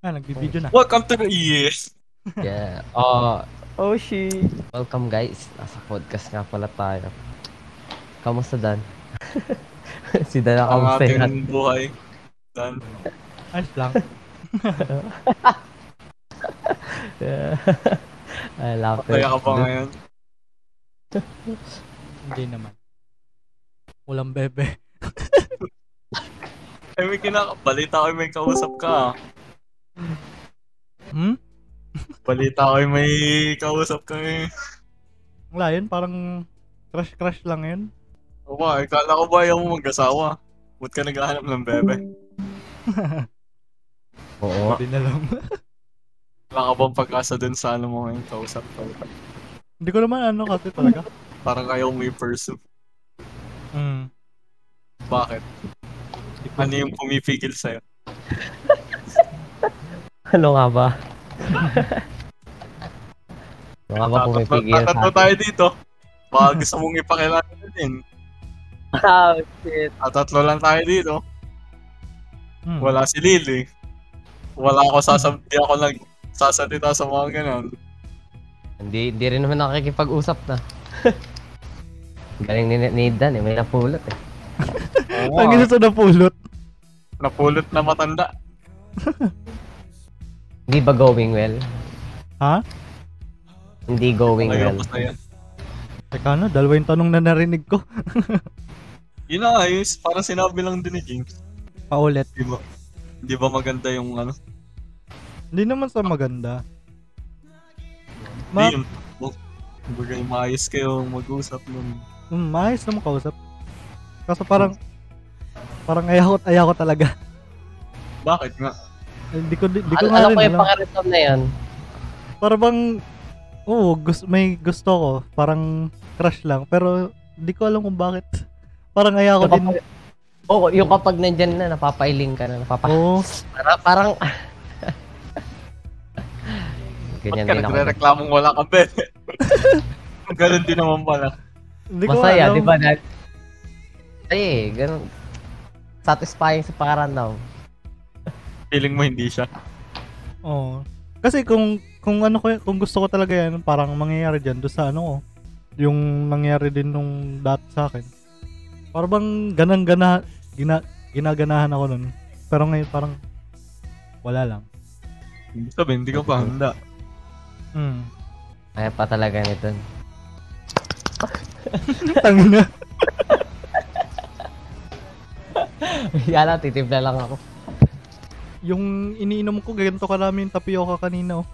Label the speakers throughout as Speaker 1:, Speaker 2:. Speaker 1: Ah, nagbibideo na.
Speaker 2: Welcome to the ES.
Speaker 3: Yeah. Uh,
Speaker 4: Oh, she.
Speaker 3: welcome guys. Nasa podcast nga pala tayo. Kamusta Dan? si Dan ang
Speaker 2: Ang
Speaker 3: kamusta yan.
Speaker 2: ating buhay. Dan.
Speaker 1: Ayos lang.
Speaker 3: Yeah. I love it.
Speaker 2: Kaya ka pa ngayon.
Speaker 1: Hindi naman. Walang bebe.
Speaker 2: Ay, Eh, may kinaka... Balita ko yung may kausap ka. ah.
Speaker 1: Hmm?
Speaker 2: Balita ko yung may kausap ka eh.
Speaker 1: Ang layon, parang crush-crush lang yun.
Speaker 2: Oo ba, ikala ko ba ayaw mo mag-asawa? Ba't ka naghahanap ng bebe?
Speaker 3: Oo.
Speaker 1: Hindi na lang.
Speaker 2: Wala ka bang pag-asa dun sa ano mo ngayon kausap ko?
Speaker 1: Hindi ko naman ano kasi talaga.
Speaker 2: Parang ayaw mo i-pursue.
Speaker 1: Hmm.
Speaker 2: Bakit? Ano yung pumipigil sa'yo?
Speaker 3: Ano nga ba? ano nga ba pumipigil sa
Speaker 2: Tatatlo tayo dito. Baka gusto mong ipakilala din.
Speaker 4: Oh, shit.
Speaker 2: Tatatlo lang tayo dito.
Speaker 1: Hmm.
Speaker 2: Wala si Lily. Wala ako sasab... Di ako nag... Sasalita sa mga ganun.
Speaker 3: Hindi, hindi rin naman nakikipag-usap na. Galing ni, ni Dan eh, may napulot eh.
Speaker 2: Oo,
Speaker 1: Ang isa sa napulot.
Speaker 2: napulot na matanda.
Speaker 3: Hindi ba going well?
Speaker 1: Ha?
Speaker 3: Hindi going well.
Speaker 2: Ayoko sa'yo.
Speaker 1: Teka na, dalawa yung tanong na narinig ko.
Speaker 2: Yun na nga, yun, parang sinabi lang din ni Jinx.
Speaker 1: Paulit.
Speaker 2: Di ba? Di ba maganda yung ano?
Speaker 1: Hindi naman sa maganda. Ma
Speaker 2: Ma- yun. Oh, Kumbaga, yung maayos kayo mag-usap nun.
Speaker 1: mm, maayos naman kausap. Kaso parang, parang ayaw ko, ayaw ko talaga.
Speaker 2: Bakit nga?
Speaker 1: Hindi ko, di, di ko
Speaker 3: Al-
Speaker 1: nga
Speaker 3: alam
Speaker 1: rin
Speaker 3: ko yung
Speaker 1: alam.
Speaker 3: pakiramdam na yan.
Speaker 1: Parang bang, oo, gusto, may gusto ko. Parang crush lang. Pero, di ko alam kung bakit. Parang ayaw ko din.
Speaker 3: Kapag- Oo, yung kapag nandyan na, napapailing ka na, napapa...
Speaker 1: Oo.
Speaker 3: Para, parang...
Speaker 2: Ba't
Speaker 3: Ganyan
Speaker 2: ka
Speaker 3: din ako.
Speaker 2: nagre-reklamong wala ka, Ben? Ganun din naman pala.
Speaker 1: Hindi ko
Speaker 3: Masaya,
Speaker 1: alam.
Speaker 3: di ba? Dan? Ay, eh, ganun. Satisfying sa pakiramdam.
Speaker 2: Feeling mo hindi siya.
Speaker 1: Oo. Kasi kung kung ano ko kung gusto ko talaga yan, parang mangyayari diyan do sa ano ko. Yung nangyari din nung dati sa akin. Parang bang ganang gana gina, ginaganahan ako nun. Pero ngayon parang wala lang.
Speaker 2: Ibig sabihin, hindi ka pa handa.
Speaker 1: Mm.
Speaker 3: Kaya pa talaga nito.
Speaker 1: Tangina.
Speaker 3: Yala, titibla lang ako.
Speaker 1: yung iniinom ko ganito karami yung tapioca kanina oh.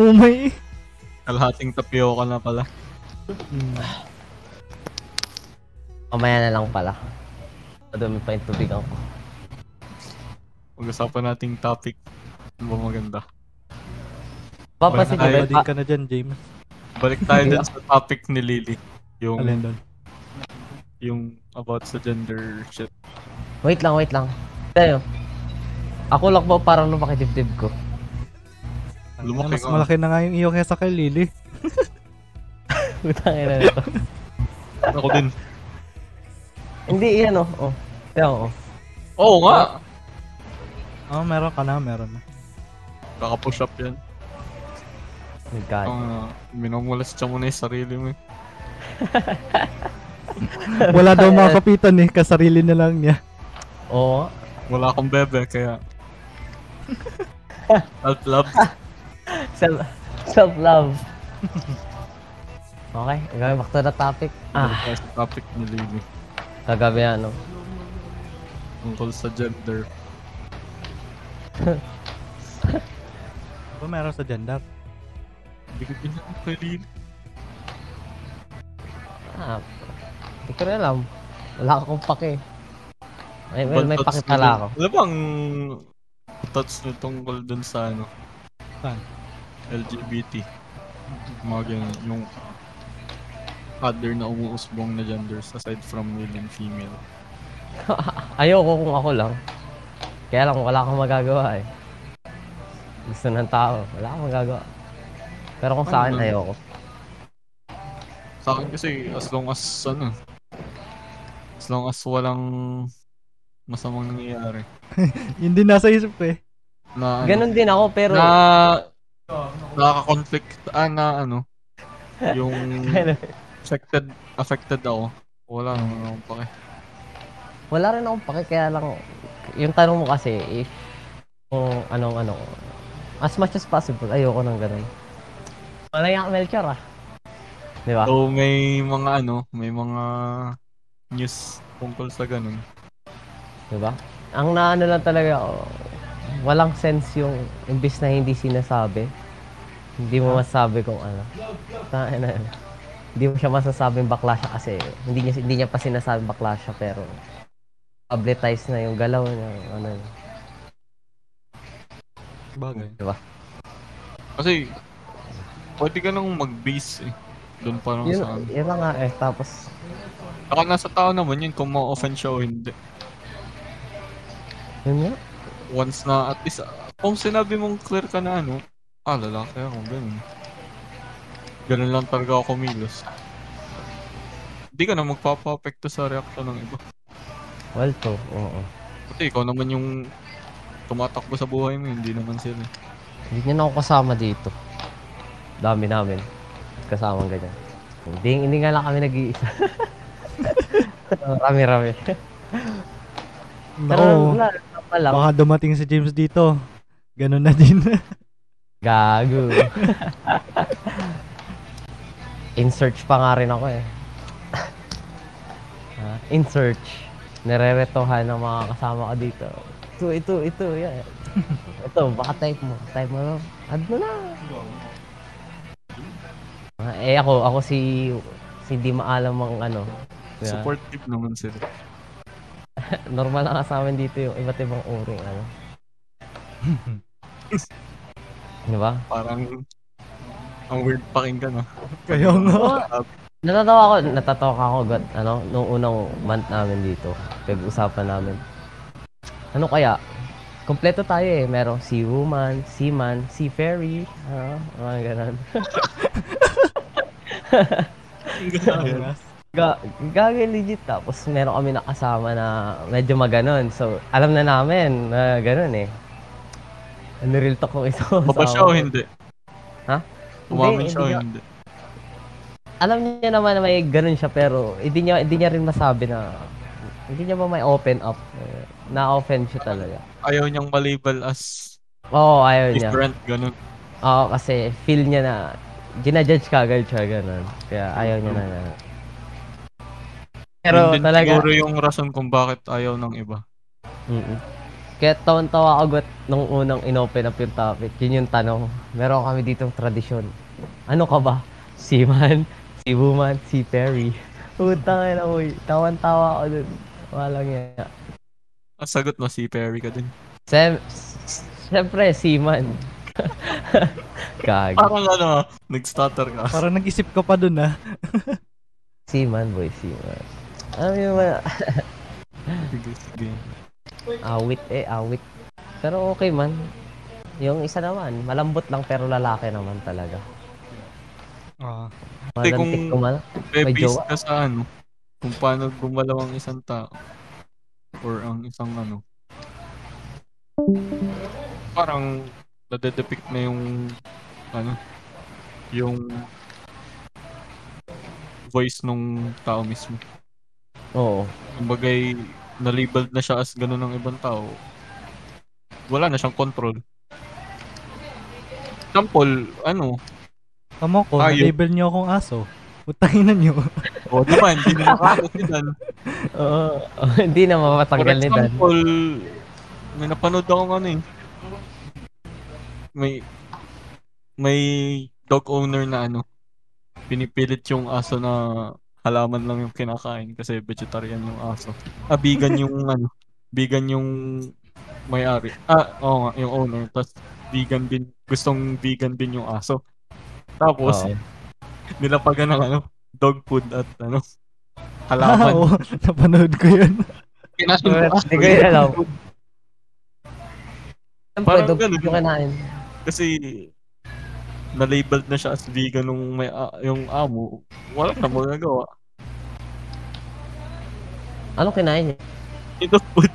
Speaker 1: Umay.
Speaker 2: Kalahating tapioca na pala.
Speaker 1: Mm.
Speaker 3: Mamaya na lang pala. Madumi pa yung tubig ako.
Speaker 2: Pag-usapan nating topic. Ano ba maganda?
Speaker 3: Papasin
Speaker 2: Wala
Speaker 1: Nakaya
Speaker 3: niyo
Speaker 1: din
Speaker 3: ba?
Speaker 1: ka na dyan, James.
Speaker 2: Balik tayo dun sa topic ni Lily. Yung,
Speaker 1: Alin doon?
Speaker 2: yung about sa gender shit.
Speaker 3: Wait lang, wait lang. Tayo. Ako lang ba parang lumakidibdib ko?
Speaker 2: Lumaki
Speaker 1: Mas
Speaker 2: nga.
Speaker 1: malaki na nga yung iyo kesa kay Lily.
Speaker 3: Putang ina nito.
Speaker 2: Ako din.
Speaker 3: Hindi, yan oh. Oh. Yan oh.
Speaker 2: Oo nga!
Speaker 1: Oh, meron ka na, meron na.
Speaker 2: Kaka-push up yan.
Speaker 3: My God.
Speaker 2: Uh, minumulas siya muna yung sarili mo eh.
Speaker 1: Wala daw mga kapitan eh, kasarili na lang niya.
Speaker 3: Oo.
Speaker 2: Wala akong bebe, kaya... Self-love.
Speaker 3: Self, self-love. okay, going back to the topic.
Speaker 2: Ah.
Speaker 3: Ah,
Speaker 2: Sa topic ni Lily.
Speaker 3: kagabi ano.
Speaker 2: Tungkol sa gender.
Speaker 1: Ba meron sa gender?
Speaker 2: Hindi ko ginawa kay Lily.
Speaker 3: Ah, hindi ko rin alam. Wala akong pake. May, may, may
Speaker 2: Bang
Speaker 3: pake
Speaker 2: thoughts
Speaker 3: pala
Speaker 2: nyo
Speaker 3: ako.
Speaker 2: dun- Ano bang thoughts nyo tungkol dun sa ano?
Speaker 1: Saan?
Speaker 2: LGBT. Mga ganun. Yung other na umuusbong na genders aside from male and female.
Speaker 3: Ayoko kung ako lang. Kaya lang, wala akong magagawa eh. Gusto ng tao. Wala akong magagawa. Pero kung sa akin,
Speaker 2: Ano?
Speaker 3: ayoko.
Speaker 2: Sa akin kasi as long as ano as long as walang masamang nangyayari.
Speaker 1: Yun din nasa isip ko eh.
Speaker 2: Na, ano,
Speaker 3: Ganon din ako, pero...
Speaker 2: na, nakaka-conflict, ah, na ano, yung affected, affected ako. Wala naman akong pake.
Speaker 3: Wala rin akong pake, kaya lang, yung tanong mo kasi, if, kung anong ano, as much as possible, ayoko ng ganun. Wala yung Melchor ah. Di ba?
Speaker 2: So, may mga ano, may mga news tungkol sa ganun.
Speaker 3: Di ba? Ang naano lang talaga, oh, walang sense yung, imbis na hindi sinasabi, hindi mo masasabi kung ano. Tayo na Hindi mo siya masasabing bakla siya kasi hindi niya, hindi niya pa sinasabi bakla siya pero publicize na yung galaw niya. Ano, niya.
Speaker 2: Bagay.
Speaker 3: Diba?
Speaker 2: Kasi, pwede ka nang mag-base eh. Doon pa lang
Speaker 3: yun,
Speaker 2: sa ano.
Speaker 3: yun na nga eh. Tapos,
Speaker 2: Saka nasa tao naman yun kung ma-offend siya o hindi.
Speaker 3: yun nga.
Speaker 2: Once na at least, ah, kung sinabi mong clear ka na ano, ah, lalaki ako, ganun. Ganun lang talaga ako kumilos. Hindi ka na magpapa-apekto sa reaction ng iba.
Speaker 3: Well, to. Oo.
Speaker 2: Kasi ikaw naman yung tumatakbo sa buhay mo, hindi naman sila. eh.
Speaker 3: Hindi niya na ako kasama dito. Dami namin. Kasamang ganyan. Hindi, hindi nga lang kami nag-iisa. Rami-rami. Pero
Speaker 1: Nako,
Speaker 3: wala, wala lang.
Speaker 1: baka dumating si James dito. Ganun na din.
Speaker 3: Gago. In search pa nga rin ako eh. Ah, In search. Nereretohan ng mga kasama ko dito. Ito, ito, ito, yan. ito, baka type mo. Type mo lang. Add mo lang. Ah, eh ako, ako si si di maalam ang ano. Yeah.
Speaker 2: Supportive naman sila.
Speaker 3: Normal lang sa amin dito yung iba't ibang uring ano. Di ba?
Speaker 2: Parang, ang weird pakinggan, no?
Speaker 1: Kayo nga.
Speaker 3: Natatawa ako, natatawa ako God, ano, nung unang month namin dito, pag-usapan namin. Ano kaya? Kompleto tayo eh. Merong si woman, si man, si fairy. Ano? Mga ganun. Ga gagay legit tapos meron kami nakasama na medyo maganon. So, alam na namin na ganun eh. Ano real talk kong ito.
Speaker 2: Baba siya o hindi?
Speaker 3: Ha?
Speaker 2: Umamin
Speaker 3: Hindi,
Speaker 2: siya o
Speaker 3: hindi
Speaker 2: hindi?
Speaker 3: alam niya naman na may ganun siya pero hindi niya hindi niya rin masabi na hindi niya ba may open up Eh, na-offend siya talaga.
Speaker 2: Ayaw niyang malabel as
Speaker 3: Oo, ayaw niya.
Speaker 2: different, ganun.
Speaker 3: Oo, kasi feel niya na ginajudge ka agad siya ganun. Kaya ayaw niya na. na. Pero
Speaker 2: Yun din
Speaker 3: talaga,
Speaker 2: siguro yung rason kung bakit ayaw ng iba.
Speaker 3: Mm-mm. Kaya tawan-tawa ako gat- nung unang inopen up yung topic. Yun yung tanong. Meron kami ditong tradisyon. Ano ka ba? Si man, si woman, si Perry. Utang na uy. Tawan-tawa ako dun. Walang yan.
Speaker 2: Ang sagot mo, si Perry ka din.
Speaker 3: Sem Siyempre, seaman. Gago.
Speaker 2: Parang ano, nag-stutter ka.
Speaker 1: Parang nag-isip ka pa dun ah.
Speaker 3: Seaman, boy, seaman. Alam niyo ba,
Speaker 2: Sige, sige.
Speaker 3: awit eh, awit. Pero okay man. Yung isa naman, malambot lang pero lalaki naman talaga.
Speaker 1: Ah.
Speaker 2: Hindi, kung-
Speaker 3: Malantik kumala. May
Speaker 2: Bebis
Speaker 3: jowa.
Speaker 2: ka sa ano, kung paano gumalaw ang isang tao. Or ang isang ano. Parang, nade-depict na yung, ano, yung voice nung tao mismo.
Speaker 3: Oo.
Speaker 2: kumbagay na-labeled na siya as gano'n ng ibang tao, wala na siyang control. Example, ano,
Speaker 1: Kamo ko,
Speaker 2: Ayun.
Speaker 1: label niyo akong aso. Utangin na niyo.
Speaker 3: Oh,
Speaker 2: o di ba, hindi na nakakot ni Dan.
Speaker 3: Oo.
Speaker 2: Ah.
Speaker 3: Hindi na
Speaker 2: For
Speaker 3: mapatanggal ni Dan.
Speaker 2: example, may napanood akong ano eh. May, may dog owner na ano, pinipilit yung aso na halaman lang yung kinakain kasi vegetarian yung aso. Ah, vegan yung ano, vegan yung may-ari. Ah, oo nga, yung owner. Tapos vegan din, gustong vegan din yung aso. Tapos,
Speaker 3: Oo.
Speaker 2: nilapagan ng ano, dog food at ano, halaman.
Speaker 1: Oo, napanood ko yun.
Speaker 2: Kinasundo-
Speaker 3: Hindi ko yun alam. Siyempre,
Speaker 2: Parang
Speaker 3: dog
Speaker 2: ganun.
Speaker 3: yung kinain.
Speaker 2: kasi na-labeled na siya as vegan nung may a- yung amo, wala na magagawa.
Speaker 3: Ano kinain niya?
Speaker 2: Ito food.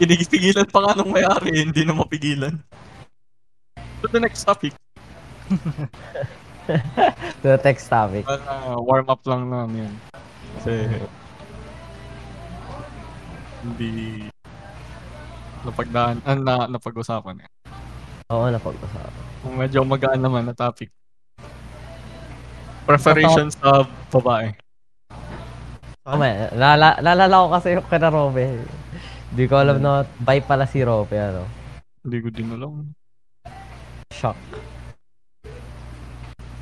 Speaker 2: Pinigilan pa nga nung may-ari, eh, hindi na mapigilan. To the next topic,
Speaker 3: To the text topic.
Speaker 2: para warm up lang naman yan. Kasi, hindi napagdaan, ah, na, napag-usapan yan.
Speaker 3: Oo, napag-usapan.
Speaker 2: Kung medyo magaan naman na topic. Preferences sa babae.
Speaker 3: Oh,
Speaker 2: Ah.
Speaker 3: man, lala, lalala ko kasi yung kina Robe. Hindi ko
Speaker 2: Hmm.
Speaker 3: alam na bye pala si Robe, ano.
Speaker 2: Hindi ko din alam.
Speaker 3: Shock.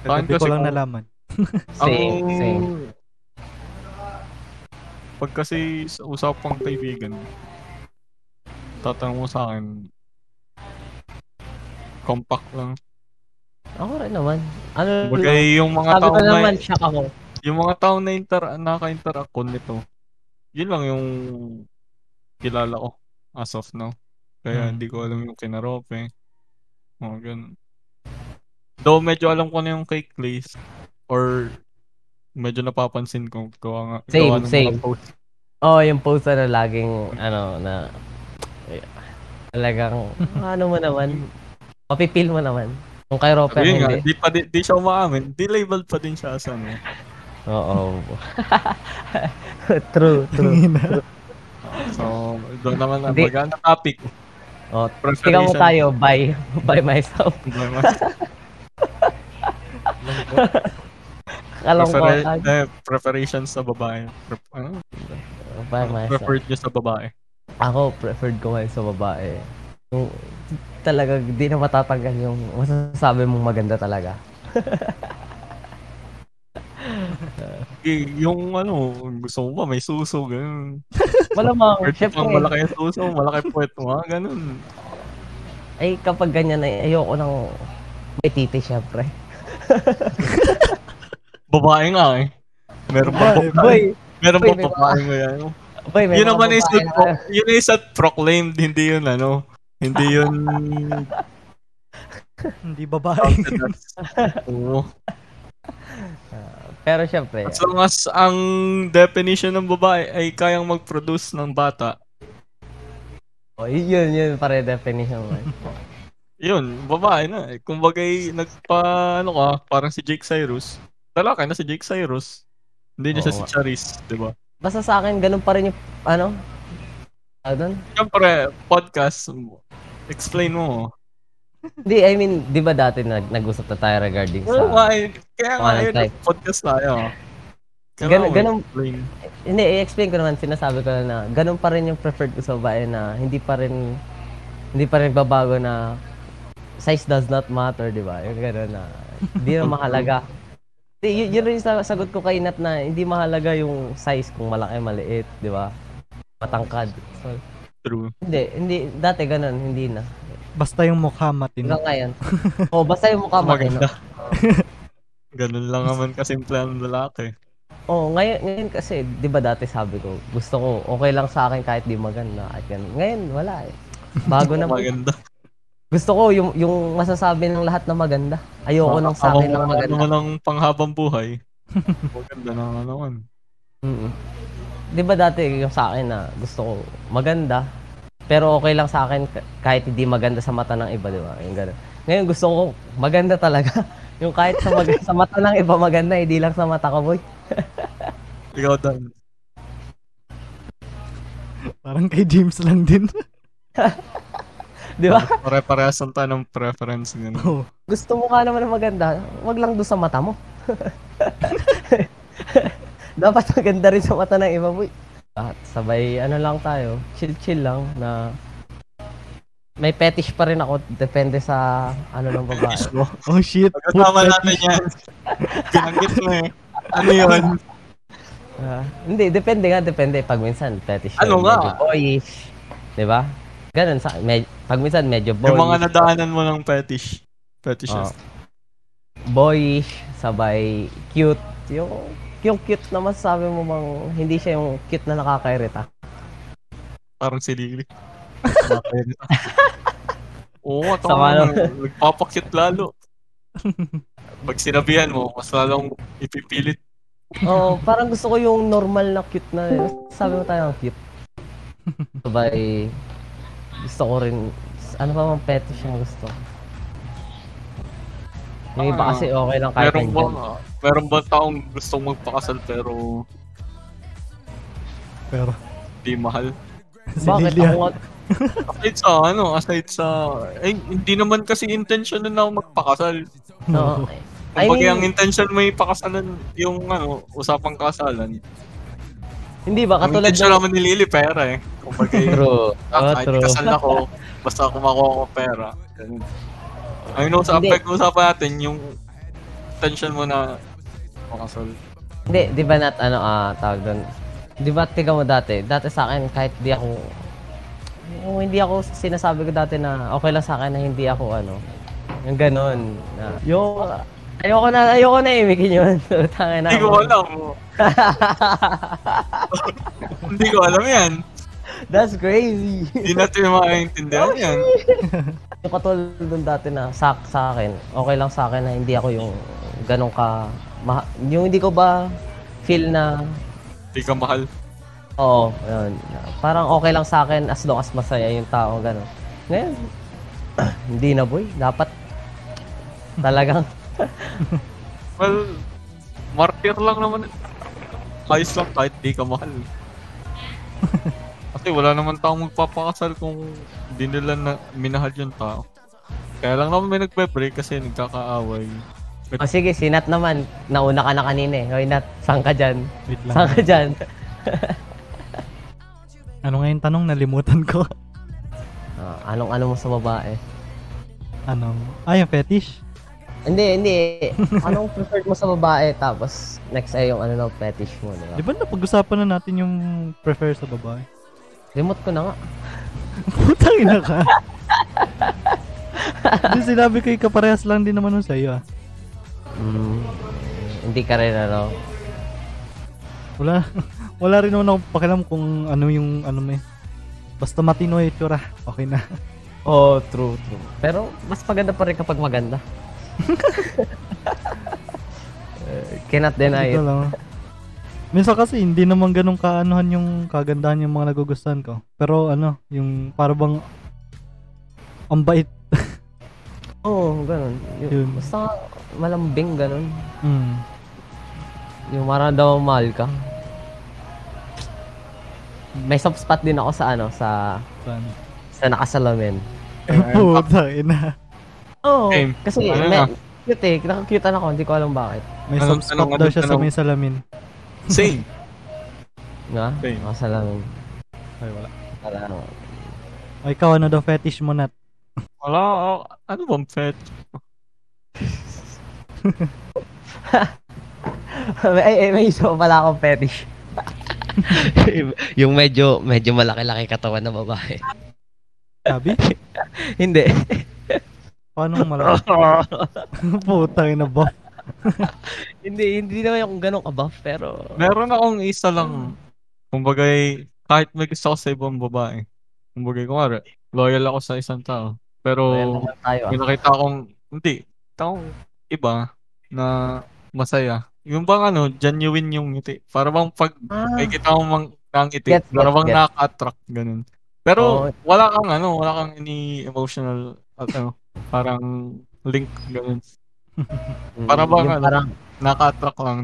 Speaker 2: Saan
Speaker 1: Hindi ko
Speaker 2: kasi
Speaker 1: lang
Speaker 2: kung-
Speaker 1: nalaman.
Speaker 3: Same,
Speaker 2: Ang-
Speaker 3: same.
Speaker 2: Pag kasi sa usapang kaibigan, tatanong mo sa akin, compact lang.
Speaker 3: Ako rin naman. Ano,
Speaker 2: Bagay yung mga
Speaker 3: sabi
Speaker 2: tao
Speaker 3: ko naman,
Speaker 2: na,
Speaker 3: shock ako.
Speaker 2: yung mga tao na inter, naka-interact ko nito, yun lang yung kilala ko as of now. Kaya
Speaker 1: Hmm.
Speaker 2: hindi ko alam yung kinarope. Mga ganun. Though medyo alam ko na yung kay Clays or medyo napapansin ko gawa nga
Speaker 3: Same,
Speaker 2: gawa ng mga
Speaker 3: same.
Speaker 2: post.
Speaker 3: Oo, oh, yung post na laging, ano, na, eh, talagang, ano mo naman, mapipil mo naman. Kung kay Rope,
Speaker 2: Sabi yun nga,
Speaker 3: hindi.
Speaker 2: di, pa, di, di siya umaamin. Di labeled pa din siya sa ano.
Speaker 3: Oo. true, true.
Speaker 2: So, doon naman na.
Speaker 3: Hindi.
Speaker 2: Maganda topic.
Speaker 3: Oh,
Speaker 2: Preferences.
Speaker 3: Tingnan mo tayo, by, by myself. Alam ko,
Speaker 2: Preferen-
Speaker 3: ah,
Speaker 2: eh, preparations sa babae. Prep- ano?
Speaker 3: by myself.
Speaker 2: Preferred niyo sa babae.
Speaker 3: Ako, preferred ko ngayon sa babae. Yung, talaga, di na matatanggal yung masasabi mong maganda talaga.
Speaker 2: Eh, yung ano, gusto mo ba may suso, ganun.
Speaker 3: Malamang,
Speaker 2: Or
Speaker 3: Oh, syempre.
Speaker 2: pang malaki yung suso, malaki puwet mo, ha? Ganun.
Speaker 3: Ay, kapag ganyan, ay, ayoko nang may titi, syempre.
Speaker 2: Babae nga eh. Meron pa babae.
Speaker 3: Boy,
Speaker 2: Meron
Speaker 3: boy,
Speaker 2: pa
Speaker 3: may
Speaker 2: babae mo yan.
Speaker 3: boy, may
Speaker 2: Yun
Speaker 3: mga
Speaker 2: naman is
Speaker 3: babae na-
Speaker 2: pro- yun is at proclaimed, hindi yun ano. Hindi yun
Speaker 1: Hindi babae.
Speaker 2: counted as. Oo.
Speaker 3: Pero syempre,
Speaker 2: As long as ang definition ng babae ay kayang mag-produce ng bata,
Speaker 3: oh, yun, yun, pare definition mo.
Speaker 2: yun, babae na. eh. Kung bagay, nagpa, ano ka, parang si Jake Cyrus. Talakay na si Jake Cyrus. Hindi niya siya
Speaker 3: Oo
Speaker 2: si
Speaker 3: nga.
Speaker 2: Charis, di ba?
Speaker 3: Basta sa akin, ganun pa rin yung, ano, ano doon?
Speaker 2: Siyempre, podcast, explain mo.
Speaker 3: Hindi, I mean, di ba dati nag nag-usap na tayo regarding sa...
Speaker 2: Well, why? Kaya nga,
Speaker 3: Walang
Speaker 2: yun,
Speaker 3: type.
Speaker 2: podcast tayo.
Speaker 3: Ganun-
Speaker 2: Kailangan
Speaker 3: ganun-
Speaker 2: explain.
Speaker 3: Hindi, i-explain ko naman, sinasabi ko lang na ganun pa rin yung preferred ko sa babae na hindi pa rin, hindi pa rin babago na size does not matter, di ba? Yung ganun na, hindi na mahalaga. Hindi, yun, yun rin yung sa- sagot ko kay Nat na hindi mahalaga yung size kung malaki, maliit, di ba? Matangkad. So,
Speaker 2: True.
Speaker 3: hindi, hindi, dati ganun, hindi na.
Speaker 1: Basta yung mukha matino.
Speaker 3: Hanggang ngayon. O, basta yung mukha ano.
Speaker 2: Maganda.
Speaker 3: Ah, maganda.
Speaker 2: Ganun lang naman kasimple ang lalaki.
Speaker 3: Oo, oh, ngayon, ngayon kasi, di ba dati sabi ko, gusto ko, okay lang sa akin kahit di maganda. At ganun. Ngayon, wala eh. Bago na.
Speaker 2: Maganda.
Speaker 3: gusto ko yung, yung masasabi ng lahat na maganda. Ayoko nang sa akin ng maganda.
Speaker 2: Ano ng panghabang buhay. Maganda na nga naman.
Speaker 3: Mm-mm. Di ba dati yung sa akin na gusto ko maganda, pero okay lang sa akin ka- kahit hindi maganda sa mata ng iba, di ba? Yung ganun. Ngayon gusto ko maganda talaga. yung kahit sa, mag- sa mata ng iba maganda, hindi lang sa mata ko, boy.
Speaker 2: Ikaw, Dan.
Speaker 1: Parang kay James lang din.
Speaker 3: Di ba?
Speaker 2: Pare-parehas lang tayo ng preference ganun.
Speaker 1: Oo.
Speaker 3: Gusto mo ka naman ng maganda, wag lang doon sa mata mo. Dapat maganda rin sa mata ng iba, boy. At sabay, ano lang tayo, chill-chill lang na may fetish pa rin ako depende sa ano ng babae.
Speaker 1: Oh shit.
Speaker 2: Pagkasama natin yan. Pinanggit mo eh. Ano yun?
Speaker 3: Ah, hindi, depende nga, depende. Pag minsan, fetish na
Speaker 2: Ano
Speaker 3: yung
Speaker 2: nga?
Speaker 3: medyo boyish. Di ba? Ganun, sa, med- pag minsan medyo boyish.
Speaker 2: Yung mga nadaanan mo ng fetish. Fetishes.
Speaker 3: boyish, sabay cute. Yung, yung cute na masasabi mo bang hindi siya yung cute na nakakairita.
Speaker 2: Parang si Lily. Oo, oh, ito
Speaker 3: Sama
Speaker 2: nga. Nagpapakit lalo. Pag sinabihan mo, mas lalong ipipilit.
Speaker 3: Oo, parang gusto ko yung normal na cute na eh. Sabi mo tayo ang cute. Sabay, gusto ko rin, ano pa mga fetish yung gusto ko? Yung iba
Speaker 2: Ah,
Speaker 3: kasi okay lang kahit
Speaker 2: Meron ba,
Speaker 3: nandyan.
Speaker 2: meron ba taong gustong magpakasal pero
Speaker 1: Pero
Speaker 2: di mahal?
Speaker 1: si
Speaker 3: Bakit
Speaker 1: Lilia,
Speaker 3: ako nga,
Speaker 2: Aside sa ano, aside sa... Eh, hindi naman kasi intention na ako magpakasal.
Speaker 1: Oh,
Speaker 3: no,
Speaker 1: no.
Speaker 3: I
Speaker 2: Kumbaga
Speaker 3: mean-
Speaker 2: ang intention mo yung pakasalan yung ano, usapang kasalan.
Speaker 3: hindi ba,
Speaker 2: Ang
Speaker 3: katulad
Speaker 2: intention
Speaker 3: ng...
Speaker 2: naman ni Lily pera eh. Kumbaga yung
Speaker 3: True,
Speaker 2: ah,
Speaker 3: oh,
Speaker 2: kahit
Speaker 3: true.
Speaker 2: kasal ako, basta kumukuha ko pera. Ganun. Ang inuusap,
Speaker 3: Hindi.
Speaker 2: pag-uusapan natin yung intention mo na makasal.
Speaker 3: Hindi, di ba nat, ano, ah, tawag doon. Di ba, tiga mo dati, dati sa akin, kahit di ako, yung hindi ako, sinasabi ko dati na okay lang sa akin na hindi ako, ano, yung ganon. Na, yung, ayoko na, ayoko na imikin yun. Tangin na.
Speaker 2: Hindi ko alam. Hindi ko alam yan.
Speaker 3: That's crazy.
Speaker 2: Hindi natin makakaintindihan yan.
Speaker 3: yung katulad doon dati na sa, sa akin, okay lang sa akin na hindi ako yung ganon ka, ma, yung hindi ko ba feel na
Speaker 2: Hindi ka mahal.
Speaker 3: Oo, yun. Parang okay lang sa akin as long as masaya yung tao, gano'n. Ngayon, hindi na boy. Dapat talagang
Speaker 2: Well, martyr lang naman. Ayos lang kahit di ka mahal. Kasi wala naman taong magpapakasal kung di nila na minahal yung tao. Kaya lang naman may nagbe-break kasi nagkakaaway.
Speaker 3: O oh, sige, si Nat naman. Nauna ka na kanina eh. Hoy Nat, saan ka dyan?
Speaker 1: Wait
Speaker 3: Saan
Speaker 1: lang.
Speaker 3: ka dyan?
Speaker 1: Ano nga yung tanong? Nalimutan ko.
Speaker 3: Ah, anong ano mo sa babae?
Speaker 1: Anong? Ano? Ay, yung fetish?
Speaker 3: Hindi, hindi. Anong preferred mo sa babae? Tapos next ay yung ano ng fetish mo, di ba?
Speaker 1: Di ba napag-usapan na natin yung prefer sa babae?
Speaker 3: Remote ko na nga.
Speaker 1: Putang ina ka. Hindi sinabi ko yung kaparehas lang din naman nun sa iyo ah.
Speaker 3: Mm, hindi ka rin ano.
Speaker 1: Wala, wala rin naman akong pakialam kung ano yung ano may. Basta matino yung itsura, okay na.
Speaker 3: Oh, true, true. Pero mas maganda pa rin kapag maganda. Eh, cannot deny
Speaker 1: Ito
Speaker 3: it.
Speaker 1: lang. ah. Minsan kasi hindi naman ganun kaanuhan yung kagandahan yung mga nagugustuhan ko. Pero ano, yung parang ang bait.
Speaker 3: Oo, oh, ganun. Yung,
Speaker 1: Yun.
Speaker 3: Basta nga, malambing ganun.
Speaker 1: Mm.
Speaker 3: Yung maramdaman mahal ka. May soft spot din ako sa ano, sa
Speaker 1: Tan.
Speaker 3: sa nakasalamin.
Speaker 2: Eh, ano?
Speaker 1: Puta ina.
Speaker 3: Oo, oh,
Speaker 2: Same.
Speaker 3: kasi
Speaker 2: Ano
Speaker 3: may,
Speaker 2: na?
Speaker 3: cute eh. Nakakutan ako, hindi ko alam bakit.
Speaker 1: May
Speaker 2: Anong-
Speaker 1: soft
Speaker 2: anong- ano,
Speaker 1: spot daw
Speaker 2: anong
Speaker 1: siya sa
Speaker 2: tanong?
Speaker 1: may salamin.
Speaker 2: Same.
Speaker 3: Nga?
Speaker 2: Same.
Speaker 3: Nakasalamin.
Speaker 1: Ay wala.
Speaker 3: Para,
Speaker 1: O ikaw ano daw fetish mo nat?
Speaker 2: Wala, ah, ano bang fet?
Speaker 3: ay, ay, may isa pa pala akong fetish. yung medyo, medyo malaki-laki katawan na babae.
Speaker 1: Sabi?
Speaker 3: Hindi.
Speaker 1: Paano malaki? Puta ina ba?
Speaker 3: hindi, hindi naman yung ganong kabuff, pero...
Speaker 2: Meron akong isa lang. Kumbaga, kahit may gusto ko sa ibang babae. Kumbaga, kumara, loyal ako sa isang tao. Pero,
Speaker 3: Ayan naman tayo.
Speaker 2: May nakita akong, hindi, taong iba na masaya. Yung bang ano, genuine yung ngiti. Para bang pag
Speaker 3: Ah.
Speaker 2: may kita mo mang ng ngiti,
Speaker 3: Gets,
Speaker 2: para
Speaker 3: gets,
Speaker 2: bang
Speaker 3: gets.
Speaker 2: nakaka-attract ganun. Pero
Speaker 3: Oo.
Speaker 2: wala kang ano, wala kang any emotional at ano, parang link ganun.
Speaker 3: Mm,
Speaker 2: para bang
Speaker 3: yung
Speaker 2: ano?
Speaker 3: parang,
Speaker 2: Nakaka-attract lang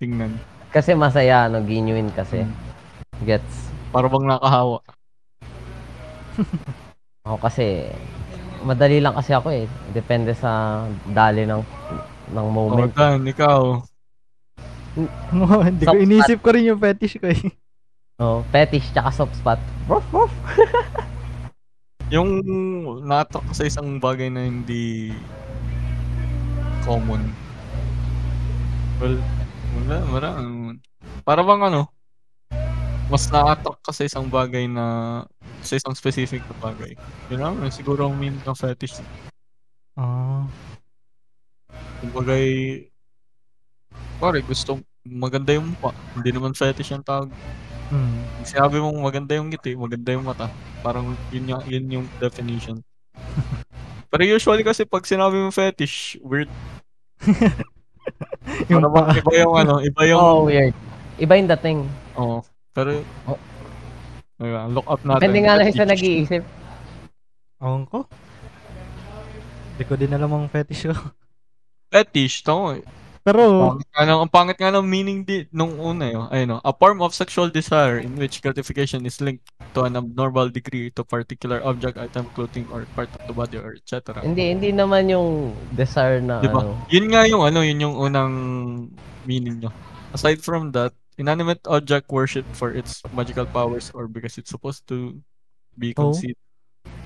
Speaker 2: tingnan.
Speaker 3: kasi masaya, no? Genuine kasi. Hmm. Gets.
Speaker 2: Para bang nakahawa.
Speaker 3: Ako kasi, madali lang kasi ako eh. Depende sa dali ng ng
Speaker 2: Oh,
Speaker 3: moment.
Speaker 2: Dan, ikaw.
Speaker 1: Ano, hindi ko
Speaker 3: Soft
Speaker 1: iniisip ko rin yung fetish ko eh.
Speaker 3: Oh, fetish tsaka soft spot. Woof, woof.
Speaker 2: Yung na-attract ka sa isang bagay na hindi common. Well, wala, wala. ano. Para bang ano, mas na-attract ka sa isang bagay na sa isang specific na bagay. Yun lang, yun siguro ang meaning ng fetish.
Speaker 1: Ah,
Speaker 2: Kung bagay, pare, gusto, maganda yung mukha. Hindi naman fetish yung tawag.
Speaker 1: mm.
Speaker 2: Pag sinabi mong maganda yung ngiti, maganda yung mata. Parang yun, yung, yun yung definition. Pero usually kasi pag sinabi mong fetish, weird.
Speaker 1: yung
Speaker 2: Ano ba,
Speaker 1: paa.
Speaker 2: iba yung ano, iba yung,
Speaker 3: Oh,
Speaker 2: oh.
Speaker 3: weird. Iba yung dating.
Speaker 2: pero, oh. look up natin.
Speaker 3: Depende nga lang sa nag-iisip.
Speaker 1: Ewan ko. Hindi ko din alam ang fetish ko.
Speaker 2: Fetish, to.
Speaker 1: Pero,
Speaker 2: Pangit nga ng- ang pangit nga ng meaning di, nung una yun. Ayun, oh. a form of sexual desire in which gratification is linked to an abnormal degree to particular object, item, clothing, or part of the body, or etc.
Speaker 3: Hindi, hindi naman yung desire na
Speaker 2: Di ba?
Speaker 3: ano.
Speaker 2: Yun nga yung ano, yun yung unang meaning nyo. Aside from that, inanimate object worship for its magical powers or because it's supposed to be
Speaker 1: Oh.
Speaker 2: considered.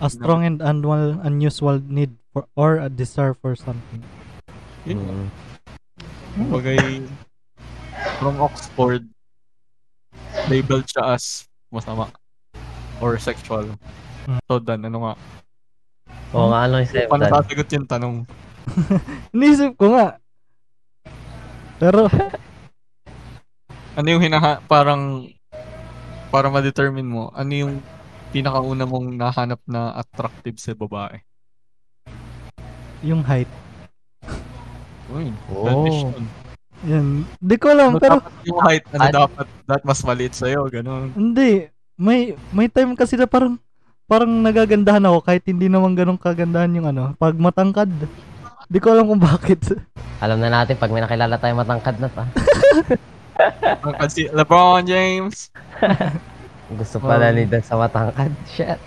Speaker 1: a strong and unusual, unusual need for, or a desire for something.
Speaker 2: Yun,
Speaker 1: Hmm.
Speaker 3: Mm.
Speaker 2: bagay from Oxford, labeled siya as masama or sexual.
Speaker 1: Hmm.
Speaker 2: So Dan, ano nga?
Speaker 3: Oo nga, ano yung step
Speaker 2: Paano sasagot yung tanong?
Speaker 1: Iniisip ko nga. Pero,
Speaker 2: Ano yung hinaha... Parang... Para ma-determine mo, ano yung pinakauna mong nahanap na attractive sa babae?
Speaker 1: yung height.
Speaker 2: Uy,
Speaker 3: Oh.
Speaker 2: fetish yun.
Speaker 1: Yan. Hindi ko alam,
Speaker 2: Ano
Speaker 1: pero
Speaker 2: dapat yung height? Ano
Speaker 3: Ano?
Speaker 2: dapat? Dapat mas maliit sa'yo, ganun.
Speaker 1: Hindi. May may time kasi na parang parang nagagandahan ako kahit hindi naman ganun kagandahan yung ano, pag matangkad. Di ko alam kung bakit.
Speaker 3: Alam na natin, pag may nakilala tayo matangkad na pa.
Speaker 2: Ang Kasi LeBron James!
Speaker 3: Gusto pala ni Dan sa matangkad. Shit.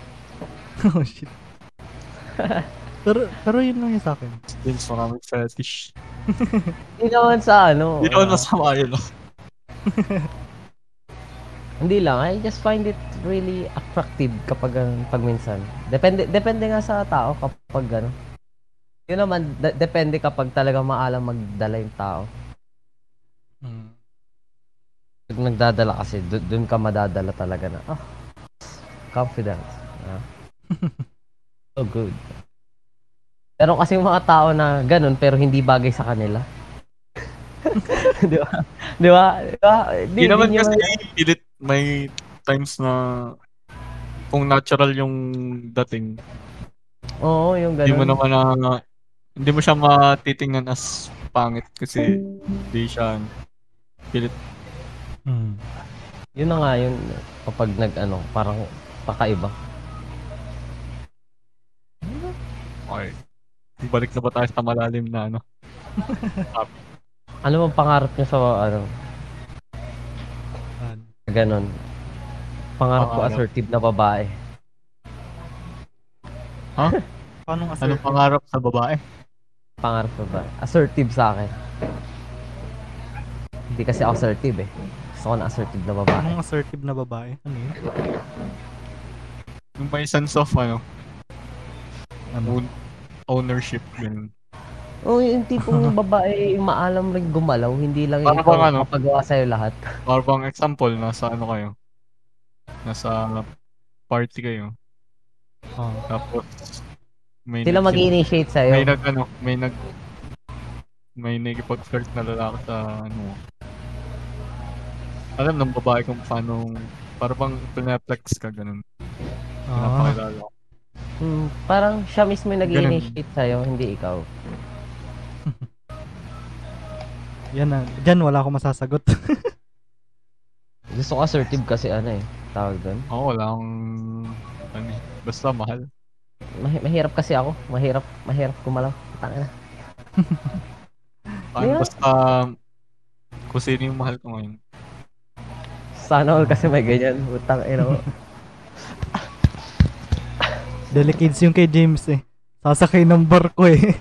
Speaker 1: oh shit. pero pero yun lang yung sa akin.
Speaker 2: James, maraming fetish.
Speaker 3: Hindi naman sa ano.
Speaker 2: Hindi naman
Speaker 3: ah,
Speaker 2: masama yun. oh.
Speaker 3: Hindi lang. I just find it really attractive kapag ganun, pag minsan. Depende, depende nga sa tao kapag ano. Yun naman, de- depende kapag talaga maalam magdala yung tao.
Speaker 2: Hmm.
Speaker 3: Pag nagdadala kasi, dun, dun ka madadala talaga na, ah, confidence. Ah. so good. Pero kasi yung mga tao na ganun, pero hindi bagay sa kanila. di ba? Di ba? Di ba?
Speaker 2: Hindi naman
Speaker 3: nyo-
Speaker 2: kasi pilit may times na kung natural yung dating,
Speaker 3: Oo, yung ganun.
Speaker 2: hindi mo naman na, hindi mo siya matitingnan as pangit kasi hindi siya ano. pilit.
Speaker 1: Hmm.
Speaker 3: Yun na nga yun kapag nag ano, parang pakaiba.
Speaker 2: Okay. Balik na ba tayo sa malalim na ano?
Speaker 3: Ano bang pangarap niyo sa ano,
Speaker 1: Yan.
Speaker 3: ganun? Pangarap ko
Speaker 2: Pangarap.
Speaker 3: assertive na babae.
Speaker 1: Paano kasi?
Speaker 2: Anong pangarap sa babae?
Speaker 3: Pangarap ko ba? Assertive sa akin. Hindi kasi ako assertive eh. Gusto ko na assertive na babae.
Speaker 1: Anong assertive na babae? Ano yun?
Speaker 2: Yung may sense of ano? Ano? Ownership. Ganun.
Speaker 3: Oo, yung tipong babae, yung maalam rin gumalaw, hindi lang yung
Speaker 2: Para bang ano?
Speaker 3: kapagawa sa'yo lahat.
Speaker 2: Or bang example, nasa ano kayo? Nasa party kayo.
Speaker 1: Oh.
Speaker 2: Tapos, may
Speaker 3: Sila
Speaker 2: nag-
Speaker 3: mag-initiate sa'yo.
Speaker 2: May nag ano, may nag may nagipag-flirt na lalaki sa ano. Alam ng babae kung paano para bang pinaplex ka ganun.
Speaker 1: Ah.
Speaker 2: Pinapakilala ko.
Speaker 3: Hmm, parang siya mismo yung nag-initiate sa'yo, hindi ikaw.
Speaker 1: Yan na. Diyan wala akong masasagot.
Speaker 3: Gusto ko assertive kasi ano eh, tawag doon.
Speaker 2: Oo, wala akong ano, eh, basta mahal.
Speaker 3: Mahi- mahirap kasi ako. Mahirap, mahirap kumalaw. Tangina.
Speaker 2: Paano
Speaker 3: Yeah.
Speaker 2: Ano, basta kung sino yung mahal ko ngayon.
Speaker 3: Sana all kasi may ganyan. Utang ina ko.
Speaker 1: Delicates yung kay James eh. Sasakay ng barko eh.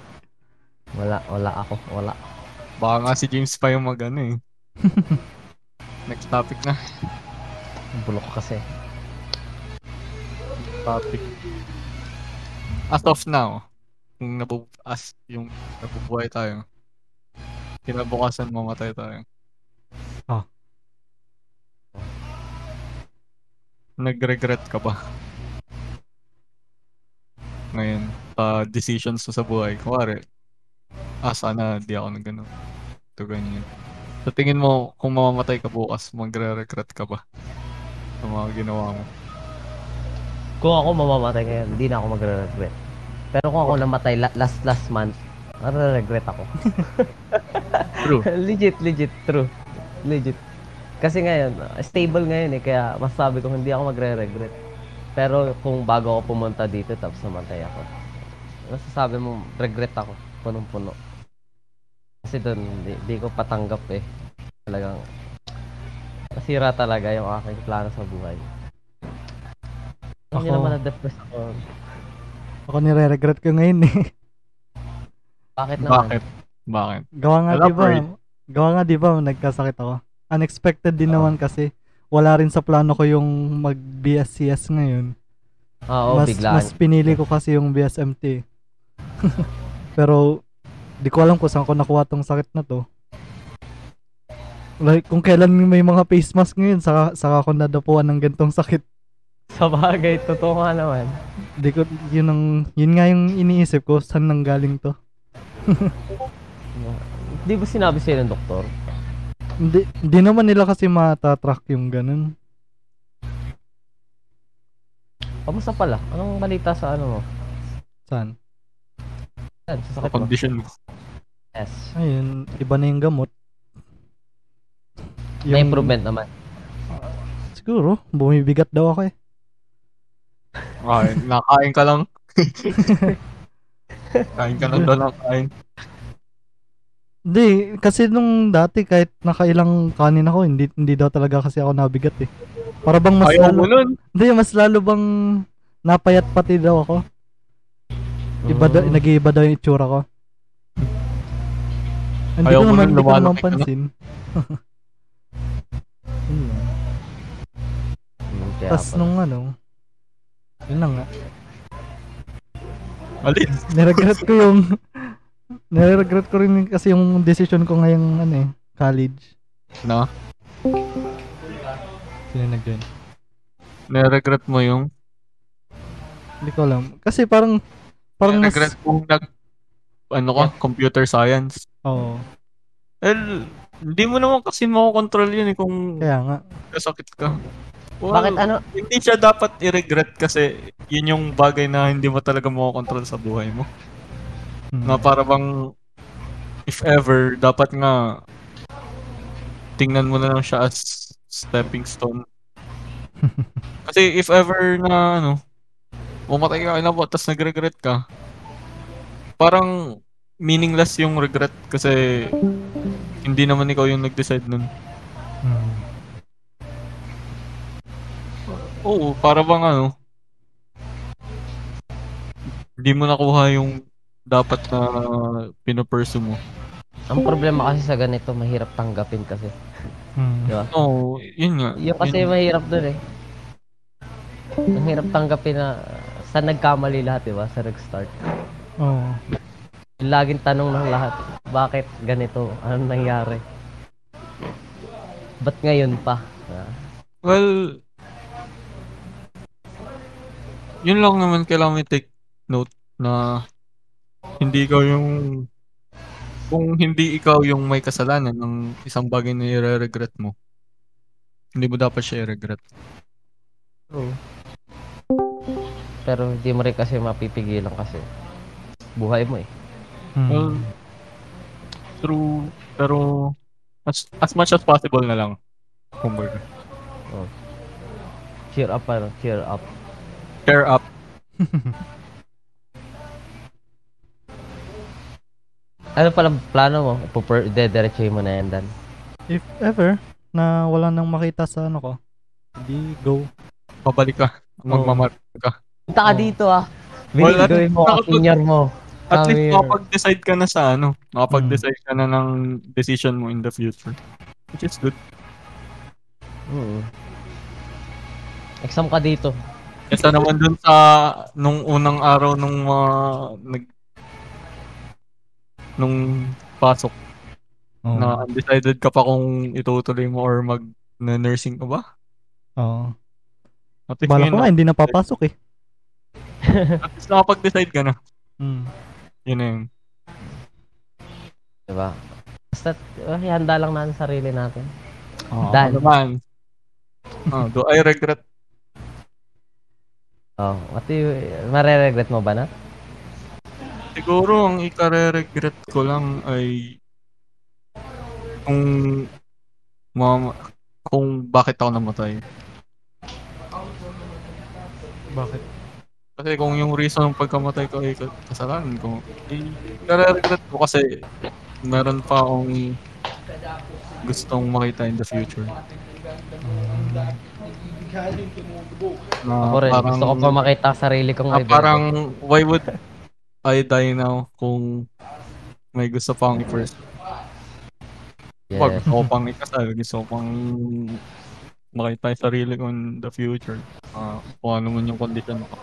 Speaker 3: Wala, wala ako. Wala.
Speaker 2: Baka nga si James pa yung mag ano eh. Next topic na.
Speaker 3: Bulok kasi.
Speaker 2: Topic. As of now, kung nabu as yung nabubuhay tayo, kinabukasan mamatay tayo.
Speaker 1: Ah.
Speaker 2: Nagregret ka ba? Ngayon, sa decisions mo sa buhay. Kuwari, ah, sana di ako ng ganun. Ito ganyan. Sa tingin mo, kung mamamatay ka bukas, magre-regret ka ba? Sa mga ginawa mo.
Speaker 3: Kung ako mamamatay ngayon, hindi na ako magre-regret. Pero kung ako namatay la- last last month, magre-regret ako.
Speaker 2: True.
Speaker 3: legit, legit, true. Legit. Kasi ngayon, uh, stable ngayon eh, kaya masabi ko hindi ako magre-regret. Pero kung bago ako pumunta dito tapos namatay ako, masasabi mo, regret ako, punong-puno. Kasi doon, di, di ko patanggap eh. Talagang, nasira talaga yung aking plano sa buhay. Hindi
Speaker 1: Ako-
Speaker 3: naman na-depress ako.
Speaker 1: Ako nire-regret ko ngayon eh.
Speaker 3: Bakit naman?
Speaker 2: Bakit? Bakit?
Speaker 1: Gawa nga
Speaker 2: Hello,
Speaker 1: di ba?
Speaker 2: Fred.
Speaker 1: Gawa nga di ba nagkasakit ako. Unexpected din
Speaker 3: Oo.
Speaker 1: naman kasi wala rin sa plano ko yung mag BSCS ngayon.
Speaker 3: Oo,
Speaker 1: mas
Speaker 3: biglaan.
Speaker 1: mas pinili ko kasi yung BSMT. Pero di ko alam kung saan ko nakuha tong sakit na to. Like, kung kailan may mga face mask ngayon, saka, saka ako nadapuan ng gantong sakit.
Speaker 3: Sa bagay, totoo nga naman.
Speaker 1: Di ko, yun, ang, yun nga yung iniisip ko, saan nanggaling to.
Speaker 3: Di ba sinabi sa'yo ng doktor?
Speaker 1: Hindi, hindi naman nila kasi matatrack yung ganun.
Speaker 3: Kamusta pala? Anong balita sa ano mo?
Speaker 1: Saan?
Speaker 3: Yan, sa
Speaker 2: Sa
Speaker 3: sakit mo?
Speaker 2: condition mo.
Speaker 3: Yes.
Speaker 1: Ayun, iba na yung gamot.
Speaker 3: May improvement naman.
Speaker 1: Siguro, bumibigat daw ako eh.
Speaker 2: Kain. Nakain ka lang. kain ka lang doon ang kain.
Speaker 1: Hindi, kasi nung dati kahit nakailang kanin ako, hindi, hindi daw talaga kasi ako nabigat eh. Para bang mas
Speaker 2: Ayaw mo
Speaker 1: lalo,
Speaker 2: nun.
Speaker 1: hindi, mas lalo bang napayat pati daw ako. Iba daw,
Speaker 2: Ah.
Speaker 3: Mm.
Speaker 1: nag-iiba daw yung itsura ko. Hindi
Speaker 2: Ayaw
Speaker 1: ko
Speaker 2: mo
Speaker 1: naman,
Speaker 2: nun,
Speaker 1: hindi ko naman
Speaker 2: lumalaki ka na.
Speaker 1: pansin. Ayun.
Speaker 3: Hmm, kaya
Speaker 1: Tapos
Speaker 3: pala.
Speaker 1: nung ano, yun lang nga.
Speaker 2: Alin?
Speaker 1: Niregret ko yung Niregret ko rin kasi yung decision ko ngayong ano eh, college.
Speaker 2: Na?
Speaker 1: Sino nag-join?
Speaker 2: Niregret mo yung...
Speaker 1: Hindi ko alam. Kasi parang parang mas
Speaker 2: Niregret kung nag... Ano ka? Computer science.
Speaker 1: Oo.
Speaker 2: Well, hindi mo naman kasi makokontrol yun eh kung
Speaker 1: kaya nga.
Speaker 2: kasakit ka. Well,
Speaker 3: Bakit ano?
Speaker 2: Hindi siya dapat i-regret kasi yun yung bagay na hindi mo talaga makokontrol sa buhay mo.
Speaker 1: Hmm.
Speaker 2: Na para bang if ever dapat nga tingnan mo na lang siya as stepping stone. Kasi if ever na ano, pumatay ka na tapos nag-regret ka, parang meaningless yung regret kasi hindi naman ikaw yung nag-decide nun.
Speaker 1: Hmm.
Speaker 2: Oo, para bang ano, hindi mo nakuha yung dapat na pinupursue mo.
Speaker 3: Ang problema kasi sa ganito, mahirap tanggapin kasi.
Speaker 1: Hmm.
Speaker 3: Di ba?
Speaker 2: Oo, yun nga.
Speaker 3: Yung kasi
Speaker 2: Yun.
Speaker 3: mahirap dun eh. Ang hirap tanggapin na sa nagkamali lahat, di ba? Sa restart.
Speaker 1: Oo.
Speaker 3: Yung laging tanong ng lahat, bakit ganito? Anong nangyari? Ba't ngayon pa? Ah,
Speaker 2: Well, yun lang naman kailangan may take note na hindi ikaw yung kung hindi ikaw yung may kasalanan ng isang bagay na i-regret mo. Hindi mo dapat siya i-regret.
Speaker 3: Pero hindi mo rin kasi mapipigilan kasi buhay mo eh.
Speaker 1: Hmm.
Speaker 2: Well, true, pero as, as much as possible na lang. Kumbaga.
Speaker 3: Cheer up ano, cheer up.
Speaker 2: Pair up.
Speaker 3: Ano pala plano mo? Puper, dediretsuhin mo na yan, Dan.
Speaker 1: If ever na wala nang makita sa ano ko, di go.
Speaker 2: Pabalik ka.
Speaker 1: Oo.
Speaker 2: Magmamar.
Speaker 3: Punta ka
Speaker 1: Oo.
Speaker 3: dito ah.
Speaker 2: Well, at
Speaker 3: Binigay
Speaker 2: least
Speaker 3: mo ang
Speaker 2: nakapag-
Speaker 3: senior mo.
Speaker 2: At least
Speaker 3: Sabi-
Speaker 2: makapag-decide ka na sa ano. Makapag-decide ka na ng decision mo in the future. Which is good.
Speaker 3: Mm. Exam ka dito.
Speaker 2: Kesa naman dun sa nung unang araw nung mga nag nung pasok
Speaker 1: Oo.
Speaker 2: na undecided ka pa kung itutuloy mo or mag na nursing ka ba?
Speaker 1: Oo.
Speaker 2: At least,
Speaker 1: Bala ko nga
Speaker 2: ngayon,
Speaker 1: hindi napapasok eh.
Speaker 2: at least nakapag-decide ka na.
Speaker 1: Hmm.
Speaker 2: Yun na yun.
Speaker 3: Diba? Basta, uh, ihanda lang natin sarili natin.
Speaker 2: Oh,
Speaker 3: Done.
Speaker 2: naman. Ah, do I regret?
Speaker 3: Oh, what do you, mareregret mo ba na?
Speaker 2: Siguro ang ikare-regret ko lang ay kung mama, kung bakit ako namatay.
Speaker 1: Bakit?
Speaker 2: Kasi kung yung reason ng pagkamatay ko ay kasalanan ko, eh, nare-regret ko kasi meron pa akong gustong makita in the future. Na
Speaker 3: Ako rin,
Speaker 2: parang-
Speaker 3: gusto ko pa makita sarili kong
Speaker 2: Ah,
Speaker 3: idol.
Speaker 2: parang why would I die now kung may gusto pang i-first?
Speaker 3: Yes.
Speaker 2: Pag gusto ko pang ikasal, gusto ko pang makita yung sarili ko in the future. Ah, kung ano man yung condition ko.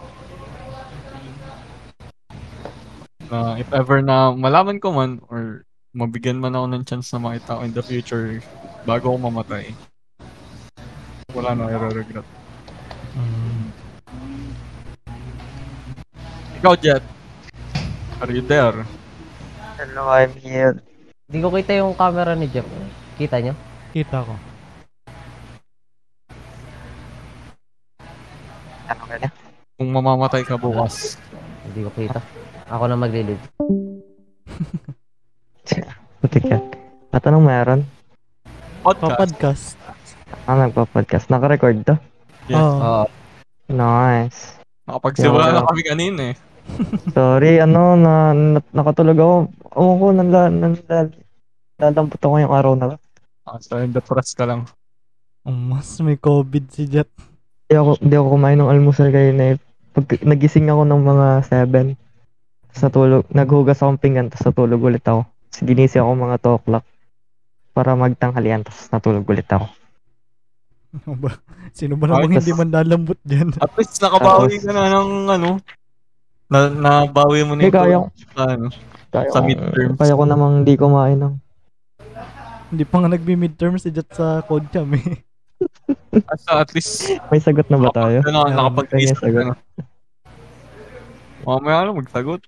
Speaker 2: Na if ever na malaman ko man or mabigyan man ako ng chance na makita ko in the future bago ako mamatay. Wala na, i-regret. Ikaw, Jet. Are you there?
Speaker 4: Hello, I'm here.
Speaker 3: Hindi ko kita yung camera ni Jeff. Kita niyo?
Speaker 1: Kita ko.
Speaker 4: Ano ka na?
Speaker 2: Kung mamamatay ka bukas,
Speaker 3: Hindi ko kita. Ako na maglilid.
Speaker 4: Buti ka. Patanong meron?
Speaker 2: podcast.
Speaker 1: Podcast.
Speaker 4: Ah, nagpa-podcast. Naka-record to?
Speaker 2: Yes.
Speaker 1: Oo.
Speaker 3: Oo.
Speaker 4: Nice.
Speaker 2: Nakapagsimula na kami kanina eh.
Speaker 4: Sorry, ano, na, na, nakatulog ako. Oo ko, nanla, nanla, nalampot ako yung araw na to.
Speaker 2: Ah, so, in the press ka lang.
Speaker 1: mas may COVID si Jet.
Speaker 4: Hindi ako, hindi ako kumain ng almusal kayo na Pag nagising ako ng mga 7, tapos natulog, naghugas akong pinggan, tapos natulog ulit ako. Tapos ginising ako mga 2 o'clock para magtanghalian, tapos natulog ulit ako.
Speaker 1: Ano ba? Sino ba namang
Speaker 4: Ay,
Speaker 1: hindi
Speaker 4: tas-
Speaker 1: man lalambot dyan?
Speaker 2: At least nakabawi ka na ng ano. Na, nabawi mo na
Speaker 4: Hindi, kaya ko.
Speaker 2: sa, ano,
Speaker 4: Kaya
Speaker 2: Sa
Speaker 4: ko-
Speaker 2: midterms.
Speaker 4: Kaya ko namang hindi kumain ng...
Speaker 1: hindi pa nga nagbi-midterm si Jet sa Kodcham eh.
Speaker 2: at, at least
Speaker 4: May sagot na ba tayo?
Speaker 2: nakapag- Ano,
Speaker 1: Yeah,
Speaker 2: nakapag-isip
Speaker 4: kanya
Speaker 2: ka na. Mamaya lang magsagot.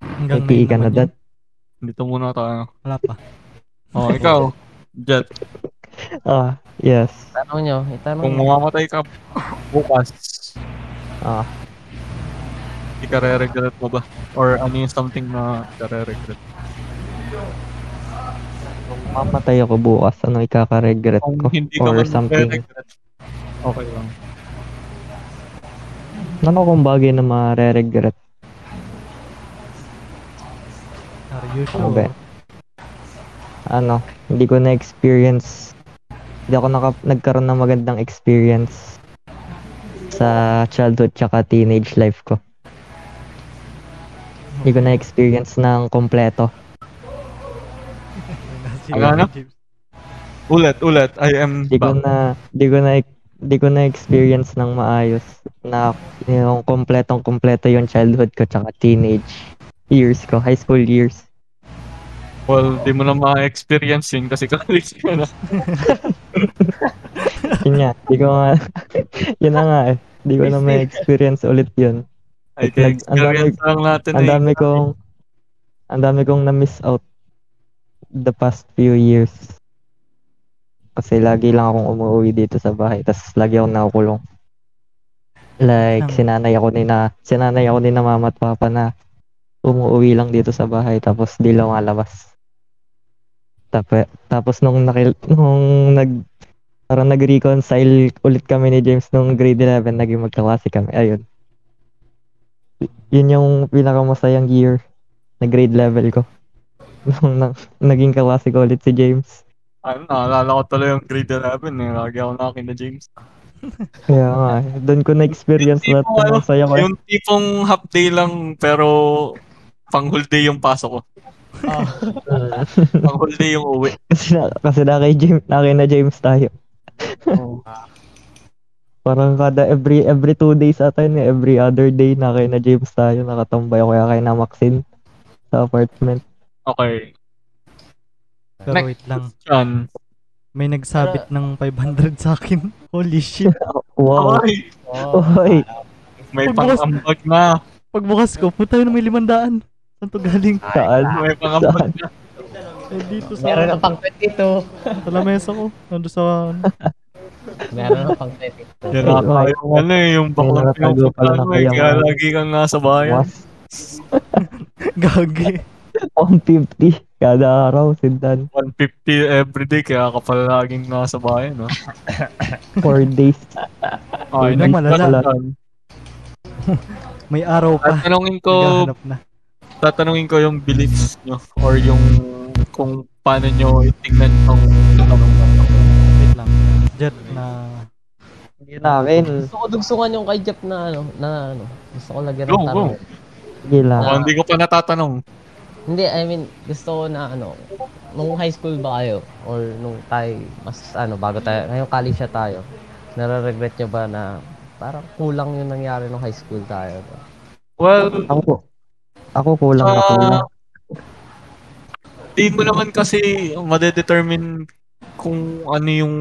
Speaker 1: Hanggang
Speaker 4: May
Speaker 1: ngayon
Speaker 4: ka na
Speaker 1: naman
Speaker 4: dad.
Speaker 2: Dito muna tayo.
Speaker 1: yun. Wala pa.
Speaker 2: Oh, ikaw, Jet,
Speaker 4: Ah, yes.
Speaker 3: Tanong niyo, itanong
Speaker 2: kung
Speaker 3: niyo.
Speaker 2: mamamatay ka bukas,
Speaker 4: Ah,
Speaker 2: ikare-regret mo ba? Or ano yung something na ikare-regret?
Speaker 4: kung mamatay ako bukas, ano ikaka-regret
Speaker 2: Kung
Speaker 4: ko?
Speaker 2: hindi ka
Speaker 4: Or
Speaker 2: man
Speaker 4: something.
Speaker 2: regret okay lang.
Speaker 4: Ano kung bagay na mare-regret?
Speaker 1: Are you sure?
Speaker 4: Ano ba? Ano, hindi ko na-experience. Hindi ako naka- nagkaroon ng magandang experience sa childhood tsaka teenage life ko. Hindi ko na-experience ng kompleto.
Speaker 1: Si
Speaker 2: Ano, ano?
Speaker 1: James.
Speaker 2: Ulit, ulit. I am
Speaker 4: Hindi ko
Speaker 2: back.
Speaker 4: na, hindi ko na, hindi ko na-experience ng maayos na yung kompletong kompleto yung childhood ko tsaka teenage years ko, high school years.
Speaker 2: Well, di mo na ma-experience yun kasi college ka na.
Speaker 4: Yun nga, hindi ko nga, yun na nga eh. Hindi ko na ma-experience ulit yun.
Speaker 2: Ay,
Speaker 4: Nag- ang
Speaker 2: experience lang natin
Speaker 4: Ang
Speaker 2: eh.
Speaker 4: dami kong ang dami kong na-miss out the past few years. Kasi lagi lang akong umuwi dito sa bahay, tapos lagi akong nakukulong. Like,
Speaker 1: Tama.
Speaker 4: sinanay ako ni na, sinanay ako ni na mama at papa na umuwi lang dito sa bahay, tapos di lang malabas. Tapos, tapos nung, nakil, nung nag, parang nag-reconcile ulit kami ni James nung grade 11, naging magkaklase kami. Ayun. Y- Yun yung pinakamasayang year na grade level ko. Nung na, naging kaklase ko ulit si James.
Speaker 2: Ano, naalala ko tuloy yung grade 11 eh. Lagi ako nakin na James.
Speaker 4: Kaya nga, eh, doon ko na-experience
Speaker 2: Yung
Speaker 4: lahat
Speaker 2: tipong
Speaker 4: ng
Speaker 2: ano,
Speaker 4: masaya ko.
Speaker 2: Yung tipong half day lang pero pang whole day yung pasok ko. Pang whole day yung uwi.
Speaker 4: kasi na, kasi na kay James, na kay na James tayo. Oh. Parang kada every every two days ata yun, eh, every other day na kay na James tayo, nakatambay ako kaya kay na Maxine sa apartment.
Speaker 2: Okay.
Speaker 1: Pero
Speaker 2: Next.
Speaker 1: wait lang.
Speaker 2: Yan.
Speaker 1: May nagsabit ng 500 sa akin. Holy shit.
Speaker 4: Wow.
Speaker 2: Ay,
Speaker 3: Oh.
Speaker 4: Oy,
Speaker 2: may
Speaker 1: Bukas-
Speaker 2: pangambag na.
Speaker 1: Pagbukas ko, puta yun may 500. Saan to galing?
Speaker 4: saan?
Speaker 2: May pangambag na.
Speaker 1: Eh, dito
Speaker 3: Meron na
Speaker 1: sa,
Speaker 3: pang 22.
Speaker 1: sa lamesa ko. Nandun sa
Speaker 3: Meron na pang 22.
Speaker 2: Yan na tayo. Ano eh, yung baklang
Speaker 4: May nakatago pala
Speaker 2: pinagpapalan
Speaker 4: na
Speaker 2: mo eh.
Speaker 4: kaya
Speaker 2: Kaya
Speaker 4: mga-
Speaker 2: lagi kang nasa bayan.
Speaker 4: Was
Speaker 1: gagi.
Speaker 4: 150. Kada araw, sindan.
Speaker 2: 150 everyday, kaya ka pala laging nasa bahay, no?
Speaker 4: Four days.
Speaker 2: Ay,
Speaker 1: Yun ang malala.
Speaker 2: nagtatanong.
Speaker 1: May araw pa.
Speaker 2: Tatanungin ko,
Speaker 1: Naghahanap na.
Speaker 2: tatanungin ko yung beliefs nyo or yung kung paano nyo itingnan yung
Speaker 1: Wait lang. Jet na...
Speaker 4: Yun namin.
Speaker 3: Gusto ko dugsungan yung kay Jeff na ano, na ano. Gusto ko lagyan
Speaker 2: Go,
Speaker 3: ng tanong.
Speaker 2: go.
Speaker 4: Sige lang.
Speaker 2: Oh, hindi ko pa natatanong.
Speaker 3: Hindi, I mean, gusto ko na ano, nung high school ba kayo? Or nung tayo, mas ano, bago tayo, ngayong college na tayo, nararegret nyo ba na parang kulang yung nangyari nung high school tayo?
Speaker 2: Well,
Speaker 4: Ako po. Ako kulang na kulang.
Speaker 2: ah, di mo naman kasi madedetermine kung ano yung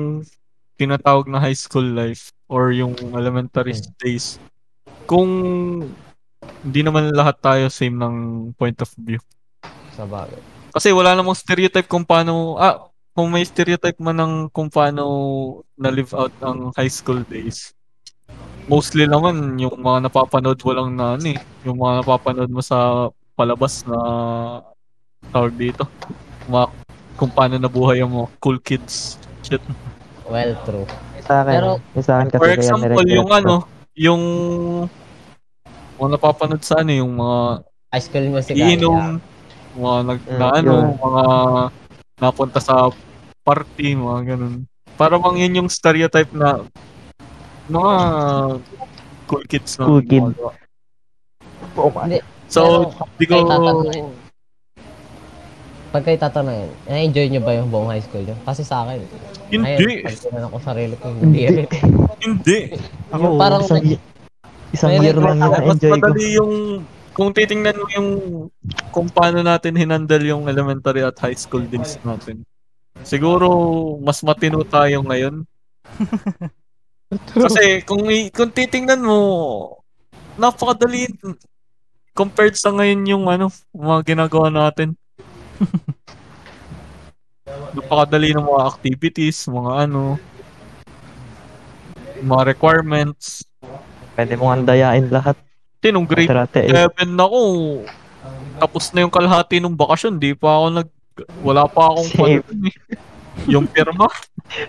Speaker 2: tinatawag na high school life or yung elementary days. Kung hindi naman lahat tayo same ng point of view.
Speaker 3: Sa bagay.
Speaker 2: Kasi wala namang stereotype kung paano, ah, kung may stereotype man ng kung paano na-live out ang high school days. Mostly naman yung mga napapanood walang na ano eh. Yung mga napapanood mo sa palabas na tawag dito. Mga, kung paano nabuhay ang mga cool kids. Shit.
Speaker 3: Well, true.
Speaker 4: Sa akin,
Speaker 3: pero-
Speaker 4: yung sa akin kasi
Speaker 2: For
Speaker 4: kaya
Speaker 2: example,
Speaker 4: niregret
Speaker 2: yung
Speaker 4: ko.
Speaker 2: ano, yung mga napapanood sa ano, yung mga
Speaker 3: High school music.
Speaker 2: iinom, mga nag, na
Speaker 4: Mm,
Speaker 2: ano,
Speaker 4: yun.
Speaker 2: mga napunta sa party, mga ganun. Para bang yun yung stereotype na mga cool kids na.
Speaker 4: Cool kid.
Speaker 2: gumagawa.
Speaker 4: Oo, man.
Speaker 3: ah.
Speaker 2: So, di ko,
Speaker 3: Pag kayo tatanungin, na-enjoy nyo ba yung buong high school nyo? Kasi sa akin, Ayun,
Speaker 2: hindi,
Speaker 3: pag ako sarili ko, hindi
Speaker 4: Hindi.
Speaker 3: ulit.
Speaker 2: hindi.
Speaker 1: Ako,
Speaker 3: Yung parang-
Speaker 4: Isang, y- isang
Speaker 3: May
Speaker 4: year
Speaker 3: regret
Speaker 4: lang yung
Speaker 2: Mas
Speaker 4: enjoy ko.
Speaker 2: madali yung, kung titingnan mo yung, kung paano natin hinandal yung elementary at high school days natin. Siguro, mas matino tayo ngayon. Kasi kung, i- kung titingnan mo, napakadali compared sa ngayon yung ano, mga ginagawa natin. napakadali ng mga activities, mga ano, mga requirements.
Speaker 4: Pwede mong andayain lahat.
Speaker 2: Kasi nung grade
Speaker 4: Karate. eh.
Speaker 2: 11 na ako, tapos na yung kalahati ng bakasyon, di pa ako nag... Wala pa akong
Speaker 4: Same.
Speaker 2: ano eh. Yung pirma.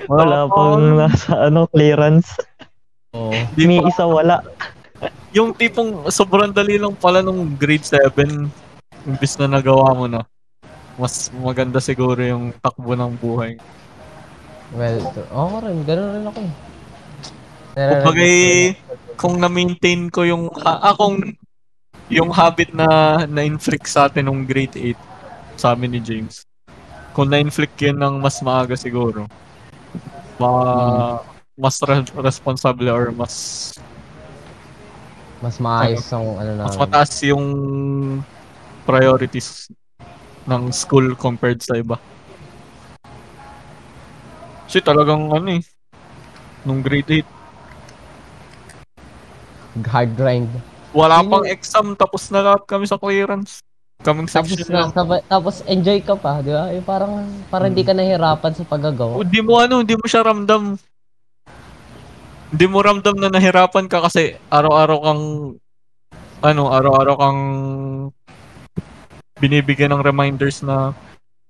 Speaker 4: Wala
Speaker 2: oh,
Speaker 4: pang
Speaker 2: akong-
Speaker 4: nasa ano, clearance.
Speaker 3: Oo.
Speaker 2: di
Speaker 4: May
Speaker 2: pa-
Speaker 4: isa wala.
Speaker 2: yung tipong sobrang dali lang pala nung grade 7, imbis na nagawa mo na. Mas maganda siguro yung takbo ng buhay.
Speaker 3: Well, true. Ako rin, ganun rin ako. eh. ano,
Speaker 2: Kumbaga, eh, kung na-maintain ko yung... Ah, ah, kung yung habit na na-inflict sa atin nung grade 8 sa amin ni James. Kung na-inflict yun ng mas maaga siguro, ma, mas re- responsable or mas
Speaker 3: Mas maayos ang ano na.
Speaker 2: mas mataas yung priorities ng school compared sa iba. Kasi talagang ano eh, nung grade 8,
Speaker 3: Hard grind.
Speaker 2: wala
Speaker 3: Yun
Speaker 2: pang
Speaker 3: yung-
Speaker 2: exam, tapos na lahat kami sa clearance. Kaming
Speaker 3: Tapos,
Speaker 2: section
Speaker 3: na,
Speaker 2: lang.
Speaker 3: tapos, tapos enjoy ka pa, di ba? Eh, parang, parang
Speaker 2: Hmm.
Speaker 3: hindi ka nahirapan sa paggagawa.
Speaker 2: Hindi mo ano, hindi mo siya ramdam. Hindi mo ramdam na nahirapan ka kasi araw-araw kang ano, araw-araw kang binibigyan ng reminders na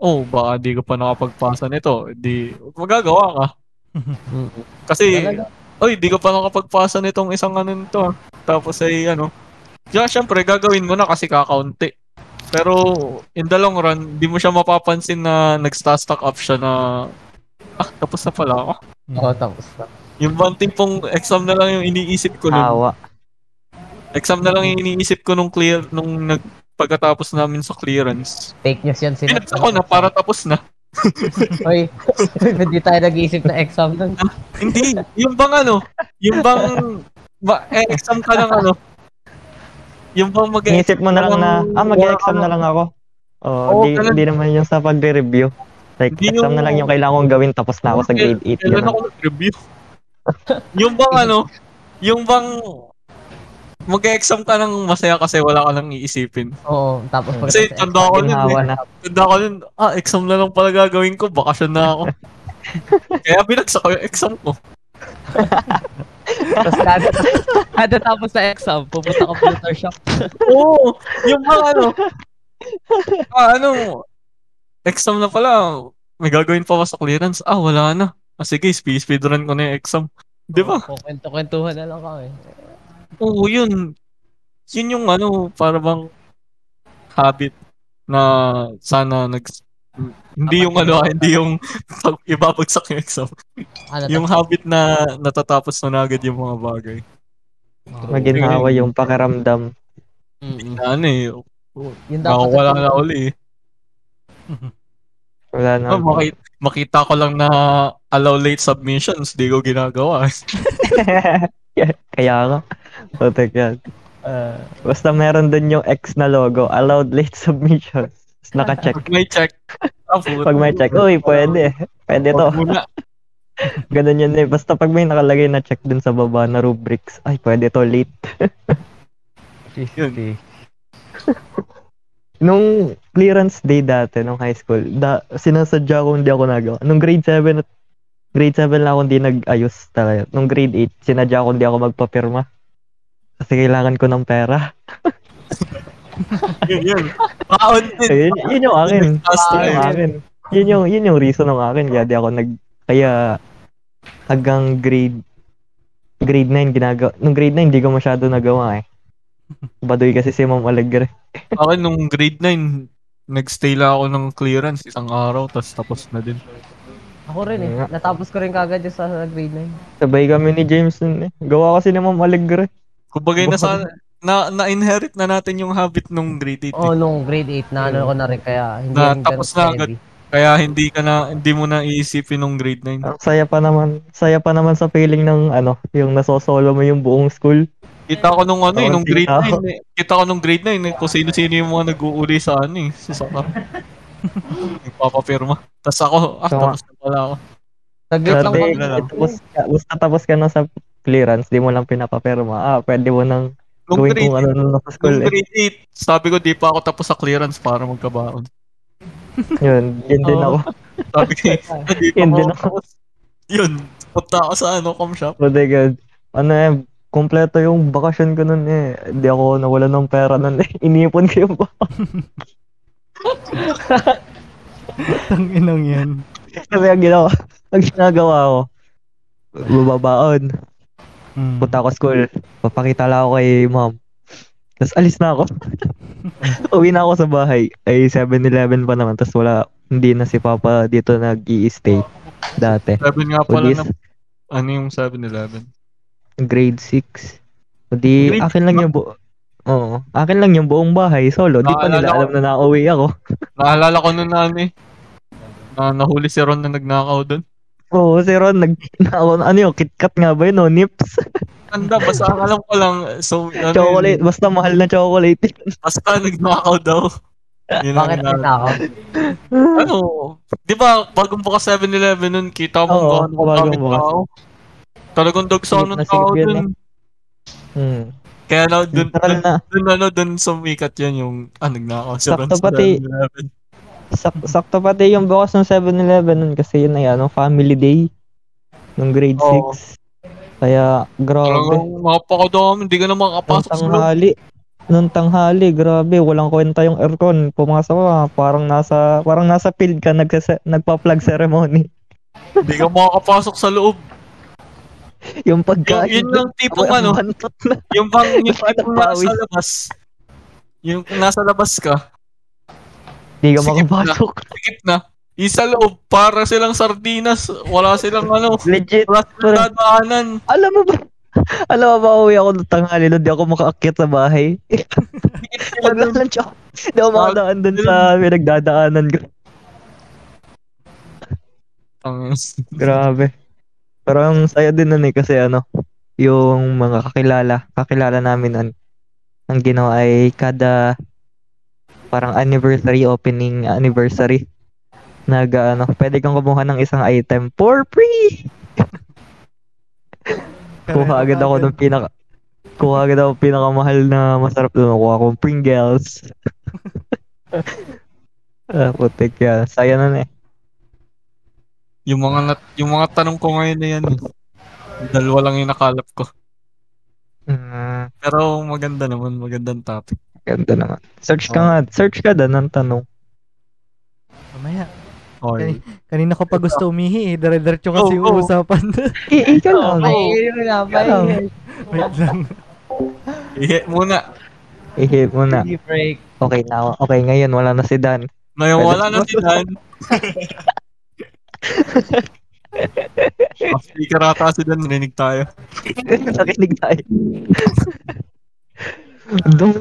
Speaker 2: oh, baka di ko pa nakapagpasa nito. Di magagawa ka.
Speaker 3: Mm-mm.
Speaker 2: Kasi
Speaker 3: Talaga.
Speaker 2: oy, di ko pa nakapagpasa nitong isang ano nito. ah." Tapos ay ano. Yeah, syempre gagawin mo na kasi kakaunti. Pero in the long run, di mo siya mapapansin na nagsta-stock up siya na ah, tapos na pala ako.
Speaker 3: Oo, tapos na.
Speaker 2: Yung one thing pong exam na lang yung iniisip ko nun.
Speaker 4: Awa.
Speaker 2: Exam na lang yung iniisip ko nung clear nung nag pagkatapos namin sa clearance.
Speaker 3: Fake news yan. Sina-
Speaker 2: Pinags ako na para tapos na.
Speaker 3: Oy, hindi tayo nag-iisip na exam nun.
Speaker 2: Hindi, yung bang ano, yung bang ba, eh, exam ka lang ano. Yung bang mag
Speaker 4: Inisip mo na lang na, ah, mag-exam
Speaker 2: ano,
Speaker 4: na lang ako.
Speaker 2: Oo,
Speaker 4: Oh, di,
Speaker 2: ganun.
Speaker 4: di naman yung sa pagre-review. Like,
Speaker 2: Hindi
Speaker 4: exam na lang yung kailangan kong gawin tapos na ako sa grade 8.
Speaker 2: Kailan ako nag-review? yung bang ano, yung bang mag-exam ka ng masaya kasi wala ka nang iisipin.
Speaker 3: Oo, tapos pag
Speaker 2: Kasi tanda ko nun eh.
Speaker 4: Ginawa na.
Speaker 2: Tanda ko nun, ah, exam na lang pala gagawin ko, bakasyon na ako. Kaya binagsak ko yung exam ko.
Speaker 3: Tapos kada, kada tapos sa exam, pupunta computer shop.
Speaker 2: Oo, yung mga ano, ah, ano, exam na pala. May gagawin pa ba sa clearance? Ah, wala na. Ah, sige, speed speedrun ko na yung exam. Di ba?
Speaker 3: Kukwento-kwentuhan na lang kami.
Speaker 2: Oo, yun. Yun yung ano, para bang habit na sana nag hindi yung ano, ah, hindi yung pag- ibabagsak yung exam.
Speaker 3: Ano,
Speaker 2: Yung habit na natatapos na agad yung mga bagay.
Speaker 4: Maginhawa yung pakiramdam.
Speaker 3: Mm-mm.
Speaker 2: Na ano eh,
Speaker 3: Yun dapat.
Speaker 2: nakawala na uli eh.
Speaker 4: Wala
Speaker 2: Ah,
Speaker 4: na.
Speaker 2: makita, makita ko lang na allow late submissions, di ko ginagawa.
Speaker 4: Kaya nga. Putik yan.
Speaker 3: Ah,
Speaker 4: Basta meron dun yung X na logo. Allowed late submissions. Tapos naka-check.
Speaker 2: Pag may check, Ah,
Speaker 4: Pag may check, uy, pwede. Pwede to.
Speaker 2: Muna.
Speaker 4: Ganun yun eh. Basta pag may nakalagay na check dun sa baba na rubrics, ay, pwede to late.
Speaker 2: Yun.
Speaker 4: Nung clearance day dati, nung high school, da, sinasadya ko hindi ako nagawa. Nung grade 7, at- grade 7 lang ako hindi nag-ayos talaga. Nung grade 8, sinadya ko hindi ako magpapirma. Kasi kailangan ko ng pera.
Speaker 2: Yun, yun. Baon din.
Speaker 4: Ayun, yun yung akin.
Speaker 2: Last
Speaker 4: Yun
Speaker 2: time.
Speaker 4: yung akin. Yun yung, yun yung reason ng akin. Kaya di ako nag... Kaya hanggang grade grade 9 ginagawa. Nung grade 9, hindi ko masyado nagawa eh. Baduy kasi si Ma'am Alegre.
Speaker 2: Ako nung grade 9, nagstay lang ako ng clearance isang araw, tapos tapos na din.
Speaker 3: ako rin eh. Natapos ko rin kagad yung sa sa grade 9.
Speaker 4: Sabay kami ni James nun eh. Gawa kasi ni Ma'am Alegre.
Speaker 2: Kumbaga na sa na na-inherit na natin yung habit nung grade eh. 8.
Speaker 3: Oh, nung grade 8 na ano ko na rin kaya hindi
Speaker 2: Na-
Speaker 3: yung
Speaker 2: tapos
Speaker 3: ganun
Speaker 2: na
Speaker 3: ka
Speaker 2: agad.
Speaker 3: heavy.
Speaker 2: Kaya hindi ka na hindi mo na iisipin nung grade 9.
Speaker 4: Ang saya pa naman, saya pa naman sa feeling ng ano, yung nasosolo mo yung buong school.
Speaker 2: Kita ko nung ano, eh,
Speaker 4: Oo,
Speaker 2: nung grade
Speaker 4: kita ko.
Speaker 2: 9. eh. Kita ko nung grade 9 eh, kung sino-sino yung mga nag-uuli sa ano eh, sa saka. Nagpapapirma. Tapos ako, ah,
Speaker 4: Tama.
Speaker 2: tapos na pala ako.
Speaker 3: Saglit lang
Speaker 4: Grabe,
Speaker 2: na lang.
Speaker 4: tapos, ka- basta tapos ka na sa clearance, di mo lang pinapapirma. Ah, pwede mo nang
Speaker 2: Nung
Speaker 4: gawin
Speaker 2: grade,
Speaker 4: kung ano na sa
Speaker 2: nung
Speaker 4: school. Eh.
Speaker 2: grade 8, sabi ko di pa ako tapos sa clearance para magkabaon.
Speaker 4: Yun, yun din ako.
Speaker 2: Sabi ko, di pa
Speaker 4: Yun
Speaker 2: ako
Speaker 4: din ako.
Speaker 2: tapos. Yun, punta ako sa ano, com shop.
Speaker 4: Oh my God. Ano eh, kompleto yung bakasyon ko nun eh. Hindi ako nawala ng pera nun eh. Inipon ko yung bakasyon.
Speaker 1: Tang inang yan.
Speaker 4: Kasi ang ginawa, ang ginagawa ko, bubabaon.
Speaker 1: Mm.
Speaker 4: Punta ako school. Papakita lang ako kay mom. Tapos alis na ako. Uwi na ako sa bahay. Ay, 7-Eleven pa naman. Tapos wala, hindi na si Papa dito nag stay Dati.
Speaker 2: Sabi nga
Speaker 4: O
Speaker 2: pala
Speaker 4: di,
Speaker 2: na, ano yung 7-Eleven?
Speaker 4: grade 6. O di,
Speaker 2: Grade
Speaker 4: akin lang
Speaker 2: six
Speaker 4: yung buo. Oo. Akin lang yung buong bahay, solo. Di pa
Speaker 2: Naalala
Speaker 4: nila
Speaker 2: ko-
Speaker 4: alam na nauwi ako.
Speaker 2: Naalala ko nun na ano eh. Na nahuli si Ron na nagnakaw dun.
Speaker 4: Oo, si Ron, nag, na, ano yun, KitKat nga ba yun, o, nips?
Speaker 2: Tanda, basta ang alam ko lang, so, ano,
Speaker 4: chocolate,
Speaker 2: yun,
Speaker 4: basta mahal na chocolate.
Speaker 2: basta nagnakaw daw. Yun ang
Speaker 3: Bakit
Speaker 2: naalala
Speaker 3: na ako?
Speaker 2: ano, di ba, bagong bukas 7-Eleven nun, kita mo
Speaker 4: Oo,
Speaker 2: oh, ano
Speaker 4: bagong
Speaker 2: bagong
Speaker 4: bukas.
Speaker 2: tao. Talagang dagsa
Speaker 4: Silip
Speaker 2: ng
Speaker 4: na silip
Speaker 2: tao
Speaker 4: yun,
Speaker 2: dun.
Speaker 4: Hmm.
Speaker 2: Kaya na, dun,
Speaker 4: Literal
Speaker 2: dun,
Speaker 4: na,
Speaker 2: dun, ano, dun sumikat yan yung, ah, nagnakaw si Ron
Speaker 4: Sakto
Speaker 2: sa
Speaker 4: pati.
Speaker 2: 7-Eleven.
Speaker 4: sak- sakto pati yung bukas ng 7-Eleven nun kasi yun ay ano, family day nung grade 6.
Speaker 2: Oo.
Speaker 4: Kaya, grabe.
Speaker 2: Talagang makapakadami, hindi ka na
Speaker 4: Nung
Speaker 2: makapasok sa loob.
Speaker 4: tanghali, nung tanghali, grabe, walang kwenta yung aircon. Pumasok ka, parang nasa, parang nasa field ka, nagsese- nagpa-flag ceremony.
Speaker 2: Hindi ka makakapasok sa loob. Yung,
Speaker 4: Yung pagkain.
Speaker 2: yun lang tipong
Speaker 4: amoy
Speaker 2: ano,
Speaker 4: abantot na.
Speaker 2: Yung bang yung
Speaker 4: Lahat ng
Speaker 2: tipong nasa
Speaker 4: pawis.
Speaker 2: labas. Yung nasa labas ka,
Speaker 4: Hindi ka
Speaker 2: Sikip na.
Speaker 4: makapasok.
Speaker 2: tikip na. Isa loob, para silang sardinas. Wala silang ano,
Speaker 4: Legit.
Speaker 2: wala silang
Speaker 4: Pare.
Speaker 2: dadaanan.
Speaker 4: Alam mo ba? Alam mo ba, uwi ako ng tanghali doon, di ako makaakyat sa bahay.
Speaker 2: Tikip sila dun.
Speaker 4: Maglalanch ako. Di ako makadaan doon sa pinagdadaanan ko. Grabe. Pero ang saya din nun eh, kasi ano, yung mga kakilala, kakilala namin nun, ang ginawa ay kada parang anniversary opening anniversary nag ano, pwede kang kumuha ng isang item for free.
Speaker 1: Hmm.
Speaker 4: Kuha agad ako ng pinaka Kuha agad ako ng pinakamahal na masarap doon. Kuha akong Pringles. ah, putik yan. Saya na na eh.
Speaker 2: Yung mga nat- yung mga tanong ko ngayon na yan. eh. Dalawa lang yung nakalap ko.
Speaker 4: Mm,
Speaker 2: Pero maganda naman, magandang topic.
Speaker 4: ganda naman. Search ka nga. Search ka doon ng tanong.
Speaker 1: Mamaya,
Speaker 2: Oy.
Speaker 1: Kanina ko pa gusto umihi eh. Dire-diretso kasi
Speaker 2: Oo.
Speaker 1: yung usapan.
Speaker 4: Eh, ikaw lang.
Speaker 3: Ay, yun nga pa eh.
Speaker 1: Wait lang.
Speaker 2: Ihi muna.
Speaker 4: Ihip mo na.
Speaker 3: Hindi break.
Speaker 4: Okay na. Okay, ngayon wala na si Dan.
Speaker 2: Ngayon wala na si Dan. Off speaker ata si Dan, narinig tayo.
Speaker 4: Nakinig tayo. Dude.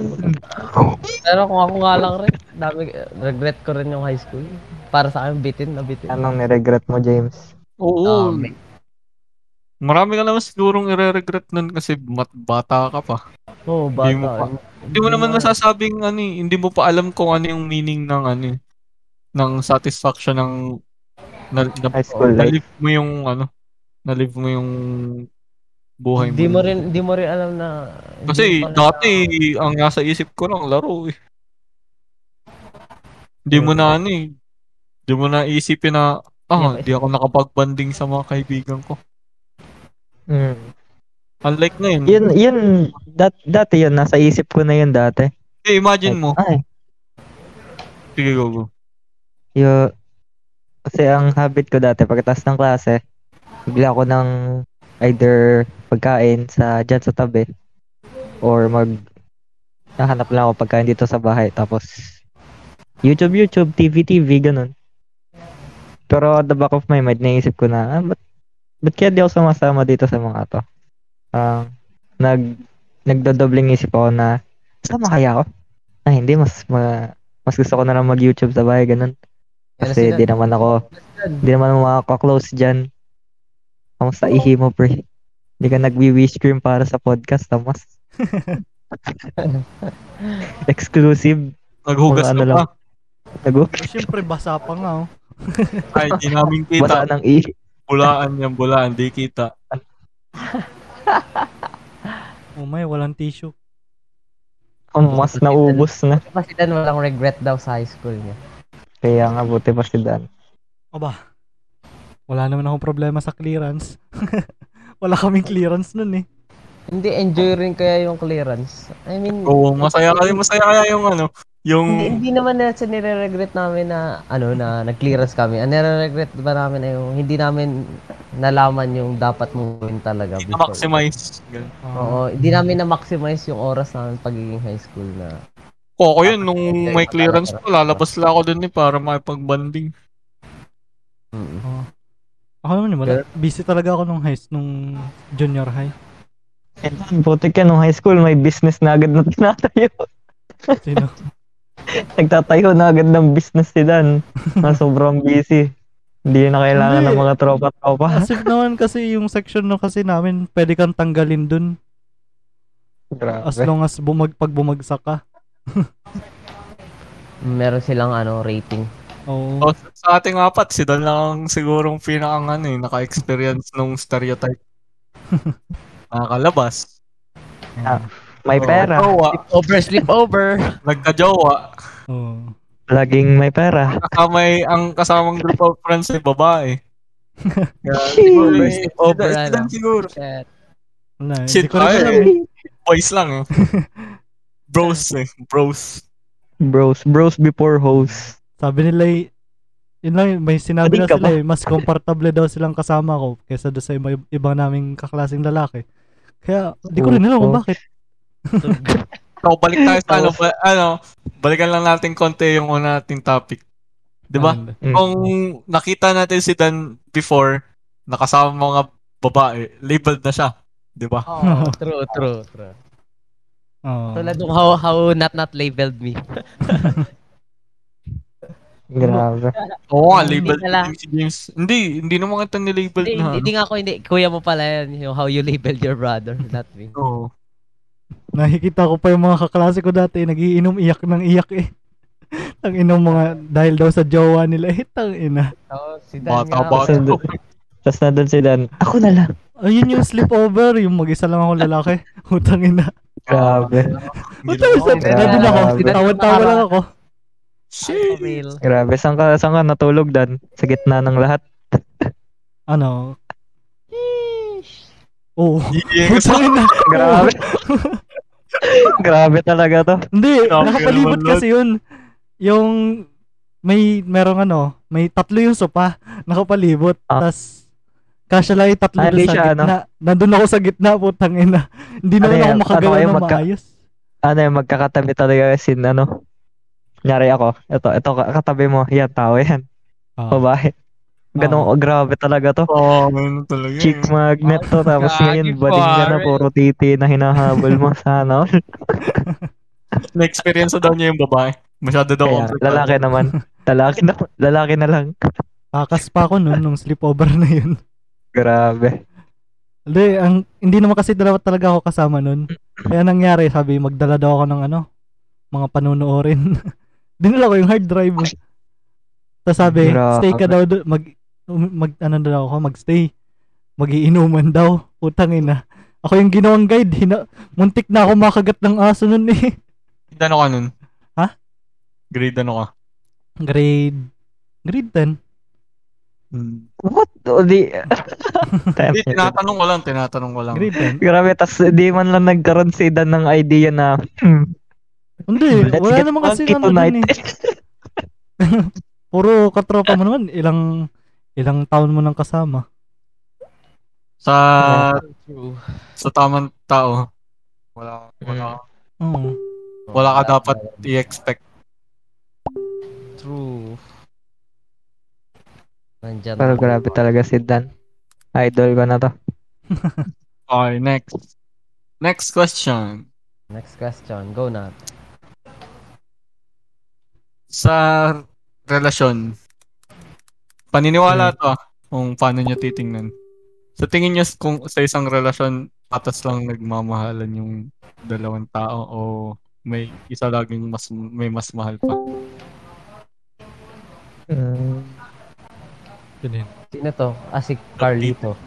Speaker 3: Pero kung ako nga lang rin, dami, regret ko rin yung high school. Para sa akin, bitin na bitin.
Speaker 2: Ano?
Speaker 4: Anong niregret mo, James?
Speaker 2: Oo.
Speaker 3: Dami.
Speaker 2: Marami ka naman sigurong ire-regret nun kasi mat- bata ka pa.
Speaker 3: Oo, bata.
Speaker 2: Hindi mo pa- Hindi mo naman masasabing ano eh, hindi mo pa alam kung ano yung meaning ng ano eh, ng satisfaction ng na, na,
Speaker 4: High school life.
Speaker 2: na-live mo yung ano, na-live mo yung buhay mo.
Speaker 3: Hindi mo rin, hindi mo rin alam na...
Speaker 2: Kasi
Speaker 3: hindi mo pala-
Speaker 2: dati ang nasa isip ko lang laro eh. Hindi mo na ano eh. Hindi mo na isipin na ah,
Speaker 3: Yeah,
Speaker 2: hindi ako nakapagbanding sa mga kaibigan ko.
Speaker 4: Mm.
Speaker 2: Unlike ngayon.
Speaker 4: Yun, eh. yun, dat, dati yun, nasa isip ko na yun dati.
Speaker 2: Eh, imagine mo.
Speaker 4: Ay,
Speaker 2: Sige, go, go.
Speaker 4: yun, kasi ang habit ko dati, pagkatapos ng klase, bigla ko ng either pagkain sa dyan sa tabi or mag nahanap lang ako pagkain dito sa bahay tapos YouTube, YouTube, TV, TV, ganun. Pero at the back of my mind, naisip ko na, ah, ba't, ba't kaya di ako sumasama dito sa mga to? Ah, nag, nagdodobling isip ako na, sama kaya ako? Ah, hindi, mas, ma, mas gusto ko na lang mag-YouTube sa bahay, ganun.
Speaker 3: Yan
Speaker 4: Kasi
Speaker 3: na
Speaker 4: di naman ako, Hindi naman ako makaka-close dyan. Kamusta ihi mo, pre? Hindi ka nagwi-wish cream para sa podcast, tamas. Exclusive.
Speaker 2: Naghugas
Speaker 4: Wala
Speaker 2: ka
Speaker 4: na
Speaker 2: pa.
Speaker 4: lang. Naguk.
Speaker 1: Siyempre, basa pa nga oh.
Speaker 2: Ay, di namin
Speaker 4: Basa
Speaker 2: kita.
Speaker 4: ng i.
Speaker 2: Bulaan yan, bulaan. Di kita.
Speaker 1: Oh my, walang tissue.
Speaker 4: Mas naubos na.
Speaker 3: Kasi Kasi Dan walang regret daw sa high school niya.
Speaker 4: Kaya nga, buti pa si Dan.
Speaker 1: Aba. Wala naman akong problema sa clearance. Wala kaming clearance nun eh.
Speaker 3: Hindi, enjoy rin kaya yung clearance. I mean,
Speaker 2: Oo, masaya kaya, masaya kaya yung ano, yung
Speaker 3: hindi, hindi naman na sa nire-regret namin na, ano, na nag-clearance kami. Ang nire-regret ba namin ay yung hindi namin nalaman yung dapat mong gawin talaga.
Speaker 2: hindi
Speaker 3: before.
Speaker 2: na-maximize. Ganun.
Speaker 3: Oo, hindi namin na-maximize yung oras namin pagiging high school na
Speaker 2: Oo, ako yun, nung may clearance pa, lalabas lang ako dun eh, para makipag-banding.
Speaker 1: Ako naman eh, wala. Busy talaga ako nung high, nung junior high.
Speaker 4: Eh, Dan, buti ka nung high school, may business na agad na tinatayo.
Speaker 1: Sino?
Speaker 4: Nagtatayo na agad ng business si Dan. Na sobrang busy. Hindi na kailangan ng mga tropa-tropa.
Speaker 1: As if naman kasi yung section na kasi namin, pwede kang tanggalin dun. As
Speaker 4: Grabe.
Speaker 1: long as bumag, pag bumagsak ka.
Speaker 3: meron silang ano rating.
Speaker 1: Oo.
Speaker 2: Oh, sa ating apat, si Dan lang ang sigurong pinakang ano eh, naka-experience nung stereotype. Nakakalabas.
Speaker 4: Ah, May pera.
Speaker 2: Nagkajowa.
Speaker 3: Over, sleep over.
Speaker 2: Nagkajowa.
Speaker 1: Oo.
Speaker 4: Laging may pera.
Speaker 2: Kasama eh, ang kasamang group of friends ay babae. Kaya, siguro, eh, si
Speaker 3: Over,
Speaker 2: Dan- si Dan
Speaker 3: ano.
Speaker 2: siguro.
Speaker 3: Shit.
Speaker 1: Wala eh.
Speaker 2: Shit,
Speaker 1: Di ko rin
Speaker 2: ay.
Speaker 1: alam eh.
Speaker 2: Boys lang eh. Bros eh. Bros.
Speaker 4: Bros. Bros before hoes.
Speaker 1: Sabi nila eh, yun lang, eh, may sinabi
Speaker 4: Pwede
Speaker 1: na
Speaker 4: ka
Speaker 1: sila eh, mas komportable daw silang kasama ko kaysa doon sa iba, ibang naming kaklaseng lalaki. Kaya, di ko rin alam kung
Speaker 4: Oo.
Speaker 1: bakit.
Speaker 2: So, balik tayo sa ano, ba- ano, balikan lang natin konti yung una nating topic. 'Di ba?
Speaker 1: Ano,
Speaker 4: Mm.
Speaker 2: Kung nakita natin si Dan before, nakasama mga babae, labeled na siya, 'di ba?
Speaker 3: Oh, true, true, true.
Speaker 1: Oo.
Speaker 3: Oh. Tulad ng how, how not not labeled me.
Speaker 4: Grabe.
Speaker 2: Oo, nga,
Speaker 3: Hindi
Speaker 2: labeled
Speaker 3: pala.
Speaker 2: na si James. Hindi, hindi naman kita ni-labeled
Speaker 3: hindi,
Speaker 2: na. ano.
Speaker 3: hindi nga ako, hindi. Kuya mo pala yan, yung how you labeled your brother, not me.
Speaker 2: Oo.
Speaker 1: Nakikita ko pa yung mga kaklase ko dati, nagiinom iyak ng iyak eh. Tang inom mga, dahil daw sa jowa nila eh, tang ina.
Speaker 3: Oh, si
Speaker 2: Bata,
Speaker 4: Tapos
Speaker 2: bata.
Speaker 4: nandun, tapos nandun si Dan. Ako na lang.
Speaker 1: Ayun yung sleepover, yung mag-isa lang ako lalaki. Utang ina.
Speaker 4: Grabe.
Speaker 1: Utang ina,
Speaker 2: Hindi naman-
Speaker 1: nandun ako.
Speaker 4: Grabe.
Speaker 1: Tawad-tawa lang ako.
Speaker 2: Shit.
Speaker 4: Grabe. Saan ka, saan ka natulog, Dan? Sa gitna ng lahat.
Speaker 1: Ano? Oo.
Speaker 2: Yeah,
Speaker 1: Utang ina.
Speaker 4: Grabe. Grabe talaga to.
Speaker 1: Hindi,
Speaker 2: Grabe ka
Speaker 1: nakapalibot
Speaker 2: naman, Lord.
Speaker 1: kasi yun. Yung may merong ano, may tatlo yung sopa nakapalibot.
Speaker 4: Ah.
Speaker 1: tas kasya lang yung tatlo
Speaker 4: Ah,
Speaker 1: dun
Speaker 4: hindi
Speaker 1: sa
Speaker 4: siya, ano?
Speaker 1: gitna. Nandun ako sa gitna, putang ina. Hindi
Speaker 4: Ano
Speaker 1: naman ako
Speaker 4: yan? Ano
Speaker 1: makagawa
Speaker 4: kayo,
Speaker 1: ng
Speaker 4: magka-
Speaker 1: maayos.
Speaker 4: Ano yung magkakatabi talaga sin ano? Nyari ako. Ito, ito ka- katabi mo. Yan, tao yan.
Speaker 1: Ah.
Speaker 4: Babae. Ganun, oh, grabe talaga to.
Speaker 2: Oo, oh, ganun talaga. eh.
Speaker 4: Chick magnet to. Tapos
Speaker 5: Gagi,
Speaker 4: ngayon, baling ka na
Speaker 5: pare.
Speaker 4: puro titi na hinahabol mo ano? sana. all.
Speaker 2: Na-experience na daw niya yung babae. Masyado daw
Speaker 4: Kaya,
Speaker 2: comfortable.
Speaker 4: lalaki naman. Lalaki na, lalaki na lang.
Speaker 1: Takas pa ako nun nung sleepover na yun.
Speaker 4: Grabe.
Speaker 1: Hindi, ang, hindi naman kasi dalawa talaga ako kasama nun. Kaya nangyari, sabi, magdala daw ako ng ano, mga panunoorin. Dinala ko yung hard drive. Tapos sabi,
Speaker 4: Grabe.
Speaker 1: stay ka daw, dun- mag, um- mag, ano daw ako, magstay. Magiinuman daw, putang ina. Ako yung ginawang guide, hina, muntik na ako makagat ng aso nun eh.
Speaker 2: Grade ano ka nun?
Speaker 1: Ha?
Speaker 2: Grade ano ka?
Speaker 1: Grade, grade 10.
Speaker 4: Mm.
Speaker 2: Hmm.
Speaker 4: What? O di...
Speaker 2: Hindi, tinatanong ko lang, tinatanong ko lang.
Speaker 1: Grade 10.
Speaker 4: Grabe, tas di man lang nagkaroon si Dan ng idea na hmm,
Speaker 1: Hindi,
Speaker 4: let's
Speaker 1: wala
Speaker 4: get
Speaker 1: naman kasi
Speaker 4: funky
Speaker 1: ano
Speaker 4: tonight.
Speaker 1: dun eh. Puro katropa mo naman, ilang, ilang taon mo nang kasama.
Speaker 2: Sa,
Speaker 5: True.
Speaker 2: sa tamang tao, wala, wala,
Speaker 1: Oo.
Speaker 2: wala ka dapat i-expect.
Speaker 5: True.
Speaker 3: Nandyan
Speaker 4: Pero
Speaker 3: ako.
Speaker 4: grabe talaga si Dan. Idol ko na to.
Speaker 2: Okay, next. Next question.
Speaker 3: Next question. Go na.
Speaker 2: sa relasyon, paniniwala to ah, kung paano nyo titingnan. Sa tingin nyo s- kung sa isang relasyon, patas lang nagmamahalan yung dalawang tao o may isa laging mas may mas mahal pa.
Speaker 4: Mm,
Speaker 1: Yun yun.
Speaker 3: Sino to? Ah, si Carlito.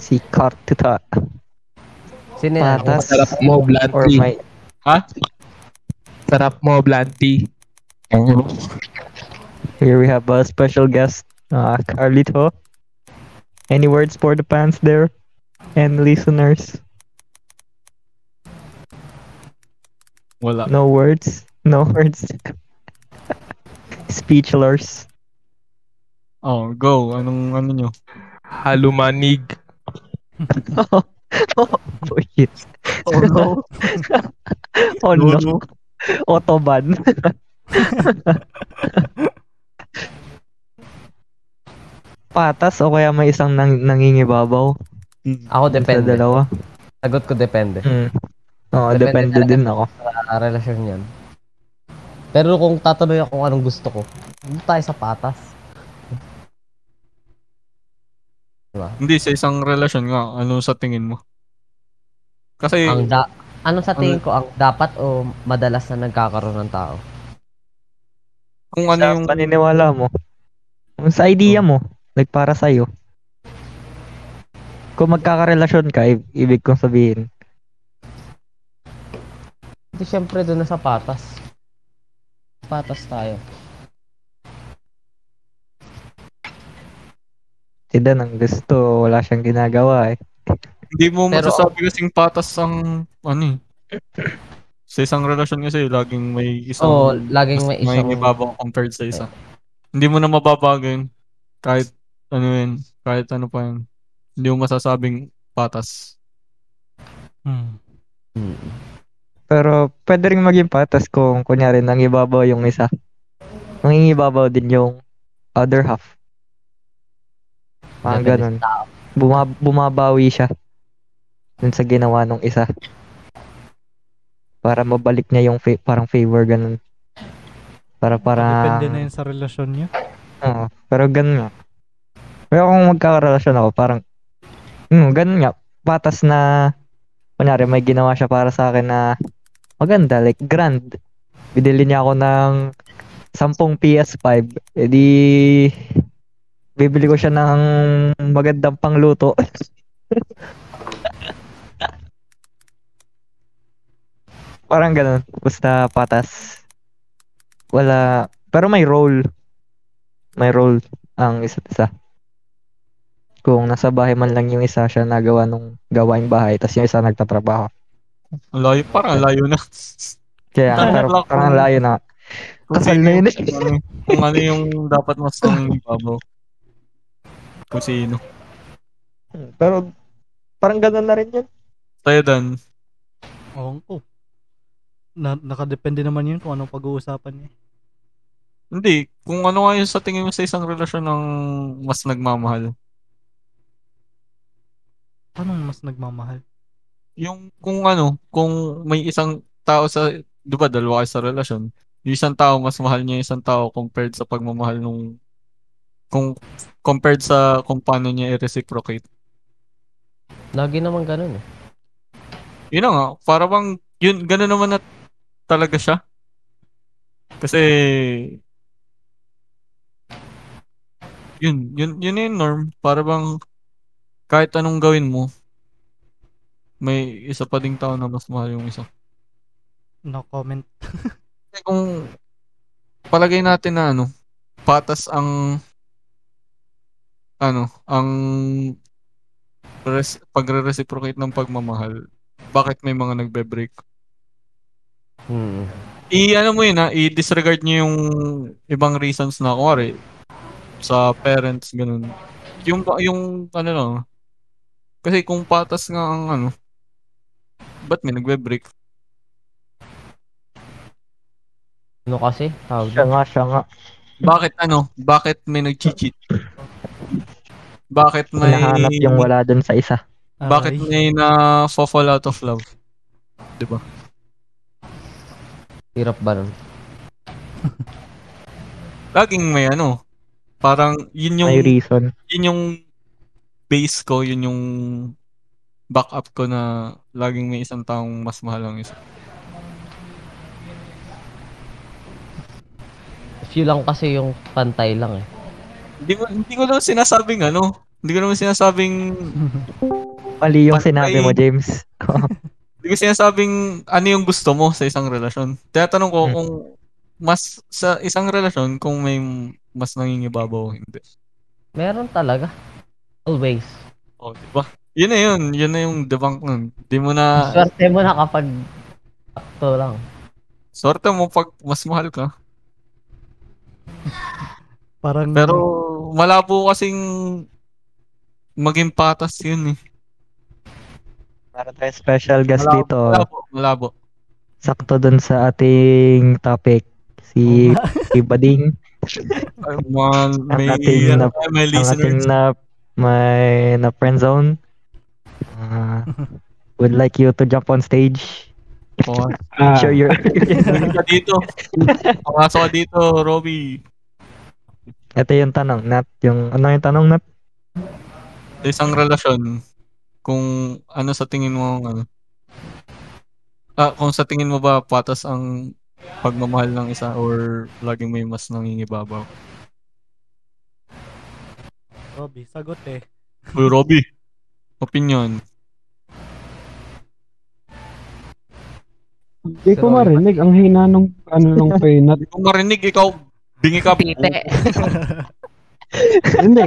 Speaker 4: si Kartuta
Speaker 3: Sino yan?
Speaker 4: Patas
Speaker 5: Sarap mo,
Speaker 4: or
Speaker 5: Blanty.
Speaker 4: my
Speaker 2: Ha?
Speaker 5: Sarap mo, Blanty.
Speaker 4: Here we have a special guest, uh, Carlito. Any words for the fans there and listeners?
Speaker 2: Wala.
Speaker 4: No words. No words. Speechless.
Speaker 2: Oh, go. Anong ano nyo?
Speaker 5: Halumanig.
Speaker 4: oh, yes.
Speaker 2: Oh, no.
Speaker 4: Oh no. Autoban. Patas o kaya may isang nang nangingibabaw
Speaker 3: Ako
Speaker 4: sa
Speaker 3: depende.
Speaker 4: dalawa.
Speaker 3: Sagot ko depende.
Speaker 4: Mm. Oo,
Speaker 3: Depende
Speaker 4: depende,
Speaker 3: talaga.
Speaker 4: din ako.
Speaker 3: Sa relasyon yan. Pero kung tatanungin ako kung anong gusto ko, hindi tayo sa patas.
Speaker 2: Hindi, sa isang relasyon nga, ano sa tingin mo? Kasi,
Speaker 3: Ang da ano sa
Speaker 2: Ang-
Speaker 3: tingin ko, ang dapat o madalas na nagkakaroon ng tao?
Speaker 2: kung ano
Speaker 4: Sa
Speaker 2: yung...
Speaker 4: paniniwala mo, kung sa idea mo, like para sa'yo, kung magkakarelasyon ka, i- ibig kong sabihin,
Speaker 3: Hindi syempre doon na sa patas. Patas tayo.
Speaker 4: si Dan ang gusto, wala siyang ginagawa eh.
Speaker 2: Hindi mo
Speaker 3: Pero-
Speaker 2: masasabi kasing patas ang ano eh. Sa isang relasyon kasi laging may isang
Speaker 3: Oo, laging
Speaker 2: mas-
Speaker 3: may isang...
Speaker 2: ibabaw compared sa isa. Hindi mo na mababago yun. Kahit ano yun, kahit ano pa yun. Hindi mo masasabing patas.
Speaker 1: Hmm.
Speaker 3: Hmm.
Speaker 4: Pero pwede rin maging patas kung kunyari nangibabaw yung isa. Nangingibabaw din yung other half. Parang
Speaker 3: Depende
Speaker 4: ganun.
Speaker 3: sa tao.
Speaker 4: Buma- bumabawi siya dun sa ginawa nung isa. Para mabalik niya yung fa- parang favor ganun. Para para
Speaker 1: Depende na yun sa relasyon niya.
Speaker 4: Oo, pero ganun nga. Pero kung magkakarelasyon ako, parang, mm, ganun nga, patas na, kunyari, may ginawa siya para sa akin na maganda, like, grand. Bidili niya ako ng 10 PS5, edi, Eh, bibili ko siya ng magandang pangluto. parang ganun, basta patas. Wala, pero may role may role ang isa't isa. Kung nasa bahay man lang yung isa, siya nagawa nung gawaing bahay, tapos yung isa nagtatrabaho.
Speaker 2: Ang layo, parang ang layo na.
Speaker 4: Kaya,
Speaker 2: Tama
Speaker 4: pero
Speaker 2: lang.
Speaker 4: parang layo na.
Speaker 2: Kung
Speaker 4: Kasal na yun eh.
Speaker 2: Kung ano, kung ano yung dapat mas ng ibabaw. Kung sino.
Speaker 4: Pero parang ganun na rin yun.
Speaker 2: Tayo Dan.
Speaker 1: Oo. Oh, Na, nakadepende naman yun kung anong pag-uusapan niya.
Speaker 2: Hindi. Kung ano nga yung sa tingin mo sa isang relasyon ng mas nagmamahal.
Speaker 1: Paano mas nagmamahal?
Speaker 2: Yung kung ano, kung may isang tao sa, di ba dalawa kayo sa relasyon, yung isang tao mas mahal niya yung isang tao compared sa pagmamahal nung kung compared sa kung paano niya i-reciprocate.
Speaker 3: Lagi naman ganun eh.
Speaker 2: Yun na nga, para bang yun gano'n naman na talaga siya. Kasi yun, yun, yun na yung norm. Para bang kahit anong gawin mo, may isa pa ding tao na mas mahal yung isa.
Speaker 1: No comment.
Speaker 2: Kasi kung palagay natin na ano, patas ang ano, ang res, pagre-reciprocate ng pagmamahal, bakit may mga nagbe-break?
Speaker 3: Hmm.
Speaker 2: I ano mo yun ha, i-disregard niyo yung ibang reasons na kuwari sa parents ganun. Yung yung ano lang. Kasi kung patas nga ang ano, ba't may nagbe-break?
Speaker 3: Ano kasi? Tawag
Speaker 4: Siya
Speaker 3: doon.
Speaker 4: nga, siya nga.
Speaker 2: Bakit ano? Bakit may nag-cheat? Bakit may
Speaker 4: Hinahanap yung wala dun sa isa.
Speaker 1: Ah,
Speaker 2: Bakit
Speaker 1: Aray.
Speaker 2: may na fall out of love?
Speaker 3: Hirap ba nun?
Speaker 2: Laging may ano. Parang yun yung
Speaker 4: May reason.
Speaker 2: yun yung base ko, yun yung backup ko na laging may isang taong mas mahal ang isa.
Speaker 3: Few lang kasi yung pantay lang eh.
Speaker 2: Hindi ko, hindi ko lang sinasabing ano. Hindi ko naman sinasabing,
Speaker 4: Mali yung
Speaker 2: Pantay.
Speaker 4: sinabi mo, James.
Speaker 2: hindi ko sinasabing ano yung gusto mo sa isang relasyon. Tinatanong ko
Speaker 4: Hmm.
Speaker 2: kung mas sa isang relasyon kung may mas nangingibabaw o hindi.
Speaker 3: Meron talaga. Always.
Speaker 2: O, Oh, di ba? Yun na yun. Yun na yung debunk nun. Di mo
Speaker 4: Ah.
Speaker 2: na,
Speaker 3: Swerte mo na kapag sakto lang.
Speaker 2: sorte mo pag mas mahal ka.
Speaker 1: Parang
Speaker 2: Pero malabo kasing maging patas yun eh.
Speaker 4: Para tayo special guest
Speaker 2: Malabo,
Speaker 4: dito.
Speaker 2: Malabo, malabo.
Speaker 4: Sakto dun sa ating topic. Si Ibading.
Speaker 2: Ay, mga, may,
Speaker 4: ating
Speaker 2: ano,
Speaker 4: nap-
Speaker 2: may
Speaker 4: Ang ating
Speaker 2: listeners.
Speaker 4: na may na friend zone. Ah, would like you to jump on stage.
Speaker 2: Oh,
Speaker 5: Ah.
Speaker 4: Share your
Speaker 2: Pumunta dito. Pumasok ka dito, Robby.
Speaker 4: Ito yung tanong, Nat. Yung, ano yung tanong, Nat?
Speaker 2: Sa isang relasyon, kung ano sa tingin mo, ang ano, ah, kung sa tingin mo ba patas ang pagmamahal ng isa or laging may mas nangingibabaw?
Speaker 1: Robby, sagot eh.
Speaker 2: Uy, Robby. Opinion.
Speaker 6: Hindi
Speaker 3: Pero-
Speaker 6: ko marinig. Ang hina nung, ano nung kay Nat.
Speaker 2: Kung marinig, ikaw, bingi ka.
Speaker 3: Tite.
Speaker 6: Hindi.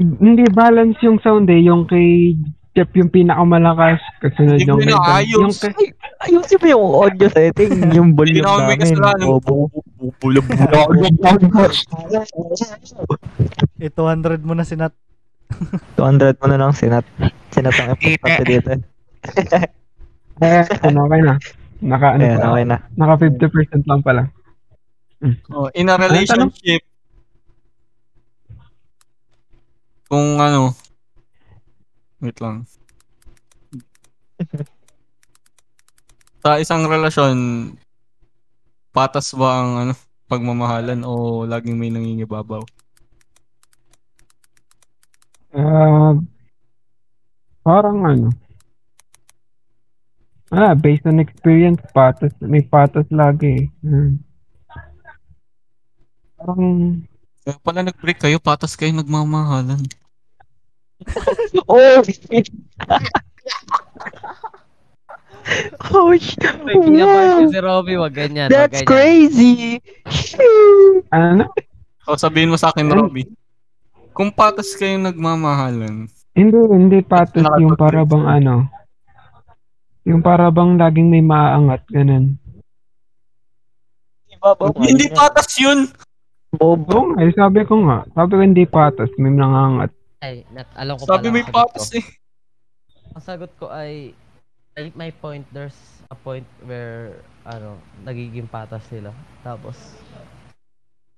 Speaker 6: Hindi balance yung sound eh. Yung kay Jeff yung pinakamalakas. Kasunod
Speaker 2: Hindi ko
Speaker 6: yung kay Dan.
Speaker 2: inaayos.
Speaker 6: Yung kay...
Speaker 4: Ayusin mo yung audio setting, yung
Speaker 2: Hindi
Speaker 4: volume
Speaker 2: na ako may
Speaker 4: namin.
Speaker 2: kasalanan.
Speaker 4: Bobo.
Speaker 1: Eh, 200 mo na si Nat.
Speaker 4: 200 mo na lang sinat. Sinat ang importante dito.
Speaker 6: Eh, ano, okay na. Naka, ano,
Speaker 4: Ayan,
Speaker 6: pa,
Speaker 4: okay na.
Speaker 6: naka 50% lang pala.
Speaker 2: Oh, in a relationship, kung ano, wait lang. Sa isang relasyon, patas ba ang ano, pagmamahalan o laging may nangingibabaw?
Speaker 6: Ah, parang ano. Ah, based on experience, patas. May patas lagi eh. Hmm. Parang,
Speaker 2: Kaya pala nag-break kayo, patas kayo nagmamahalan.
Speaker 4: Oh! oh, sh- wow!
Speaker 3: si Robby, wag
Speaker 2: Ano,
Speaker 3: ganyan. wag
Speaker 4: That's
Speaker 3: ganyan.
Speaker 4: crazy! Shoo!
Speaker 6: ano?
Speaker 2: O sabihin mo sa akin, Robby, kung patas kayo nagmamahalan,
Speaker 6: Hindi, hindi patas
Speaker 2: Nakatotoo.
Speaker 6: yung para bang ano. Yung para bang laging may maaangat, ganun.
Speaker 4: Babaw.
Speaker 2: Hindi patas yun!
Speaker 4: Bobo.
Speaker 6: Oo nga, eh, sabi ko nga. Sabi ko hindi patas, may nangangat.
Speaker 3: Ay, nat, alam ko
Speaker 2: Sabi
Speaker 3: pala
Speaker 2: may
Speaker 3: ang sagot
Speaker 2: patas eh.
Speaker 3: ko. Ang sagot ko ay, ay, my point, there's a point where, ano, nagiging patas sila. Tapos,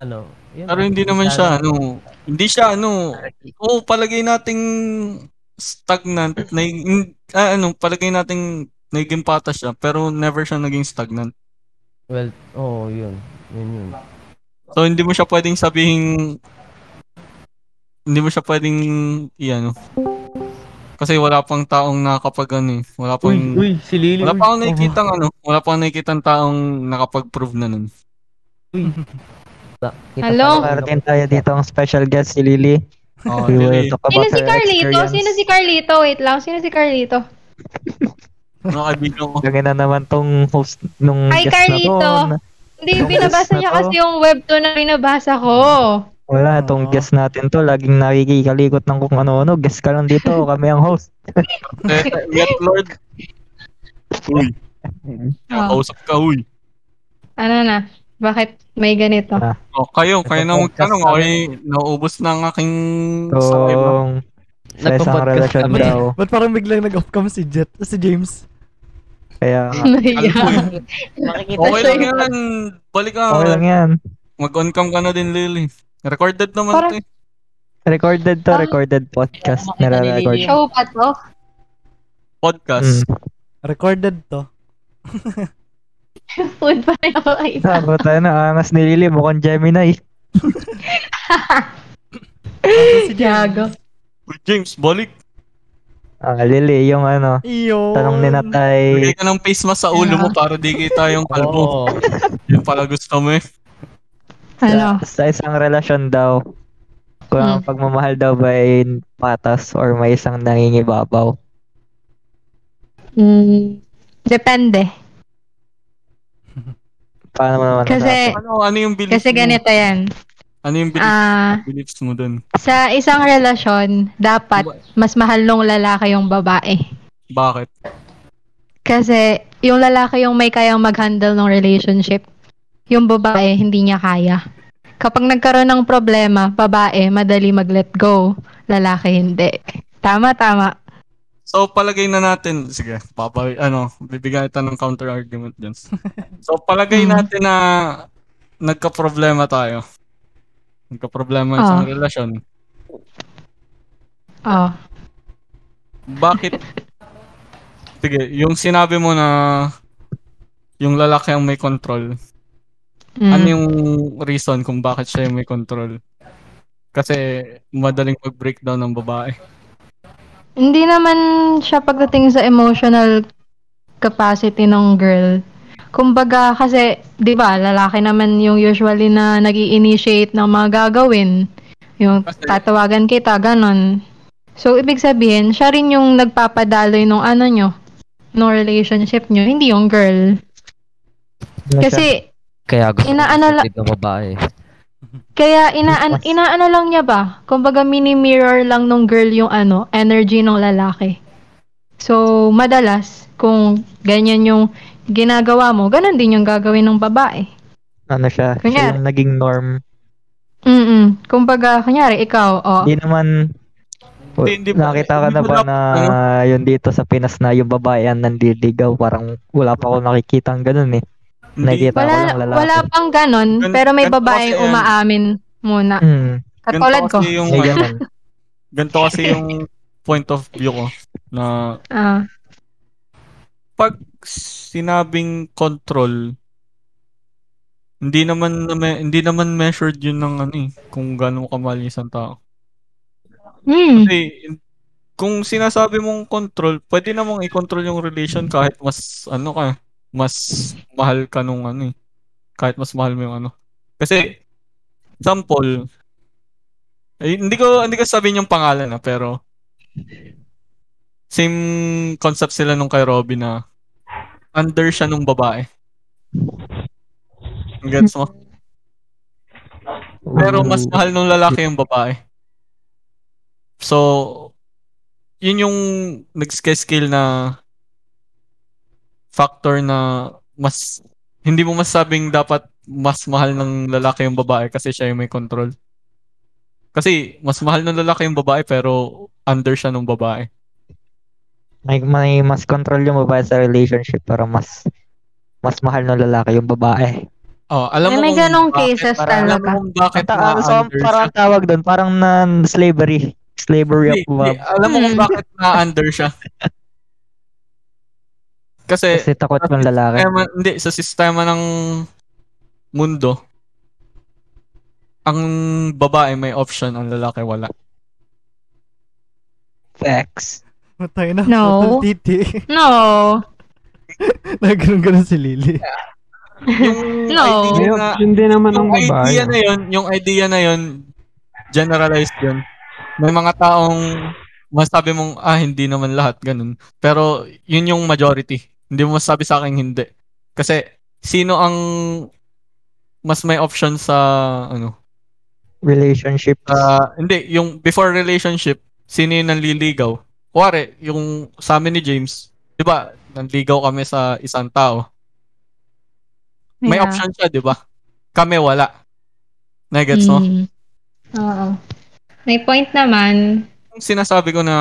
Speaker 3: ano, yun.
Speaker 2: Pero hindi naman siya, ano, hindi siya, ano, oo, palagay nating stagnant, na, ah, ano, palagay nating naging patas siya, pero never siya naging stagnant.
Speaker 3: Well, oo, oh, yun. Yun, yun.
Speaker 2: So, hindi mo siya pwedeng sabihin, hindi mo siya pwedeng, iano, kasi wala pang taong nakakapag, ano eh, wala pang,
Speaker 5: si Lily.
Speaker 2: wala pang nakikita, ano, wala pang nakikita taong nakapag-prove na nun.
Speaker 3: Kita
Speaker 7: Hello?
Speaker 3: pala-
Speaker 4: Parating tayo dito ang special guest si Lily.
Speaker 2: Oh,
Speaker 4: We will
Speaker 2: really,
Speaker 4: talk about
Speaker 7: Sino si
Speaker 4: her
Speaker 7: Carlito?
Speaker 4: experience.
Speaker 7: Sino si Carlito? Wait lang, sino si Carlito?
Speaker 2: mga kaibigan ko.
Speaker 4: Gawin na naman tong host nung
Speaker 7: Ay,
Speaker 4: guest
Speaker 7: Carlito.
Speaker 4: na to.
Speaker 7: Hindi,
Speaker 4: Yung
Speaker 7: binabasa
Speaker 4: guest
Speaker 7: niya
Speaker 4: na to.
Speaker 7: kasi yung webtoon na binabasa ko.
Speaker 4: Wala, tong
Speaker 1: Oo.
Speaker 4: guest natin to. Laging nakikikalikot ng kung ano-ano. Guest ka lang dito. Kami ang host.
Speaker 2: Eh, Yet, Lord, uy,
Speaker 7: Oh,
Speaker 2: kausap ka, uy.
Speaker 7: ano na? Bakit may ganito?
Speaker 2: O, Oh, kayo, kayo
Speaker 4: Ito
Speaker 2: na
Speaker 4: podcast
Speaker 2: magtanong.
Speaker 4: namin.
Speaker 2: Okay, naubos na ang aking sakay mo.
Speaker 4: Tong sa isang
Speaker 3: Nagpo-podcast
Speaker 4: relasyon
Speaker 3: kami.
Speaker 4: daw.
Speaker 1: Ba't parang biglang nag-off cam si Jet, si James?
Speaker 4: Kaya,
Speaker 7: Nahiya.
Speaker 3: Makikita
Speaker 2: Ano Okay
Speaker 3: siya.
Speaker 2: lang yan. Balik ka.
Speaker 4: okay lang yan.
Speaker 2: Mag-on cam ka na din, Lily. Recorded naman
Speaker 7: Parang-
Speaker 2: to eh.
Speaker 4: Recorded to,
Speaker 7: Ah.
Speaker 4: recorded podcast.
Speaker 3: Makita ni
Speaker 4: Nare-record.
Speaker 3: Lily.
Speaker 7: Show pa to?
Speaker 2: Podcast.
Speaker 4: Mm.
Speaker 1: Recorded to.
Speaker 7: Food pa rin ako kay isa.
Speaker 4: Sabi tayo na, angas ni Lily, mukhang Gemini.
Speaker 1: Tapos si James.
Speaker 7: Gago.
Speaker 2: Uy, James, balik.
Speaker 4: Ah, Lily, yung ano,
Speaker 1: Iyon.
Speaker 4: tanong ni Natay.
Speaker 2: Bigay ka ng face mask sa ulo mo para di kita yung kalbo.
Speaker 3: Oo.
Speaker 2: Yun pala gusto mo eh.
Speaker 7: Ano? Hmm.
Speaker 4: Sa isang relasyon daw, kung ang pagmamahal daw ba ay patas or may isang nangingibabaw.
Speaker 7: Mm, depende.
Speaker 4: Paano mo naman
Speaker 7: Kasi,
Speaker 2: Ano, ano yung beliefs
Speaker 7: Eh, kasi ganito yan.
Speaker 2: mo? Ano yung beliefs,
Speaker 7: Ah,
Speaker 2: beliefs mo dun?
Speaker 7: sa isang relasyon, dapat mas mahal nung lalaki yung babae.
Speaker 2: Bakit?
Speaker 7: Kasi yung lalaki yung may kayang mag-handle ng relationship, yung babae hindi niya kaya. Kapag nagkaroon ng problema, babae madali mag-let go, lalaki hindi. Tama, tama.
Speaker 2: So, palagay na natin, sige, babawi, ano, bibigyan kita ng counter-argument dyan. So, palagay
Speaker 7: Mm.
Speaker 2: natin na nagka-problema tayo. Nagka-problema sa
Speaker 7: Ah.
Speaker 2: relasyon.
Speaker 7: Oh.
Speaker 2: Bakit? Sige, yung sinabi mo na yung lalaki ang may control,
Speaker 7: Mm.
Speaker 2: ano yung reason kung bakit siya yung may control? Kasi madaling mag-breakdown ng babae.
Speaker 7: Hindi naman siya pagdating sa emotional capacity ng girl. Kumbaga kasi, 'di ba, lalaki naman yung usually na nag-initiate ng mga gagawin. Yung
Speaker 2: Kasi-
Speaker 7: tatawagan kita, ganon. So, ibig sabihin, siya rin yung nagpapadaloy nung ano nyo, nung relationship nyo, hindi yung girl. Kasi,
Speaker 3: Kaya gusto
Speaker 7: Inaano
Speaker 3: ko
Speaker 7: la-
Speaker 3: ng babae.
Speaker 7: Kaya inaan
Speaker 4: Bukas.
Speaker 7: inaano lang niya ba? Kumbaga mini mirror lang nung girl yung ano, energy ng lalaki. So, madalas kung ganyan yung ginagawa mo, ganun din yung gagawin ng babae.
Speaker 4: ano siya,
Speaker 7: Kunyari.
Speaker 4: siya yung naging norm.
Speaker 7: Mm. Kumbaga, kunyari ikaw, oh.
Speaker 4: Hindi naman,
Speaker 2: Hindi, hindi pa-
Speaker 4: nakita ka
Speaker 2: hindi
Speaker 4: na
Speaker 2: mo
Speaker 4: ba
Speaker 2: na-
Speaker 4: na
Speaker 2: ano?
Speaker 4: yun dito sa Pinas na yung babae ang nandiligaw? Parang wala pa ako nakikita ang ganun eh.
Speaker 2: Hindi,
Speaker 4: Nakikita ko
Speaker 7: Wala
Speaker 4: lang lalaki.
Speaker 7: wala pang ganun,
Speaker 2: Gan-
Speaker 7: pero may
Speaker 2: ganito
Speaker 7: babae
Speaker 2: kasi yan.
Speaker 7: umaamin muna.
Speaker 4: Hmm,
Speaker 7: Katulad
Speaker 2: ganito
Speaker 7: ko.
Speaker 2: kasi yung, ano,
Speaker 4: may ganun.
Speaker 2: ganito kasi yung point of view ko na
Speaker 7: Ah,
Speaker 2: pag sinabing control, hindi naman na me- hindi naman measured yun ng ano eh, kung gaano mo kamahal yung isang tao.
Speaker 7: mm.
Speaker 2: Kasi kung sinasabi mong control, pwede namang i-control yung relation kahit mas ano ka, mas mahal ka nung ano eh. Kahit mas mahal mo yung ano. Kasi example, eh, hindi ko hindi ko sabihin yung pangalan na pero same concept sila nung kay Robby na under siya nung babae. Gets mo? Pero
Speaker 4: Mm.
Speaker 2: mas mahal nung lalaki yung babae. So, yun yung nag-scale na factor na mas hindi mo masabing dapat mas mahal ng lalaki yung babae kasi siya yung may control. Kasi mas mahal ng lalaki yung babae pero under siya ng babae.
Speaker 4: May, may mas control yung babae sa relationship pero mas mas mahal ng lalaki yung babae.
Speaker 2: Oh, alam
Speaker 7: May,
Speaker 2: mo
Speaker 7: may
Speaker 2: kung
Speaker 7: ganong
Speaker 2: bakit-
Speaker 7: cases
Speaker 2: Alam mo
Speaker 7: talaga.
Speaker 2: kung bakit
Speaker 4: Ang ta- ano sa-
Speaker 2: na-under siya.
Speaker 4: parang ang tawag doon, parang na slavery. Slavery
Speaker 2: Hindi,
Speaker 4: of love.
Speaker 2: hindi. Alam mo kung
Speaker 7: Hmm.
Speaker 2: bakit na-under siya. Kasi,
Speaker 4: Kasi takot yung lalaki.
Speaker 2: sistema, hindi, sa sistema ng mundo, ang babae may option, ang lalaki wala.
Speaker 4: Facts.
Speaker 1: Matay na. putang
Speaker 7: No.
Speaker 1: Titi.
Speaker 7: No.
Speaker 1: Nagkaroon-garoon si Lily.
Speaker 2: Yung
Speaker 7: No.
Speaker 2: idea
Speaker 6: May
Speaker 2: na,
Speaker 6: option din naman ng
Speaker 2: yung
Speaker 6: babae.
Speaker 2: idea na yun, yung idea na yun, generalized yun. May mga taong masabi mong, ah, hindi naman lahat, ganun. Pero, yun yung majority. Hindi mo masabi sa akin hindi. Kasi, sino ang mas may option sa, ano,
Speaker 4: Relationship.
Speaker 2: Ah, hindi, yung before relationship, sino yung nanliligaw? Kuwari, yung sa amin ni James, di ba, nanligaw kami sa isang tao. May
Speaker 7: Yeah.
Speaker 2: option siya, di ba? Kami wala. Nagets mo?
Speaker 7: Mm. Oo. May point naman.
Speaker 2: Yung Sinasabi ko na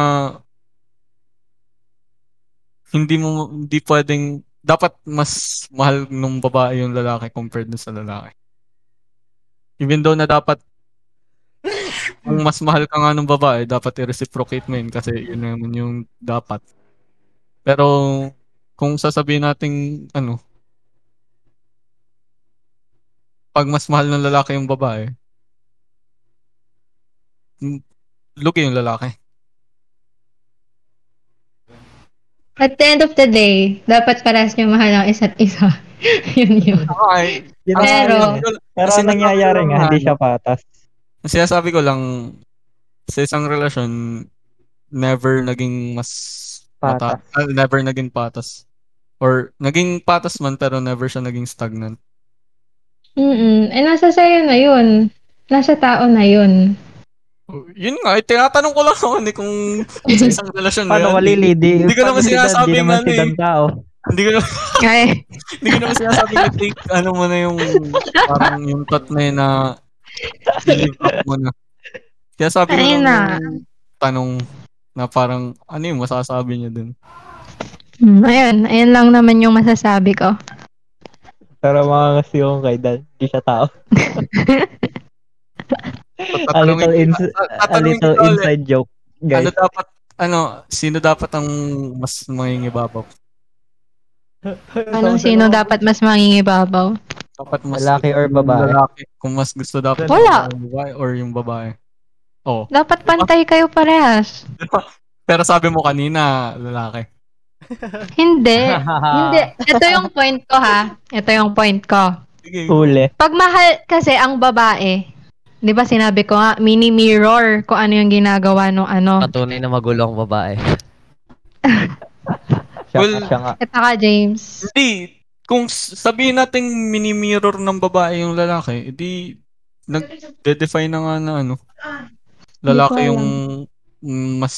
Speaker 2: hindi mo, hindi pwedeng, dapat mas mahal nung babae yung lalaki compared dun sa lalaki. Even though na dapat kung mas mahal ka nga ng babae, dapat i-reciprocate mo yun kasi yun naman yung dapat. Pero kung sasabihin nating ano, pag mas mahal ng lalaki yung babae, m- lugi yung lalaki.
Speaker 7: At the end of the day, dapat parehas niyo mahal ang isa't isa. yun yun.
Speaker 2: Okay.
Speaker 7: Pero-
Speaker 4: ano eh. pero
Speaker 2: kasi
Speaker 4: ang nangyayari nga, hindi siya patas.
Speaker 2: Ang sinasabi ko lang, sa isang relasyon, never naging mas
Speaker 4: Patas.
Speaker 2: mata- ah, never naging patas. Or naging patas man pero never siya naging stagnant.
Speaker 7: Mm-mm. Eh, nasa sa'yo na yun. Nasa tao na yun.
Speaker 2: Oh, Yun nga, eh, tinatanong ko lang naman eh kung sa isang relasyon
Speaker 4: Paano
Speaker 2: meron,
Speaker 4: wali, lady?
Speaker 2: Hindi ko naman sinasabing
Speaker 4: Hindi naman
Speaker 2: ano eh.
Speaker 4: sidang tao.
Speaker 2: Hindi ko naman,
Speaker 7: Ay.
Speaker 2: hindi ko naman sinasabi na take ano mo na yung parang yung thought na yun na i-give up mo na. Sinasabi ko lang
Speaker 7: Ayun na.
Speaker 2: yung tanong na parang ano yung masasabi niya dun.
Speaker 7: Mm, ayun. Ayun lang naman yung masasabi ko.
Speaker 4: Pero mga kasi yung kay Dan, hindi siya tao. A
Speaker 2: Tatanungin
Speaker 4: little,
Speaker 2: ko-
Speaker 4: ins-
Speaker 2: tat-
Speaker 4: a
Speaker 2: tatanungin
Speaker 4: little
Speaker 2: ko ulit.
Speaker 4: inside joke,
Speaker 2: Ano
Speaker 4: guys.
Speaker 2: dapat, ano, sino dapat ang mas mangingibabaw?
Speaker 7: Anong sino dapat mas mangingibabaw?
Speaker 2: Dapat mas
Speaker 4: Lalaki or babae?
Speaker 2: Lalaki. Kung mas gusto dapat
Speaker 7: Wala.
Speaker 2: yung babae or yung babae. Oh,
Speaker 7: Dapat pantay kayo parehas.
Speaker 2: pero sabi mo kanina, lalaki.
Speaker 7: Hindi. Hindi. Ito yung point ko ha. Ito yung point ko.
Speaker 2: Sige.
Speaker 7: Oh.
Speaker 4: Uli.
Speaker 7: Pag mahal kasi ang babae, 'di ba sinabi ko nga mini mirror kung ano yung ginagawa nung
Speaker 4: Oh.
Speaker 7: ano.
Speaker 3: Patunay na magulo ang babae.
Speaker 4: Siya,
Speaker 2: Well,
Speaker 4: siya nga.
Speaker 7: Ito ka, James.
Speaker 2: Hindi, kung s- sabihin nating mini-mirror ng babae yung lalaki, edi nag-define na nga na ano, lalaki
Speaker 7: Hindi ko
Speaker 2: yung mm, mas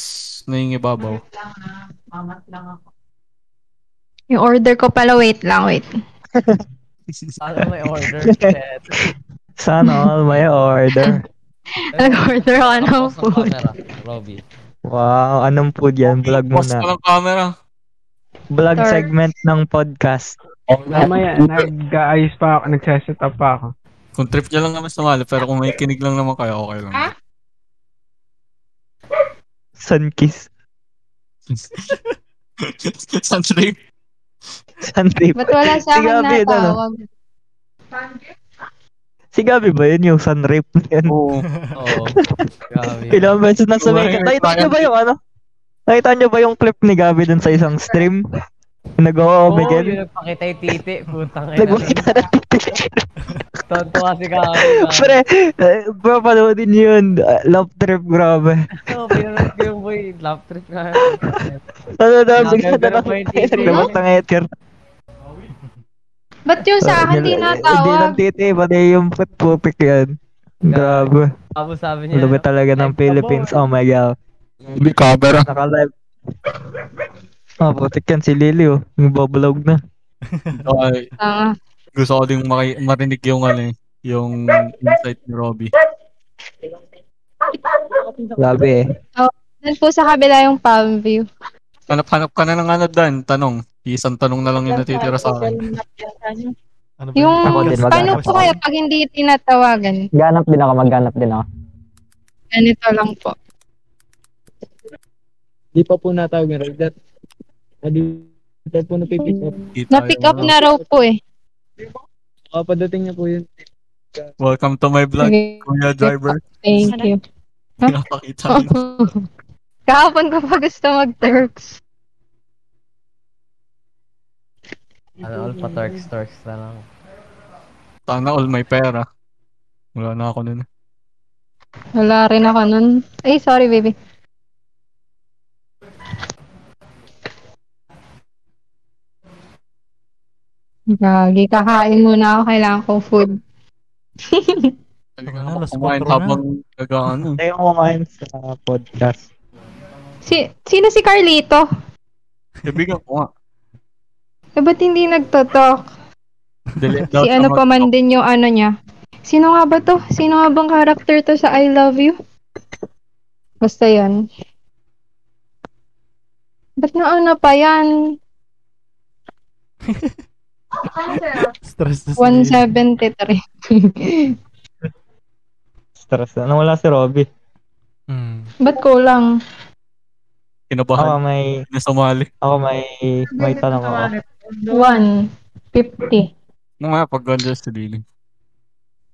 Speaker 2: nangingibabaw.
Speaker 7: Yung order ko pala, wait lang, wait.
Speaker 3: Sana may order. Shit.
Speaker 4: Sana all my order.
Speaker 7: Nag-order ako ng
Speaker 3: Tapos ang
Speaker 7: food.
Speaker 3: camera, Robby.
Speaker 4: Wow, anong food yan? Vlog mo
Speaker 2: Pause
Speaker 4: na.
Speaker 2: ka lang camera.
Speaker 4: Vlog
Speaker 7: Sir.
Speaker 4: segment ng podcast.
Speaker 6: Mamaya, nag-aayos pa ako, nagsaset up pa ako.
Speaker 2: Kung trip niya lang naman sa mali, pero kung may kinig lang naman kayo, okay lang.
Speaker 4: Sunkiss.
Speaker 2: Sun trip.
Speaker 4: Suntrip.
Speaker 7: Ba't wala
Speaker 4: Si
Speaker 7: sa akin
Speaker 4: Gabi,
Speaker 7: na
Speaker 4: ano?
Speaker 7: tawag?
Speaker 4: Si Gabi ba yun yung sunrip na yun?
Speaker 2: Oo.
Speaker 3: Oo. Grabe.
Speaker 4: Ilang beses na
Speaker 2: Wala,
Speaker 4: sumikap. Nakita
Speaker 2: wala.
Speaker 4: niyo ba yung ano? Nakita niyo ba yung clip ni Gabi dun sa isang stream?
Speaker 3: Oo,
Speaker 4: Nag-o-obe again?
Speaker 3: yun ang pakita yung titi. Putang
Speaker 4: Nagpakita na
Speaker 3: Tonto kasi ka.
Speaker 4: Pre, eh, papanoodin niyo yun. Ah, Love trip, grabe.
Speaker 3: Oo, pinanood ko yung boy. Love trip nga.
Speaker 4: Ano na, bigla na
Speaker 3: Nagagano
Speaker 4: lang.
Speaker 3: pa yung titi.
Speaker 4: Labas ng headgear.
Speaker 7: Ba't yung sa akin di
Speaker 4: Hindi lang
Speaker 7: natawag?
Speaker 4: titi, pati yung putpupik yan. Grabe.
Speaker 3: Tapos sabi niya.
Speaker 4: Lubit talaga ng Philippines. Oh my God.
Speaker 5: Hindi camera.
Speaker 4: Naka-live. Ah, putik yan si Lily oh. Nagbablog oh. na.
Speaker 2: Okay.
Speaker 7: Ah,
Speaker 2: Gusto ko ding maki- marinig yung ano eh, yung insight ni Robby.
Speaker 4: Grabe eh.
Speaker 7: Doon po sa kabila yung palm view.
Speaker 2: Hanap-hanap ka na ng ano, Dan. Tanong. Isang tanong na lang yung natitira sa akin.
Speaker 1: Ano ba
Speaker 7: Yung,
Speaker 1: yun?
Speaker 4: Ako din,
Speaker 7: paano
Speaker 4: maghanap
Speaker 7: po kaya pag hindi tinatawagan?
Speaker 4: Ganap din ako, magganap din ako.
Speaker 7: Ganito lang po.
Speaker 8: Di pa po natawag yung rider. Hindi pa po napipick up.
Speaker 2: Kita
Speaker 7: Na-pick up
Speaker 4: ano?
Speaker 7: na raw po eh.
Speaker 8: Oh, padating niya po yun.
Speaker 2: ano, Welcome to my vlog,
Speaker 7: Sige,
Speaker 2: Kuya Driver.
Speaker 7: thank you.
Speaker 2: Pinapakita niya.
Speaker 7: Kahapon ko pa gusto mag-Turks.
Speaker 3: Ano, all pa Turks, Turks na lang.
Speaker 2: Sana all my pera. Wala na ako nun.
Speaker 7: Wala rin ako nun. Ay, sorry baby. Gagi, kakain muna ako. Kailangan kong food.
Speaker 1: na, alas
Speaker 2: Kumain
Speaker 1: 4 na.
Speaker 2: habang nag-ano.
Speaker 4: Tayo kumain sa podcast.
Speaker 7: Si, sino si Carlito?
Speaker 2: Kaibigan ko nga.
Speaker 7: Eh, ba't hindi nagtotalk?
Speaker 2: Delete daw
Speaker 7: Si
Speaker 2: siya
Speaker 7: ano pa man
Speaker 2: mag-talk.
Speaker 7: din yung ano niya. Sino nga ba to? Sino nga bang character to sa I Love You? Basta yan. Ba't na ano pa yan?
Speaker 1: Stress na si
Speaker 7: 173.
Speaker 4: Stress na. Nawala si Robby.
Speaker 2: Hmm.
Speaker 7: Ba't kulang?
Speaker 4: Ako
Speaker 1: Ah.
Speaker 2: Kinabahan.
Speaker 4: may,
Speaker 2: Nasumali.
Speaker 4: ako may, may tanong ako.
Speaker 7: 150.
Speaker 2: Ano nga, pag ganda sa dilim.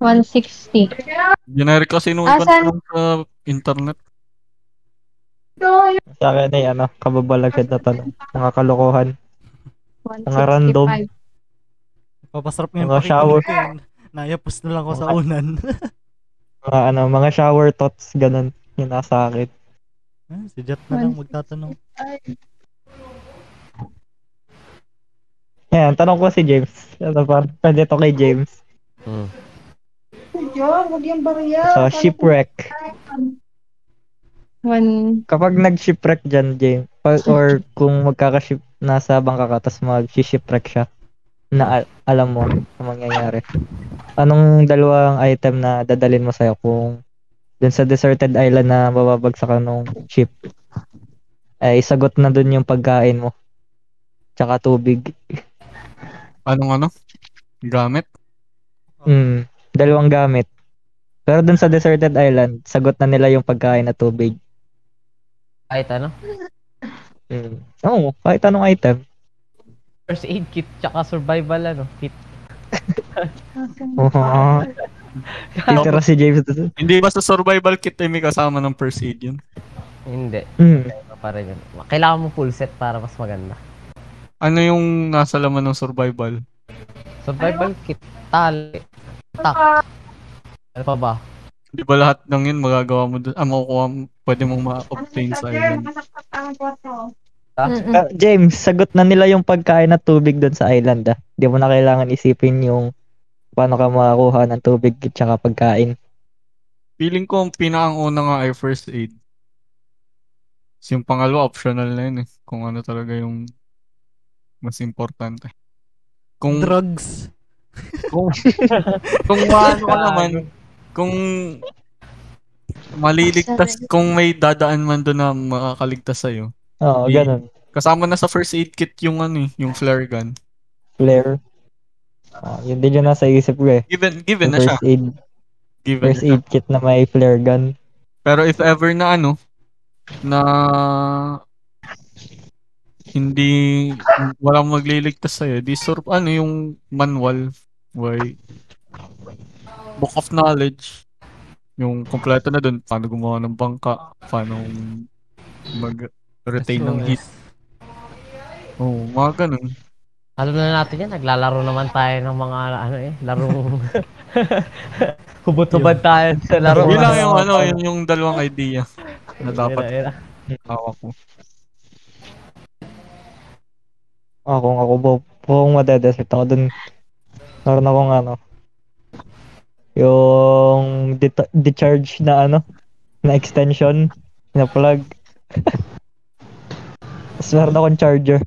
Speaker 7: 160.
Speaker 2: Generic kasi nung
Speaker 7: Ah,
Speaker 2: ibang
Speaker 7: saan?
Speaker 2: tanong sa internet.
Speaker 4: Sa akin ay ano, kababalagad na tanong. Mga kalokohan. Mga random.
Speaker 7: 165.
Speaker 1: Papasarap ngayon
Speaker 4: Mga shower.
Speaker 1: pakikinig ko yun. Nayapos na lang ako sa
Speaker 4: Mga-
Speaker 1: unan.
Speaker 4: Mga ano, mga shower thoughts, ganun. Yung nasa akin.
Speaker 1: Ah, si Jet na lang magtatanong.
Speaker 4: Ayan, tanong ko si James. Ano pa? Pwede to kay James.
Speaker 3: Hmm.
Speaker 4: So, shipwreck.
Speaker 7: One-
Speaker 4: Kapag nag-shipwreck dyan, James, or, or kung magkakaship, nasa bangka ka, tapos mag-shipwreck siya, na al- alam mo ang mangyayari. Anong dalawang item na dadalin mo sa'yo kung dun sa deserted island na mababagsak ka nung ship? Ay, sagot na dun yung pagkain mo. Tsaka tubig.
Speaker 2: Anong ano? Gamit?
Speaker 4: Mm, dalawang gamit. Pero dun sa deserted island, sagot na nila yung pagkain at tubig.
Speaker 3: Kahit ano?
Speaker 4: Mm. Oo, kahit anong item.
Speaker 3: First aid kit, tsaka survival ano, kit.
Speaker 4: Oh. Oo. Titira si James dun.
Speaker 2: Hindi ba sa survival kit ay may kasama ng first aid yun?
Speaker 3: Hindi,
Speaker 4: Mm.
Speaker 3: ano pa rin yun. Kailangan mo full set para mas maganda.
Speaker 2: Ano yung nasa laman ng survival?
Speaker 3: Survival kit, tali, tak. Ano pa ba?
Speaker 2: Di ba lahat ng yun magagawa mo doon? Ah, makukuha mo, pwede mong ma-obtain
Speaker 7: Ano
Speaker 2: sa island.
Speaker 7: Mm-mm.
Speaker 4: Ah, James, sagot na nila yung pagkain at tubig doon sa island ah. Hindi mo na kailangan isipin yung paano ka makakuha ng tubig at saka pagkain.
Speaker 2: Feeling ko ang pinakauna nga ay first aid. Tapos yung pangalawa, optional na yun eh. Kung ano talaga yung mas importante. Kung
Speaker 1: Drugs.
Speaker 2: kung kung paano ka naman kung maliligtas kung may dadaan man doon na makakaligtas sa
Speaker 4: Oo,
Speaker 2: Hindi.
Speaker 4: ganun.
Speaker 2: Kasama na sa first aid kit yung ano eh, yung flare gun.
Speaker 4: Flare. Ah, yun din yung nasa isip ko eh.
Speaker 2: Given
Speaker 4: Yung
Speaker 2: given na siya.
Speaker 4: first aid,
Speaker 2: Given.
Speaker 4: first
Speaker 2: na siya.
Speaker 4: aid kit na may flare gun.
Speaker 2: Pero if ever na ano na hindi walang magliligtas sa di sur ano yung manual why book of knowledge yung kompleto na dun paano gumawa ng bangka paano mag retain ng heat oh mga ganun
Speaker 3: Alam na natin yan, naglalaro naman tayo ng mga ano eh, larong... Hubot-hubad tayo sa laro.
Speaker 2: yun lang yung ano yun yung dalawang idea na dapat
Speaker 3: Yun, yun.
Speaker 2: hawak mo
Speaker 4: Ah, kung ako po, kung madedesert ako dun, meron akong ano, yung det- decharge na ano, na extension, na plug. Tapos meron akong charger.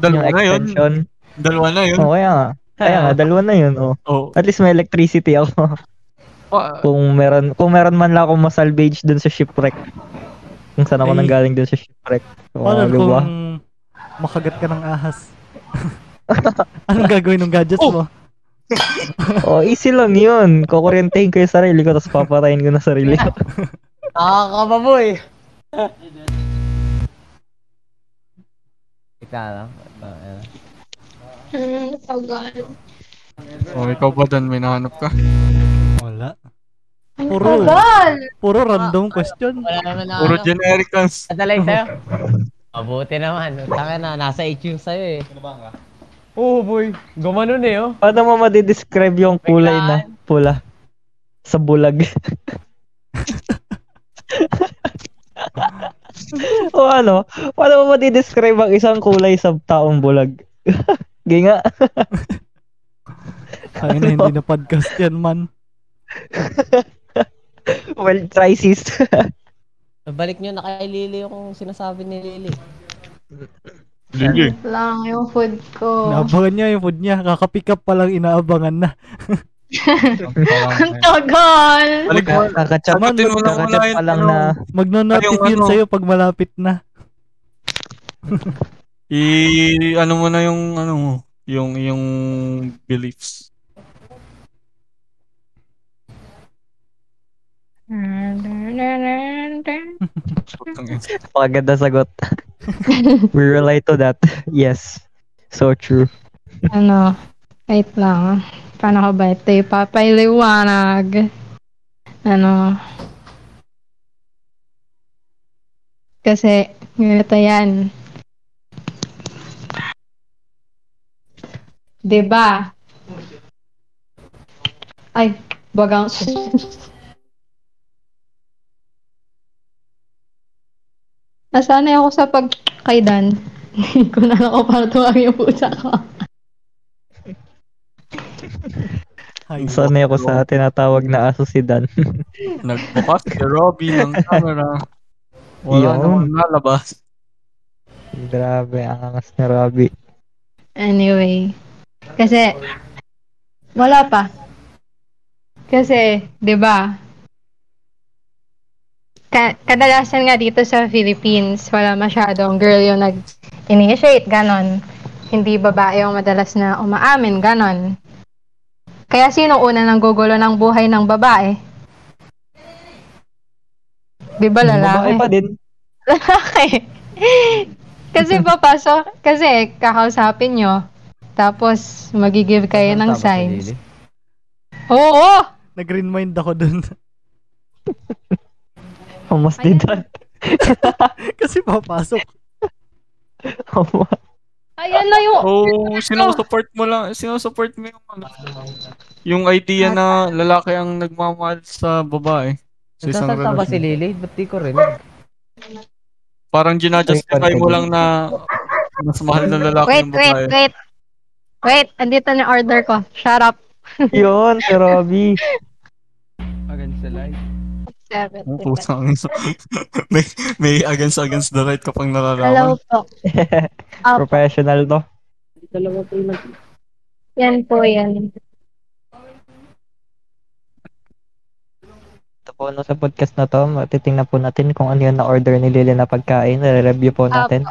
Speaker 2: dalawa
Speaker 4: yung
Speaker 2: na yun
Speaker 4: extension.
Speaker 2: Dalawa na yun.
Speaker 4: Oo, kaya nga. Kaya nga, dalawa na yun, oh.
Speaker 2: Oh,
Speaker 4: At least may electricity ako.
Speaker 5: Oh,
Speaker 4: kung meron, kung meron man lang akong masalvage dun sa shipwreck. Kung saan ako
Speaker 1: Ay.
Speaker 4: nanggaling dun sa shipwreck. Oo,
Speaker 1: Paano
Speaker 4: ano ba?
Speaker 1: kung makagat ka ng ahas? Anong gagawin ng gadgets mo?
Speaker 4: Oh, easy lang yun. Kukuryentehin ko yung sarili ko, tapos papatayin ko na sarili ko.
Speaker 3: Nakakababoy! Ika lang. Ah, ayan.
Speaker 7: Hmm,
Speaker 2: oh ikaw ba Dan? May nahanap ka?
Speaker 1: Wala.
Speaker 7: Ang
Speaker 1: Puro.
Speaker 7: tagal!
Speaker 1: Puro random question.
Speaker 3: Wala naman na. ano.
Speaker 2: Puro generic ang s-
Speaker 3: Nadalay sa'yo. Mabuti naman. Taka na, nasa HU sa'yo eh. Oo oh, boy, gumanon eh oh.
Speaker 4: Paano mo madidescribe yung kulay na pula? Sa bulag. o ano? Paano mo madidescribe ang isang kulay sa taong bulag? Ginga.
Speaker 1: Ay na, hindi na podcast yan, man.
Speaker 4: Well, try sis.
Speaker 3: Balik nyo na kay Lily yung sinasabi ni Lily.
Speaker 7: Lang yung food ko.
Speaker 1: Inaabangan niya yung food niya. Kaka-pick up pa lang, inaabangan na.
Speaker 7: Ang
Speaker 5: Ano
Speaker 7: tagal!
Speaker 2: Balik mo.
Speaker 4: kakachat,
Speaker 2: Sagutin mo lang
Speaker 4: kakachat
Speaker 2: muna
Speaker 4: pa
Speaker 2: yun,
Speaker 4: lang
Speaker 2: ano.
Speaker 4: na
Speaker 1: Magno-notice
Speaker 2: Ayun,
Speaker 1: yun
Speaker 2: ano.
Speaker 1: sa'yo pag malapit na.
Speaker 2: I, ano mo na yung, ano mo, yung, yung beliefs.
Speaker 7: Hmm,
Speaker 2: Ang
Speaker 4: paganda sagot. We relate to that. Yes. So true.
Speaker 7: ano, wait lang. Paano ko ba ito ipapaliwanag? Ano? Kasi, ganito yan. 'Di ba? Diba? Ay, bagang... Nasanay ako sa pagkaidan. Hindi ko na ako para tuwag yung pusa ko.
Speaker 1: Ay,
Speaker 2: ano?
Speaker 4: Sanay ako sa tinatawag na aso si Dan.
Speaker 2: Nagbukas si Robby ng camera. Wala
Speaker 4: Yun.
Speaker 2: namang nalabas.
Speaker 4: Grabe, ang angas ni Robby.
Speaker 7: Anyway. Kasi, wala pa. Kasi, di ba? Ka- kadalasan nga dito sa Philippines, wala masyadong girl yung nag-initiate, ganon. Hindi babae yung madalas na umaamin, ganon. Kaya sino una nang gugulo ng buhay ng babae? Di ba lalaki?
Speaker 4: Babae pa din.
Speaker 7: Lalaki. kasi papasok, kasi kakausapin nyo, tapos magigive kayo ng
Speaker 3: Tama si
Speaker 7: signs.
Speaker 3: Lily.
Speaker 7: Oo!
Speaker 1: Nag-remind ako dun.
Speaker 4: Hamas ni Dan.
Speaker 1: Kasi papasok.
Speaker 4: Hamas.
Speaker 7: Ayan na yung...
Speaker 2: Oh, sinusupport mo lang, sinusupport mo yung ano, yung idea na lalaki ang nagmamahal sa babae. Sa isang
Speaker 3: Nasasakta ba si
Speaker 2: relasyon.
Speaker 3: Lily? Ba't di ko rin?
Speaker 2: Parang ginajustify mo lang na mas mahal ng lalaki
Speaker 7: Wait,
Speaker 2: yung
Speaker 7: wait,
Speaker 2: babae.
Speaker 7: wait. Wait, andito na yung order ko. Shut up.
Speaker 4: Yun, si Robby.
Speaker 8: Against the light.
Speaker 2: Ang pusa ang isa. Oh, may, may against against the right kapag nalalaman.
Speaker 7: Hello po. Apo.
Speaker 4: Professional to.
Speaker 8: Dalawa po yung nag-
Speaker 7: Yan po yan.
Speaker 4: Ito po, no, sa podcast na to, matitingnan po natin kung ano yung na-order ni Lily na pagkain. Re-review po natin.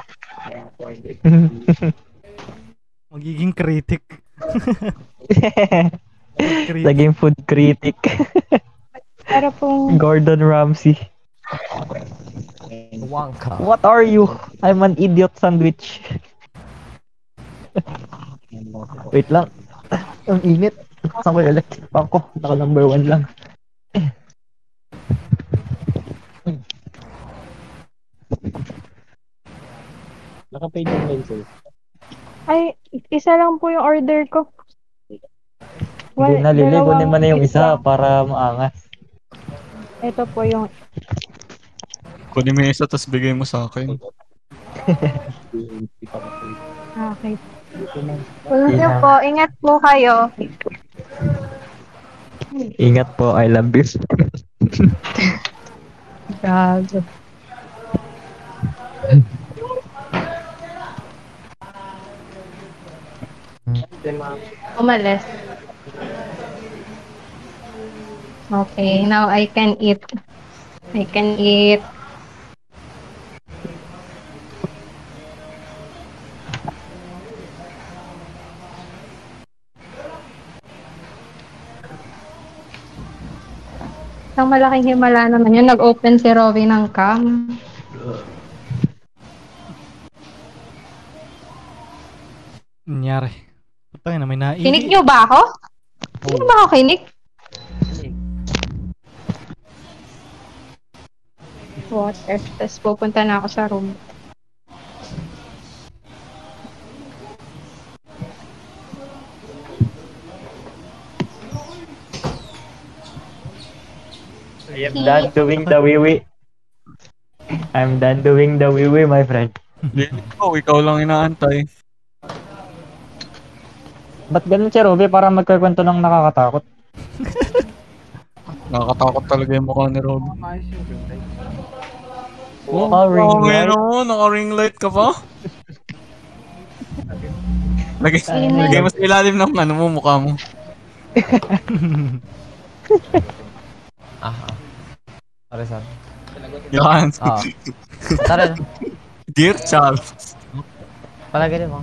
Speaker 1: Magiging critic. critic.
Speaker 4: Naging food critic.
Speaker 7: Para pong...
Speaker 4: Gordon Ramsay.
Speaker 3: Wangka.
Speaker 4: What are you? I'm an idiot sandwich. Wait lang. Ang init. Saan ko yung electric fan ko? Naka number one lang.
Speaker 8: Naka-paid yung lenses.
Speaker 7: Ay, isa lang po yung order ko.
Speaker 4: Hindi na Lily, kunin mo na yung isa para maangas.
Speaker 7: Ito po yung
Speaker 2: Kunin mo yung isa tapos bigay mo sa akin.
Speaker 7: ah, Okay. Thank you po. Ingat po kayo.
Speaker 4: Ingat po, I love you.
Speaker 7: Grabe. Umalis. Okay, now I can eat. I can eat. Ang malaking himala naman yun. Nag-open si Rowie ng cam.
Speaker 1: Nangyari. Putang na, may nai.
Speaker 7: Kinik nyo ba ako? Sino ba ako kinik? What if? Tapos pupunta na ako sa room.
Speaker 4: I am done doing the wiwi. I'm done doing the wiwi, my friend.
Speaker 2: Lilith ko, ikaw lang inaantay.
Speaker 4: Ba't ganun si Robby? Parang magkakwento ng nakakatakot.
Speaker 2: Nakakatakot talaga yung mukha ni Rob. Oh,
Speaker 4: Oh, ring
Speaker 2: oh,
Speaker 4: light.
Speaker 2: meron mo, naka-ring light ka pa? Lagay, lagay mo sa ilalim ng ano mo, mukha mo.
Speaker 3: Ah, ah. Sorry, sorry.
Speaker 2: Yan.
Speaker 3: Ah. Tara na.
Speaker 2: Dear Charles.
Speaker 3: Palagay mo.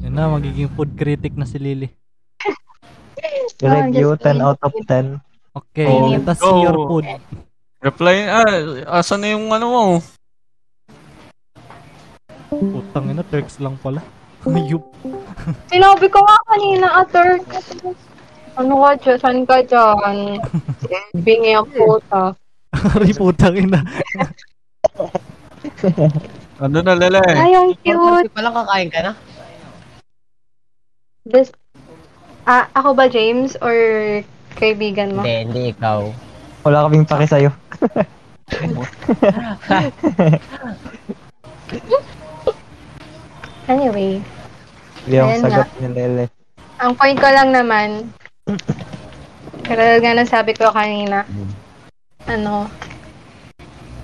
Speaker 1: Yan na, magiging food critic na si Lily.
Speaker 4: Review 10 out of 10.
Speaker 1: Okay,
Speaker 2: Oh,
Speaker 1: let us
Speaker 2: go.
Speaker 1: see your food.
Speaker 2: Reply, ah, asan na yung ano mo?
Speaker 1: Putang ina, Turks lang pala. Ayup.
Speaker 7: Sinabi ko nga kanina, Ator. Ano ka dyan? Saan ka dyan? Bingi ang puta.
Speaker 1: Sorry, putang ina.
Speaker 2: Ano na, Lele?
Speaker 7: Ay, ang
Speaker 3: Cute.
Speaker 7: cute.
Speaker 3: Palang kakain ka na?
Speaker 7: This... Ah, ako ba, James? Or kaibigan mo?
Speaker 3: Hindi, hindi ikaw.
Speaker 4: Wala kaming pake sa'yo.
Speaker 7: Anyway,
Speaker 4: Hindi ako
Speaker 7: Ayun
Speaker 4: sagot ni Lele.
Speaker 7: ang point ko lang naman, katulad nga ng sabi ko kanina, ano,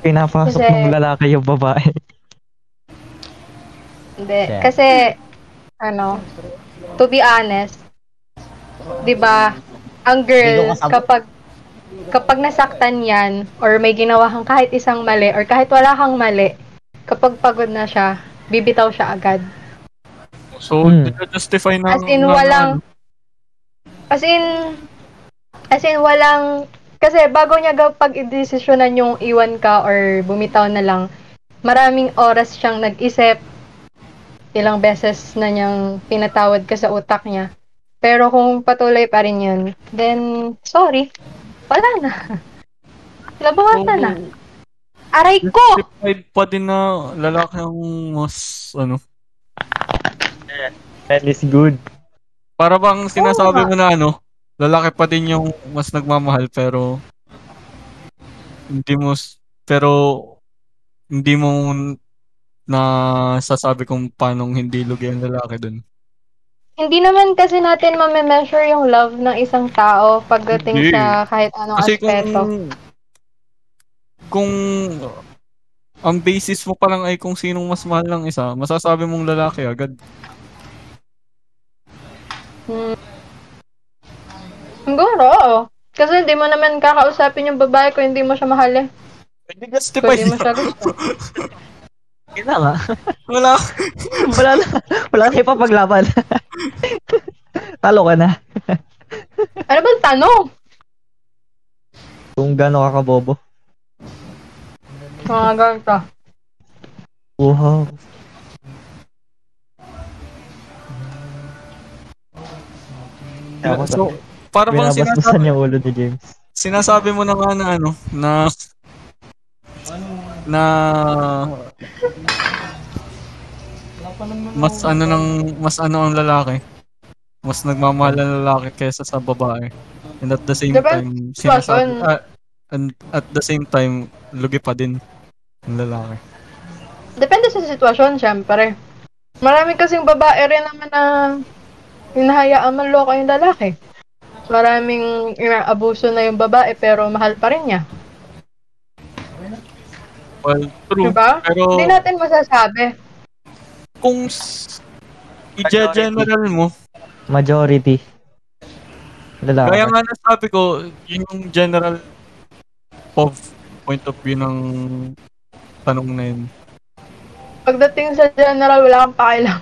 Speaker 4: Pinapasok
Speaker 7: Kasi-
Speaker 4: ng lalaki yung babae.
Speaker 7: Hindi.
Speaker 3: Yeah.
Speaker 7: Kasi, ano, to be honest, di ba, ang
Speaker 3: Hindi ko
Speaker 7: girl,
Speaker 3: kasama.
Speaker 7: kapag, kapag nasaktan yan, or may ginawa kang kahit isang mali, or kahit wala kang mali, kapag pagod na siya, bibitaw siya agad.
Speaker 2: So,
Speaker 4: Hmm.
Speaker 2: justify na.
Speaker 7: As in, walang, as in, as in, walang, kasi bago niya pag idesisyonan yung iwan ka or bumitaw na lang, maraming oras siyang nag-isip, ilang beses na niyang pinatawad ka sa utak niya. Pero kung patuloy pa rin yun, then, sorry, wala na. Labawasan na. Aray ko!
Speaker 2: Justified pa din na lalaki ang mas, ano.
Speaker 4: That is good.
Speaker 2: Para bang sinasabi mo na ano, lalaki pa din yung mas nagmamahal pero hindi mo s- pero hindi mo na sasabi kung paano hindi lugi ang lalaki dun.
Speaker 7: Hindi naman kasi natin mamemeasure yung love ng isang tao pagdating
Speaker 2: Hindi.
Speaker 7: sa kahit anong
Speaker 2: Kasi
Speaker 7: aspeto.
Speaker 2: kung kung ang basis mo pa lang ay kung sinong mas mahal ng isa, masasabi mong lalaki agad.
Speaker 7: Hmm. Siguro, oo. oh. Kasi hindi mo naman kakausapin yung babae kung hindi mo siya mahal eh.
Speaker 2: Hindi
Speaker 7: Kung
Speaker 2: justify
Speaker 7: hindi mo siya gusto.
Speaker 4: Kaya nga.
Speaker 2: Wala.
Speaker 4: Wala na. Wala na ipapaglaban. Talo ka na.
Speaker 7: Ano bang tanong?
Speaker 4: Kung gano'n ka kabobo.
Speaker 7: Mga ganito.
Speaker 4: Wow. Tapos,
Speaker 2: So, para bang sinasabi
Speaker 4: binabasbasan yung ulo ni James.
Speaker 2: sinasabi mo na nga na ano, na na mas ano ng mas ano ang lalaki. Mas nagmamahal ang lalaki kaysa sa babae. And at the same
Speaker 7: Diba?
Speaker 2: time, sinasabi,
Speaker 7: Bakit?
Speaker 2: ah, and at the same time, lugi pa din ang lalaki.
Speaker 7: Depende sa sitwasyon, syempre. Marami kasing babae rin naman na hinahayaan manloko yung lalaki. Maraming inaabuso na yung babae pero mahal pa rin niya.
Speaker 2: Well, true.
Speaker 7: Diba?
Speaker 2: Pero Oh.
Speaker 7: Hindi natin masasabi.
Speaker 2: kung s- I-general mo.
Speaker 4: Majority. Lalaki.
Speaker 2: Kaya nga nasabi ko, yun yung general of point of view ng tanong na yun.
Speaker 7: Pagdating sa general, wala kang pakialam.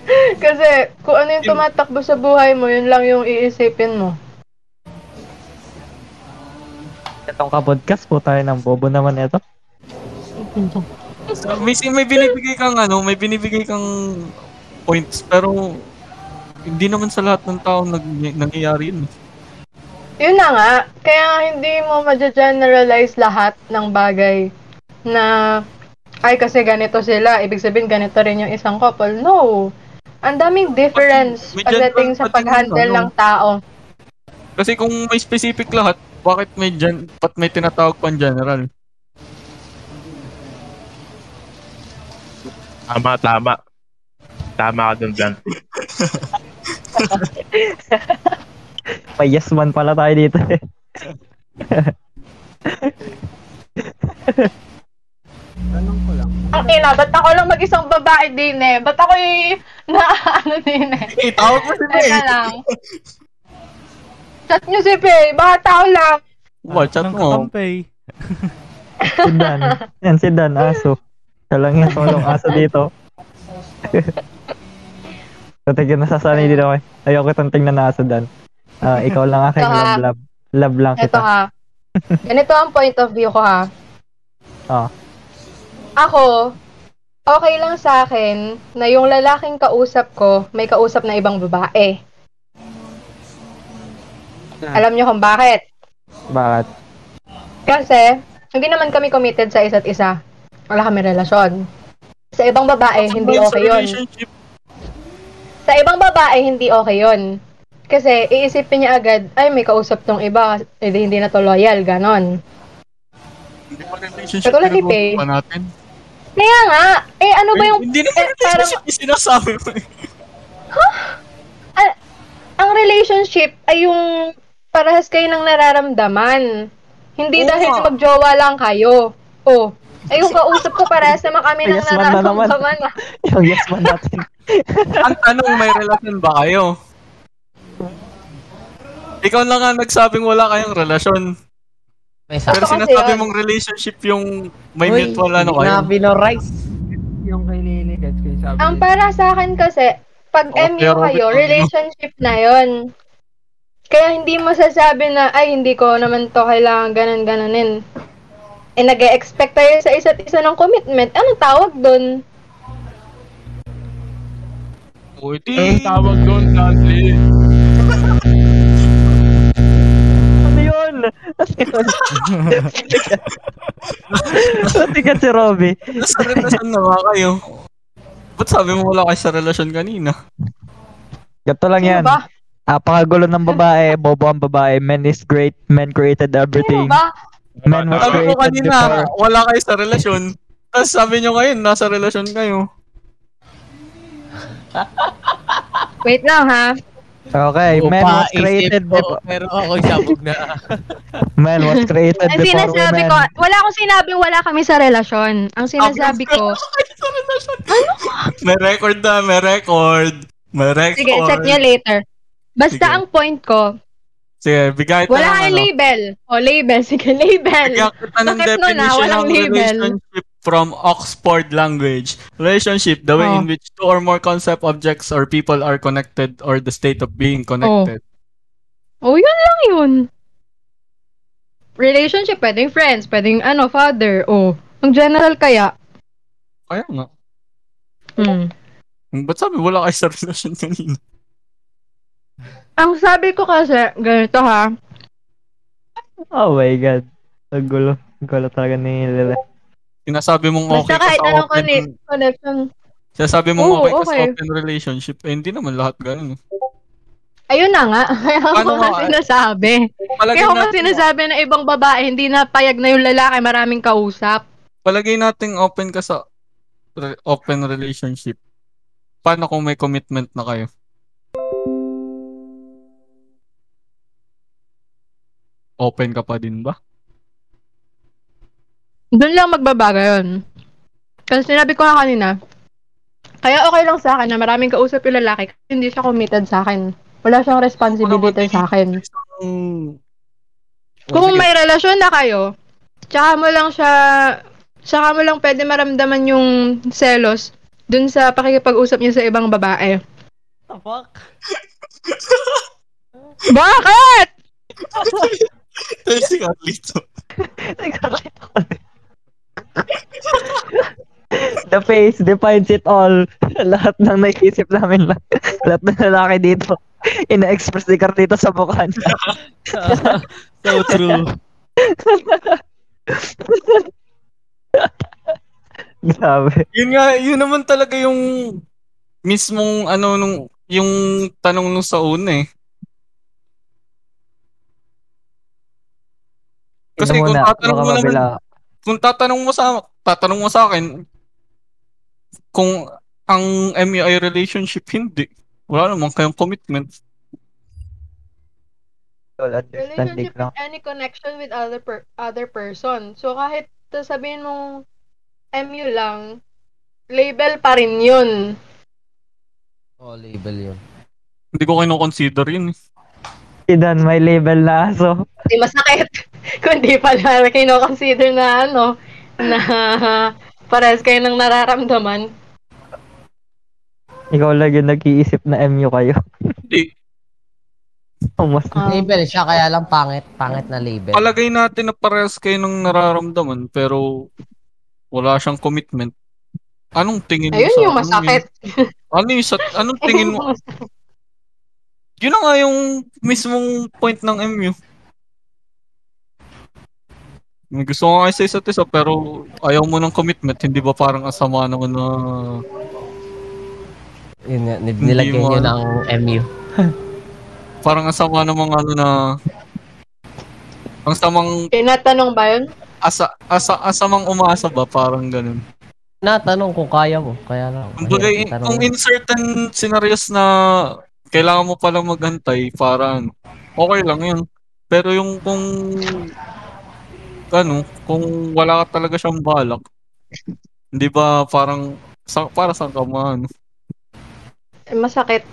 Speaker 7: Kasi kung ano yung tumatakbo sa buhay mo, yun lang yung iisipin mo.
Speaker 4: Itong kapodcast po tayo ng bobo naman ito.
Speaker 2: So, Ah, may, may binibigay kang ano, may binibigay kang points, pero hindi naman sa lahat ng tao nag, nangyayari yun.
Speaker 7: Yun na nga, kaya nga hindi mo ma-generalize lahat ng bagay na ay kasi ganito sila, ibig sabihin ganito rin yung isang couple. No. Ang daming difference
Speaker 2: May general
Speaker 7: pagdating sa
Speaker 2: pa din
Speaker 7: pag-handle
Speaker 2: yun, ano?
Speaker 7: ng tao.
Speaker 2: Kasi kung may specific lahat, bakit may gen, pat may tinatawag pang general?
Speaker 5: Tama, tama. Tama ka dun, Blanty.
Speaker 4: May yes man pala tayo dito eh.
Speaker 7: Ang ina, ba't ako lang mag-isang babae din eh? Ba't ako yung na ano din eh?
Speaker 2: Eh, tawag mo sila
Speaker 7: Teka lang. Chat nyo si Pei, baka tao lang.
Speaker 2: What, chat
Speaker 1: Ng
Speaker 2: mo. oh.
Speaker 1: katampay.
Speaker 4: Si Dan. Yan, si Dan, aso. Siya lang yung solong aso dito. Tatigyan, nasasanay din ako eh. Ayoko itong tingnan na aso, Dan. Ah, ikaw lang aking
Speaker 7: Ito, ha?
Speaker 4: love, love. Love lang
Speaker 7: Ito
Speaker 4: kita.
Speaker 7: ha. Ganito ang point of view ko ha.
Speaker 4: Ah.
Speaker 7: Ako, okay lang sa akin na yung lalaking kausap ko, may kausap na ibang babae. Alam niyo kung bakit?
Speaker 4: Bakit?
Speaker 7: Kasi, hindi naman kami committed sa isa't isa. Wala kami relasyon. Sa ibang babae, hindi
Speaker 2: Sa
Speaker 7: okay yun.
Speaker 2: relationship,
Speaker 7: Sa ibang babae, hindi okay yun. Kasi, iisipin niya agad, ay, may kausap tong iba, eh, di- hindi na to loyal, ganon.
Speaker 2: Hindi pa relationship
Speaker 7: Katulad ni Pei.
Speaker 2: pinag-uusapan natin.
Speaker 7: Kaya nga, eh, ano ba yung,
Speaker 2: Hindi
Speaker 7: eh,
Speaker 2: naman
Speaker 7: parang,
Speaker 2: relationship yung sinasabi mo. eh.
Speaker 7: ang relationship ay yung parehas kayo ng nararamdaman. Hindi
Speaker 2: Oo
Speaker 7: dahil
Speaker 2: nga.
Speaker 7: magjowa lang kayo. Oh, ay yung kausap ko parehas naman kami ng
Speaker 4: Yes, man na naman.
Speaker 7: nararamdaman. ah.
Speaker 4: Yung yes man natin.
Speaker 2: Ang tanong, may relasyon ba kayo? Ikaw lang nga nagsabing wala kayong relasyon.
Speaker 3: May sabi.
Speaker 2: Pero
Speaker 7: Totoo kasi
Speaker 2: sinasabi
Speaker 7: yun.
Speaker 2: mong relationship yung may mutual ano kayo.
Speaker 3: Na binorize.
Speaker 9: Yung kay Lily, guys, kay sabi.
Speaker 7: Ang para sa akin kasi, pag
Speaker 2: Oo,
Speaker 7: MU
Speaker 2: Oh, pero-
Speaker 7: kayo, relationship na yon. Kaya hindi mo sasabi na, ay, hindi ko naman to kailangan ganun gananin. Eh, nag expect tayo sa isa't isa ng commitment. Anong tawag doon?
Speaker 2: Oh, ito eh.
Speaker 5: Anong tawag doon, Blanty?
Speaker 4: Ano yun? Tikat Ano si Robby.
Speaker 2: Nasa relasyon na ba kayo? Ba't sabi mo wala kayo sa relasyon kanina?
Speaker 4: Ganito lang
Speaker 7: Sino
Speaker 4: Ano yan.
Speaker 7: ba?
Speaker 4: Apakagulo ng babae, bobo ang babae. Men is great. Men created
Speaker 7: Sino
Speaker 4: everything.
Speaker 7: ba?
Speaker 4: Men was
Speaker 5: Ano?
Speaker 2: Sabi mo
Speaker 4: created
Speaker 2: kanina,
Speaker 4: before.
Speaker 2: wala kayo sa relasyon. Tapos sabi nyo ngayon, nasa relasyon kayo.
Speaker 7: Wait lang, ha?
Speaker 4: Okay, men was created before.
Speaker 5: Pero ako'y sabog na.
Speaker 4: Man was created
Speaker 10: Ang
Speaker 4: before
Speaker 10: sinasabi
Speaker 4: women.
Speaker 10: ko, wala akong sinabing wala kami sa relasyon. Ang sinasabi ko,
Speaker 2: May record na, may record. May record.
Speaker 10: sige, chat niya later. Basta
Speaker 2: Sige.
Speaker 10: ang point ko,
Speaker 2: Sige, bigay tayo
Speaker 10: wala
Speaker 2: ng
Speaker 10: kang
Speaker 2: ano.
Speaker 10: label. O, label. Sige, label.
Speaker 2: Bigyan kita ng
Speaker 10: Bakit nun, ah?
Speaker 2: definition
Speaker 10: Walang
Speaker 2: of
Speaker 10: label.
Speaker 2: relationship from Oxford language. Relationship, the way
Speaker 10: Oh.
Speaker 2: in which two or more concept objects or people are connected or the state of being connected.
Speaker 10: O, Oh, yun lang yun. Relationship, pwedeng friends, pwedeng ano, father. O, ang general kaya.
Speaker 2: Kaya nga.
Speaker 10: Hmm.
Speaker 2: Ba't sabi wala kayo sa relasyon kanina?
Speaker 7: Ang sabi ko kasi, ganito ha,
Speaker 4: Oh my god. Ang gulo. Ang gulo talaga ni Lele.
Speaker 2: Sinasabi mong okay
Speaker 7: basta
Speaker 2: ka
Speaker 7: kahit
Speaker 2: sa
Speaker 7: anong
Speaker 2: open...
Speaker 7: conne- connection,
Speaker 2: Sinasabi
Speaker 10: Oh,
Speaker 2: mong
Speaker 7: Oo,
Speaker 2: okay ka sa
Speaker 7: okay.
Speaker 2: open relationship. Eh, hindi naman lahat ganun. eh.
Speaker 7: ayun na nga, kaya
Speaker 2: Ano
Speaker 7: ko nga
Speaker 2: nga, eh?
Speaker 7: sinasabi.
Speaker 2: Palagay
Speaker 10: Kaya kung
Speaker 2: natin,
Speaker 10: kasi sinasabi na ibang babae, hindi na payag na yung lalaki, maraming kausap.
Speaker 2: palagay natin open ka sa re- open relationship. Paano kung may commitment na kayo? Open ka pa din ba?
Speaker 10: Doon lang magbabago yun. Kasi sinabi ko nga kanina,
Speaker 7: Kaya okay lang sa akin na maraming kausap yung lalaki kasi hindi siya committed sa akin. Wala siyang responsibility sa akin.
Speaker 2: Mm.
Speaker 7: Kung may relasyon na kayo, tsaka mo lang siya, tsaka mo lang pwede maramdaman yung selos dun sa pakikipag-usap niya sa ibang babae.
Speaker 3: the fuck?
Speaker 7: Bakit?
Speaker 2: Kasi nga dito.
Speaker 4: Nagkakita ko din. The face defines it all. lahat ng naisip namin lang. lahat ng lalaki dito. Ina-express ni Carlito sa mukha niya.
Speaker 1: So true.
Speaker 4: Grabe.
Speaker 2: Yun nga, yun naman talaga yung mismong ano nung yung tanong nung sa una eh. Kasi
Speaker 4: Ito
Speaker 2: kung
Speaker 4: muna,
Speaker 2: tatanong
Speaker 4: baka
Speaker 2: mo naman-
Speaker 4: mabila.
Speaker 2: Kung tatanong mo sa tatanong mo sa akin kung ang MUI relationship hindi wala naman kayong commitment.
Speaker 4: Well, understanding
Speaker 7: Relationship
Speaker 4: lang.
Speaker 7: is any connection with other per- other person. So kahit sabihin mong MU lang, label pa rin yun.
Speaker 3: Oh, label yun.
Speaker 2: Hindi ko kino-consider yun. eh.
Speaker 4: Si Dan, may label na aso.
Speaker 7: Hindi masakit. Kundi pala kino-consider na ano, na pares kayo ng nararamdaman.
Speaker 4: Ikaw lang yung nag-iisip na MU kayo.
Speaker 2: Hindi.
Speaker 4: O mas
Speaker 7: Um,
Speaker 3: label siya, kaya lang pangit. Pangit na label.
Speaker 2: Palagay natin na parehas kayo ng nararamdaman pero wala siyang commitment. Anong tingin mo
Speaker 7: ayun
Speaker 2: sa ano
Speaker 7: yung
Speaker 2: yun?
Speaker 7: masakit.
Speaker 2: Ano yung sa- anong tingin
Speaker 7: Ayun
Speaker 2: mo?
Speaker 7: yung masakit.
Speaker 2: Yun na nga yung mismong point ng MU. May Gusto ko nga kayo sa isa't isa pero ayaw mo ng commitment. Hindi ba parang asama naman na
Speaker 3: Yun, nga, nil- nilagyan
Speaker 2: mo
Speaker 3: yun
Speaker 2: alam.
Speaker 3: ng MU.
Speaker 2: parang asama namang ano na ang samang
Speaker 7: Tinatanong ba yun?
Speaker 2: asa, asa, asamang umaasa ba parang ganun.
Speaker 3: Natanong kung kaya mo. Kaya lang.
Speaker 2: Kung bagay,
Speaker 3: Ayun, tanong
Speaker 2: kung
Speaker 3: na.
Speaker 2: in certain scenarios na kailangan mo palang maghantay, parang okay lang yun. Pero yung kung ano, kung wala ka talaga siyang balak, hindi ba parang sa, para saan ka ano? man?
Speaker 7: Eh, Masakit.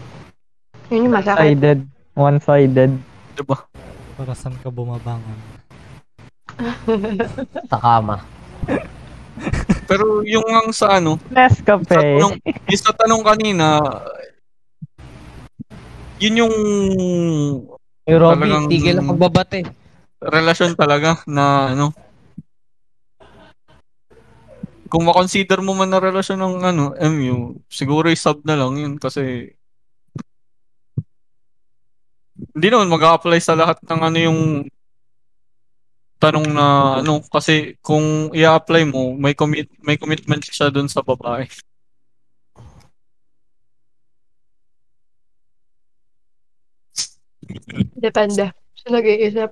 Speaker 7: Yun yung masakit.
Speaker 4: sided. One-sided.
Speaker 2: Di ba?
Speaker 1: Para saan ka bumabangon?
Speaker 3: Sa kama.
Speaker 2: Pero yung ang sa ano, sa
Speaker 4: Nescafe.
Speaker 2: tanong, yung sa tanong kanina, yun yung
Speaker 3: Yung Robby,
Speaker 2: Talagang-
Speaker 3: tigil ang pagbabate.
Speaker 2: relasyon talaga na ano kung makonsider mo man na relasyon ng ano MU siguro i-sub na lang yun kasi hindi naman mag-apply sa lahat ng ano yung tanong na ano kasi kung i-apply mo may commit may commitment siya dun sa babae
Speaker 7: Depende. Sa nag-iisip.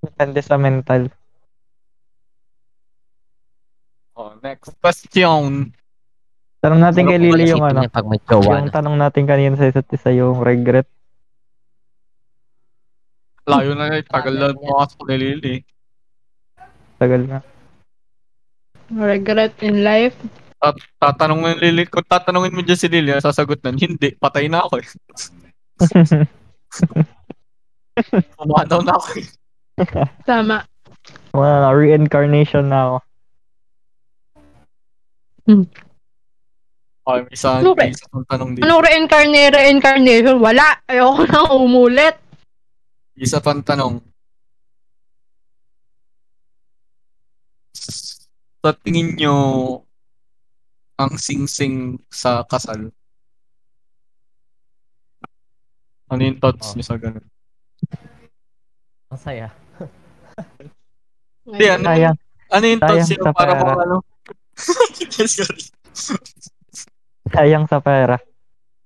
Speaker 4: Depende sa mental.
Speaker 2: oh, next question
Speaker 4: Tanong natin kay
Speaker 3: Siguro
Speaker 4: Lily yung
Speaker 3: pag-isipin
Speaker 4: ano.
Speaker 3: niya Pag may jowa
Speaker 4: Yung
Speaker 3: na.
Speaker 4: tanong natin kanina sa isa't isa yung regret.
Speaker 2: layo na yun tagal na makasok ni Lily
Speaker 4: Tagal na.
Speaker 7: Regret in life.
Speaker 2: tatanungin Lily, kung tatanungin mo dyan si Lily, ang sasagot nun, hindi, patay na ako eh. Pumanaw na ako eh.
Speaker 7: Tama.
Speaker 4: Wala na, reincarnation na ako.
Speaker 2: Okay, may isa,
Speaker 7: Ano ba?
Speaker 2: may isa pang tanong dito.
Speaker 7: Anong reincarnate, reincarnation? Wala. Ayoko nang umulit.
Speaker 2: May Isa pang tanong. Sa tingin nyo, ang sing-sing sa kasal? Ano yung thoughts nyo sa ganun?
Speaker 3: Masaya.
Speaker 2: Hindi, ano,
Speaker 4: Sayang.
Speaker 2: ano yung thoughts
Speaker 4: sayang
Speaker 2: nyo
Speaker 4: sa
Speaker 2: para
Speaker 4: pera.
Speaker 2: mga ano? Sorry.
Speaker 4: Sayang sa pera.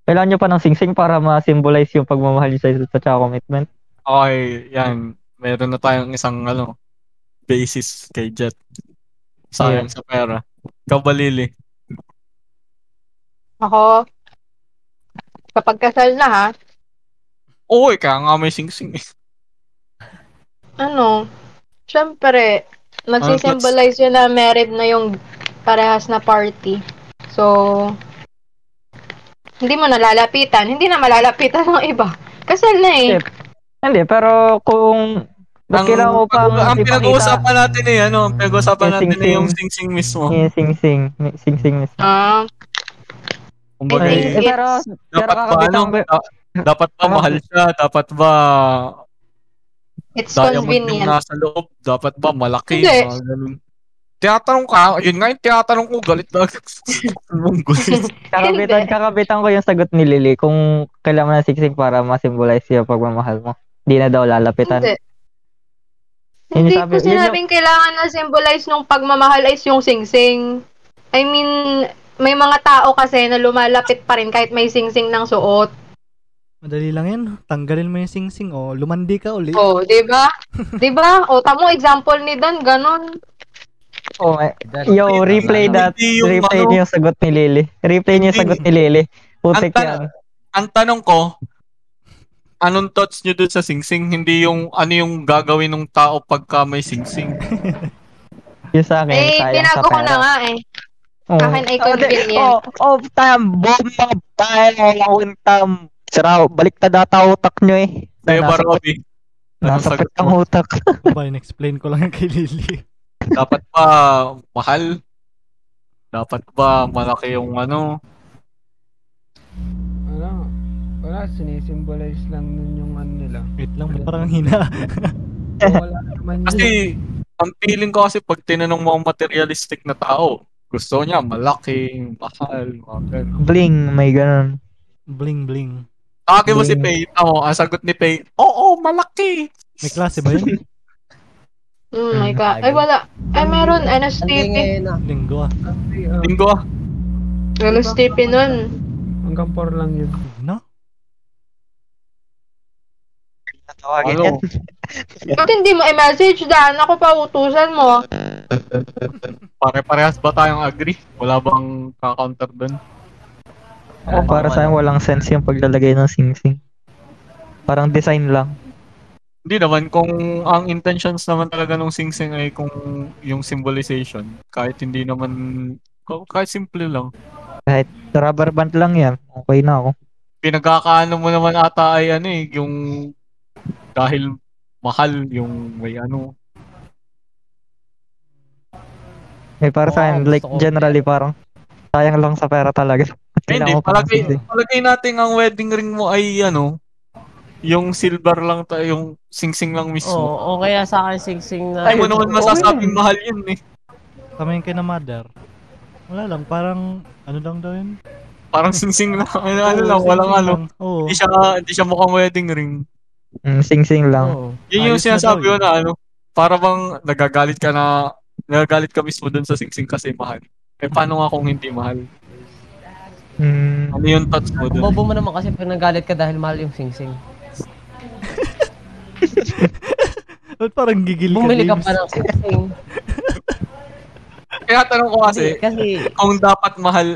Speaker 4: Kailangan nyo pa ng singsing para ma-symbolize yung pagmamahal nyo sa isa't isa tsaka commitment.
Speaker 2: Okay, yan. Meron na tayong isang ano, basis kay Jet. Sayang sa pera. Kabalili.
Speaker 7: Ako, kapag kasal na ha,
Speaker 2: Uy, kaya nga may sing-sing. eh.
Speaker 7: ano, syempre, magsisimbolize yun na married na yung
Speaker 11: parehas na party. So, hindi mo nalalapitan. Hindi na malalapitan ng iba. Kasal na eh.
Speaker 4: Yep. Hindi, pero kung ba't kailangan ko pang
Speaker 2: ang
Speaker 4: ipakita-
Speaker 2: pinag-uusapan natin eh, ano, ang pinag-uusapan
Speaker 4: Yung
Speaker 2: natin eh,
Speaker 4: sing-sing.
Speaker 2: yung sing-sing mismo.
Speaker 4: Yung sing-sing. yung Sing-sing mismo.
Speaker 11: Ah,
Speaker 2: Kumbaga,
Speaker 11: think
Speaker 2: eh,
Speaker 11: it's-
Speaker 4: pero, pero
Speaker 2: dapat ba,
Speaker 4: kakabitan
Speaker 2: ano,
Speaker 4: ko,
Speaker 2: da- dapat ba
Speaker 4: Kakabit-
Speaker 2: mahal siya, dapat ba
Speaker 11: it's
Speaker 2: diamond yung
Speaker 11: convenient.
Speaker 2: nasa loob, dapat ba malaki,
Speaker 11: Hindi.
Speaker 2: mga ganun. Tinatanong ka, yun nga yung tinatanong ko, galit na. Anong gulit?
Speaker 4: kakabitan,
Speaker 11: Hindi.
Speaker 4: kakabitan ko yung sagot ni Lily kung kailangan mo ng sing-sing para ma-symbolize yung pagmamahal mo. Hindi na daw lalapitan.
Speaker 11: Hindi.
Speaker 4: Yun yung
Speaker 11: Hindi
Speaker 4: sabi-
Speaker 11: ko
Speaker 4: yun yung-
Speaker 11: sinabing kailangan na symbolize nung pagmamahal is yung singsing. I mean, may mga tao kasi na lumalapit pa rin kahit may singsing ng suot.
Speaker 1: Madali lang yan. Tanggalin mo yung sing-sing o lumandi ka ulit.
Speaker 11: Oh, 'di ba? 'Di ba? O tamo example ni Don ganun.
Speaker 4: Oh, eh, yo, replay that.
Speaker 2: Hindi yung
Speaker 4: Replay
Speaker 2: ano.
Speaker 4: niyo yung sagot ni Lily. Replay niyo yung sagot ni Lily.
Speaker 2: Ang
Speaker 4: Putik yan.
Speaker 2: tanong- Ang tanong ko, anong thoughts nyo doon sa singsing? Hindi yung ano yung gagawin ng tao pagka may singsing.
Speaker 4: Yung sa akin,
Speaker 11: eh,
Speaker 4: sayang sa
Speaker 11: binago ko
Speaker 4: pera.
Speaker 11: na nga eh.
Speaker 4: Oh.
Speaker 11: Akin ay convenient.
Speaker 4: Oh, oh, tam, bomba, bahay, lawin, tam. Sira, oh, baliktad ata utak nyo eh.
Speaker 2: Kaya ba,
Speaker 4: Nasa-
Speaker 2: Robby? Anong
Speaker 4: Nasa
Speaker 2: sagot
Speaker 4: ang
Speaker 2: mo?
Speaker 4: utak.
Speaker 1: Baba, Ano in-explain ko lang yan kay Lily.
Speaker 2: Dapat ba mahal? Dapat ba malaki yung ano?
Speaker 6: Ano? Wala, sinisimbolize lang nun yung ano nila.
Speaker 1: Wait lang, ba't parang ang hina.
Speaker 6: So, wala naman yun.
Speaker 2: Kasi ang feeling ko kasi pag tinanong mo ang materialistic na tao, gusto niya malaki, mahal, mga ganun.
Speaker 4: Bling, may ganun.
Speaker 1: Bling, bling.
Speaker 2: Akin mo si Pei, oh, ang sagot ni Pei, oo, malaki.
Speaker 1: May klase ba yun?
Speaker 11: Mm, my God. Ay wala. Ay meron ano,
Speaker 3: ano,
Speaker 11: NSTP.
Speaker 8: ngayon ah.
Speaker 1: Linggo ah.
Speaker 6: Kasi, ah,
Speaker 2: Linggo, ah.
Speaker 4: Diba?
Speaker 11: NSTP nun.
Speaker 6: hanggang 4 lang yun.
Speaker 1: No?
Speaker 4: Natawagin
Speaker 2: Ano?
Speaker 4: yan.
Speaker 11: Ba't hindi mo i-message Dan? Ako pa utusan mo.
Speaker 2: pare-parehas ba tayong agree? Wala bang kakounter doon?
Speaker 4: Oh, para sa akin, walang sense yung paglalagay ng sing-sing. Parang design lang.
Speaker 2: Hindi naman, kung ang intentions naman talaga nung sing-sing ay kung yung symbolization, kahit hindi naman, kahit simple lang.
Speaker 4: Rubber band lang yan. Okay na ako.
Speaker 2: pinagkakaano mo naman ata ay ano eh, yung dahil mahal yung may ano.
Speaker 4: Eh, para sa
Speaker 3: Oo,
Speaker 4: akin, like,
Speaker 3: gusto ko.
Speaker 4: generally, parang sayang lang sa pera talaga.
Speaker 2: Eh, hindi,
Speaker 4: Kailangan ko pa ng
Speaker 2: palagay,
Speaker 4: sing-sing.
Speaker 2: palagay natin ang wedding ring mo ay ano, yung silver lang tayo, yung sing-sing lang mismo.
Speaker 3: Oo, o kaya sa akin sing-sing na...
Speaker 2: Ay, mo naman masasabing mahal yun eh.
Speaker 1: Kamayin kay na mother. Wala lang, parang ano lang daw yun?
Speaker 2: Parang sing-sing lang, ano, ano
Speaker 1: Oo,
Speaker 2: lang, walang
Speaker 1: sing-sing
Speaker 2: ano.
Speaker 1: lang. Oo.
Speaker 2: Hindi siya, hindi siya mukhang wedding ring.
Speaker 4: Mm, sing-sing lang.
Speaker 3: Oo.
Speaker 2: Yun yung
Speaker 1: Ayos na
Speaker 2: sinasabi
Speaker 1: daw eh.
Speaker 2: ko na ano, para bang nagagalit ka na, nagagalit ka mismo dun sa sing-sing kasi mahal. Eh, paano nga kung hindi mahal?
Speaker 4: Mm,
Speaker 1: Hmm.
Speaker 2: Ano yung thoughts mo
Speaker 3: Ang
Speaker 2: dun?
Speaker 3: Bobo mo naman kasi pag nagalit ka dahil mahal yung sing-sing.
Speaker 1: Ba't parang gigil ka,
Speaker 3: Bumili ka
Speaker 1: James?
Speaker 3: pa ng sing-sing.
Speaker 2: Kaya tanong ko kasi,
Speaker 3: Kasi,
Speaker 2: kung dapat mahal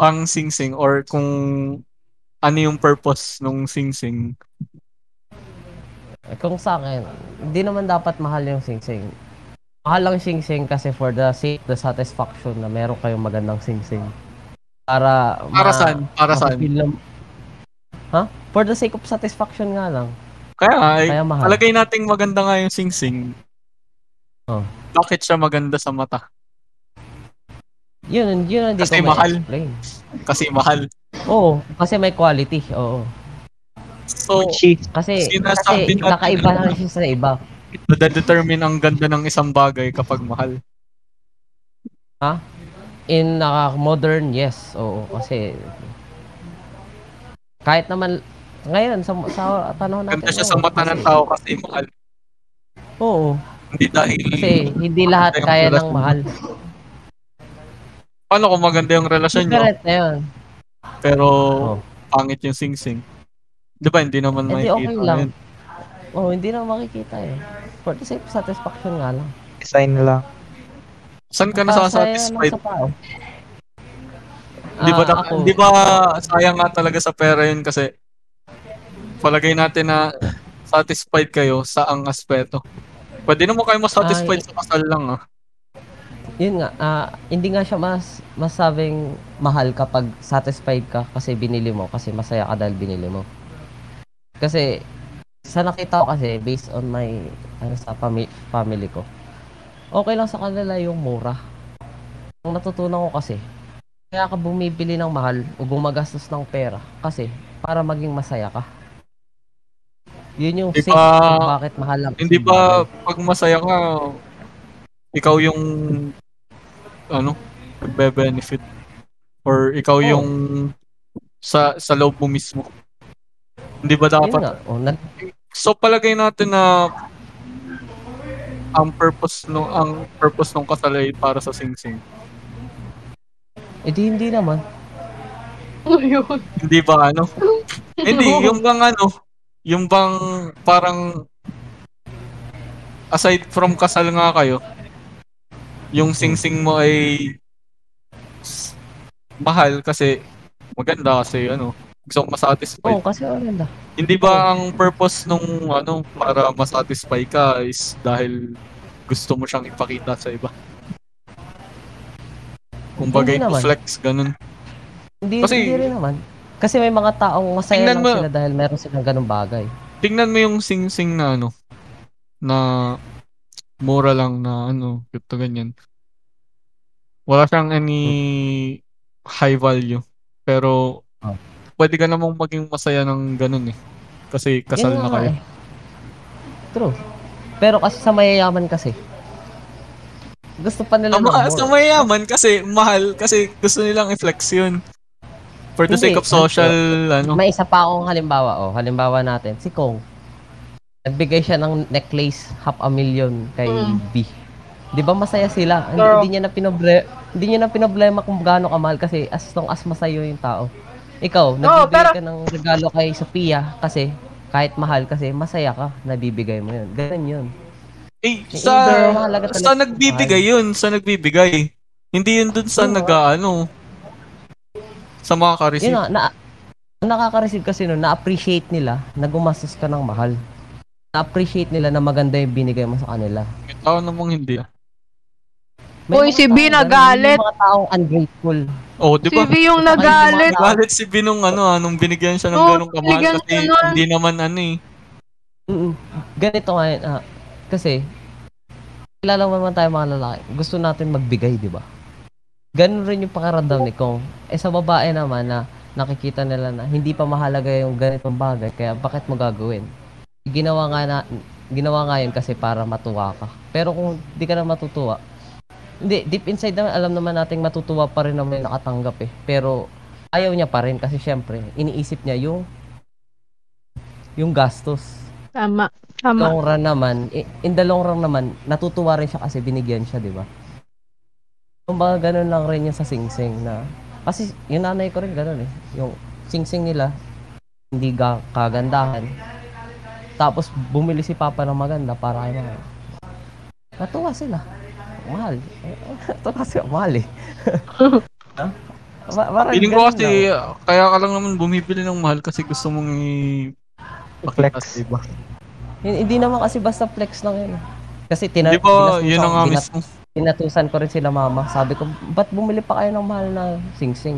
Speaker 2: ang sing-sing or kung ano yung purpose nung sing-sing.
Speaker 3: kung sa akin, hindi naman dapat mahal yung sing-sing. Mahal lang yung sing-sing kasi for the sake, the satisfaction na meron kayong magandang sing-sing. Para,
Speaker 2: Para
Speaker 3: ma-
Speaker 2: saan? Para saan?
Speaker 3: mapapil na- Ha? For the sake of satisfaction nga lang.
Speaker 2: Kaya nga, eh,
Speaker 3: Kaya mahal.
Speaker 2: palagay nating maganda nga yung sing-sing.
Speaker 3: Oh.
Speaker 2: Bakit siya maganda sa mata?
Speaker 3: Yun, yun ang hindi
Speaker 2: Kasi
Speaker 3: ko
Speaker 2: mahal.
Speaker 3: ma-explain.
Speaker 2: Kasi mahal.
Speaker 3: Oo, kasi may quality. Oo.
Speaker 2: So,
Speaker 4: Gucci.
Speaker 3: Kasi,
Speaker 2: Sinasabi
Speaker 3: kasi
Speaker 2: natin-
Speaker 3: nakaiba lang siya sa iba.
Speaker 2: nade-determine ang ganda ng isang bagay kapag mahal.
Speaker 3: in uh, modern, yes. Oo, kasi kahit naman ngayon sa sa panahon natin.
Speaker 2: Ganda siya
Speaker 3: oo,
Speaker 2: sa mata ng
Speaker 3: kasi-
Speaker 2: tao kasi mahal.
Speaker 3: Oo,
Speaker 2: Hindi dahil...
Speaker 3: kasi hindi lahat
Speaker 2: Maganda yung
Speaker 3: kaya ng
Speaker 2: relasyon.
Speaker 3: mahal.
Speaker 2: Paano kung maganda yung relasyon nyo,
Speaker 3: Different na 'yun.
Speaker 2: pero
Speaker 3: Oh.
Speaker 2: pangit yung sing-sing? Di ba, hindi
Speaker 3: Eh,
Speaker 2: naman
Speaker 3: di
Speaker 2: makikita.
Speaker 3: okay lang.
Speaker 2: yun.
Speaker 3: Oo, hindi na makikita eh. For the sake of satisfaction nga lang.
Speaker 4: Design lang.
Speaker 2: Saan ka
Speaker 3: Para sa'yo,
Speaker 2: nasasatisfied?
Speaker 3: ano, sa tao.
Speaker 2: Di ba,
Speaker 3: Ah,
Speaker 2: da-
Speaker 3: ako,
Speaker 2: di ba sayang nga talaga sa pera yun kasi palagay natin na satisfied kayo sa ang aspeto. Pwede naman kayo masatisfied
Speaker 3: Ay.
Speaker 2: sa kasal lang ah.
Speaker 3: yun nga, ah, hindi nga siya mas masabing mahal kapag satisfied ka kasi binili mo, kasi masaya ka dahil binili mo. Kasi sa nakita ko kasi based on my ano sa fami- family ko. Okay lang sa kanila yung mura. Ang natutunan ko kasi kaya ka bumibili ng mahal o gumagastos ng pera kasi para maging masaya ka. Yun yung
Speaker 2: Di
Speaker 3: safe
Speaker 2: ba-
Speaker 3: kung bakit mahal lang.
Speaker 2: Hindi ba pag masaya ka, ikaw yung ano, nagbe-benefit or ikaw
Speaker 3: Oo.
Speaker 2: yung sa sa loob mo mismo. Hindi ba
Speaker 3: Yun
Speaker 2: dapat?
Speaker 3: nga. O, nag-
Speaker 2: So palagay natin na ang purpose no ang purpose ng kasal ay para sa singsing.
Speaker 3: edi eh, hindi naman.
Speaker 11: Ano yun?
Speaker 2: Hindi ba ano? Hindi, yung bang ano, yung bang parang aside from kasal nga kayo, yung singsing mo ay s- mahal kasi maganda kasi ano, gusto ko masatisfy.
Speaker 3: Oo, kasi ano, maganda.
Speaker 2: Hindi ba ang purpose nung ano, para masatisfy ka is dahil gusto mo siyang ipakita sa iba? Kung bagay
Speaker 3: Hindi naman.
Speaker 2: flex, ganun.
Speaker 3: Hindi,
Speaker 2: Kasi-
Speaker 3: hindi rin naman. Kasi may mga taong masaya
Speaker 2: Tingnan
Speaker 3: lang
Speaker 2: mo-
Speaker 3: sila dahil meron silang ganung bagay.
Speaker 2: Tingnan mo yung sing-sing na ano, na mura lang na ano, crypto ganyan. Wala siyang any high value. Pero,
Speaker 3: Ah.
Speaker 2: pwede ka namang maging masaya ng ganun eh. Kasi kasal
Speaker 3: Yun
Speaker 2: na
Speaker 3: nga
Speaker 2: kayo.
Speaker 3: eh. True. Pero kasi sa mayayaman kasi. Gusto pa nila ng more.
Speaker 2: Ama, sa mayaman kasi mahal kasi gusto nilang i-flex yun. For the
Speaker 3: Hindi,
Speaker 2: sake of social, ano.
Speaker 3: May isa pa akong halimbawa. Oh, halimbawa natin, si Kong. Nagbigay siya ng necklace half a million kay
Speaker 11: Mm.
Speaker 3: B. 'Di ba masaya sila? Hindi,
Speaker 11: Pero-
Speaker 3: hindi niya na pinobre hindi niya na pinoblema kung gaano kamahal kasi as long as masaya yung tao. Ikaw, nagbibigay
Speaker 11: pero-
Speaker 3: ka ng regalo kay Sophia kasi kahit mahal kasi masaya ka, nabibigay mo yun. Ganun yun.
Speaker 2: Eh,
Speaker 3: Eh,
Speaker 2: sa,
Speaker 3: pero mahalaga talaga
Speaker 2: sa
Speaker 3: yung
Speaker 2: nagbibigay yun, sa nagbibigay. Hindi yun dun sa
Speaker 3: Oo.
Speaker 2: nag-ano, sa mga
Speaker 3: Yun
Speaker 2: ka-receive.
Speaker 3: nga, na, ang nakaka-receive kasi nun, na-appreciate nila na gumastos ka ng mahal. Na-appreciate nila na maganda yung binigay mo sa kanila.
Speaker 2: May tao namang hindi. ah.
Speaker 7: Uy,
Speaker 3: mga
Speaker 7: si
Speaker 3: taong
Speaker 7: B
Speaker 3: ganun,
Speaker 7: nagalit.
Speaker 3: May mga taong ungrateful.
Speaker 2: Oh, di
Speaker 7: Si
Speaker 2: ba?
Speaker 7: V yung nagalit.
Speaker 2: Galit si Binong ano, ah, nung binigyan siya ng
Speaker 11: Oo,
Speaker 2: ganong kamahal
Speaker 11: Oh, binigyan
Speaker 2: kasi
Speaker 11: siya nun.
Speaker 2: hindi naman ano eh.
Speaker 3: Mm-mm. Ganito nga yun, ah, kasi, kilala mo naman tayo mga lalaki, gusto natin magbigay, di ba? Ganun rin yung pakiramdam ni Kong. Eh sa babae naman na nakikita nila na hindi pa mahalaga yung ganitong bagay, kaya bakit mo gagawin? Ginawa nga na, ginawa nga yun kasi para matuwa ka. Pero kung di ka na matutuwa, hindi, deep inside naman, alam naman nating matutuwa pa rin naman yung nakatanggap eh. Pero ayaw niya pa rin kasi syempre, iniisip niya yung yung gastos.
Speaker 7: Tama. Tama.
Speaker 3: long run naman, i- in the long run naman, natutuwa rin siya kasi binigyan siya, di ba? Kumbaga ganun lang rin yung sa singsing na, kasi yung nanay ko rin ganun eh, yung singsing nila, hindi ga- kagandahan. Tapos bumili si Papa ng maganda para kay Mama. Natuwa sila. Mahal. Natuwa sila. Mahal eh. Ba- parang
Speaker 2: Feeling ko
Speaker 3: ganun
Speaker 2: kasi, ah, kaya ka lang naman bumibili ng mahal kasi gusto mong i-
Speaker 4: Flex.
Speaker 2: sa iba.
Speaker 3: Hin- Hindi naman kasi basta flex lang yun. eh. Kasi tina-
Speaker 2: Di ba,
Speaker 3: binatusan-
Speaker 2: yun ang nga
Speaker 3: binat-
Speaker 2: mismo.
Speaker 3: tinatusan ko rin sila mama. Sabi ko, ba't bumili pa kayo ng mahal na singsing?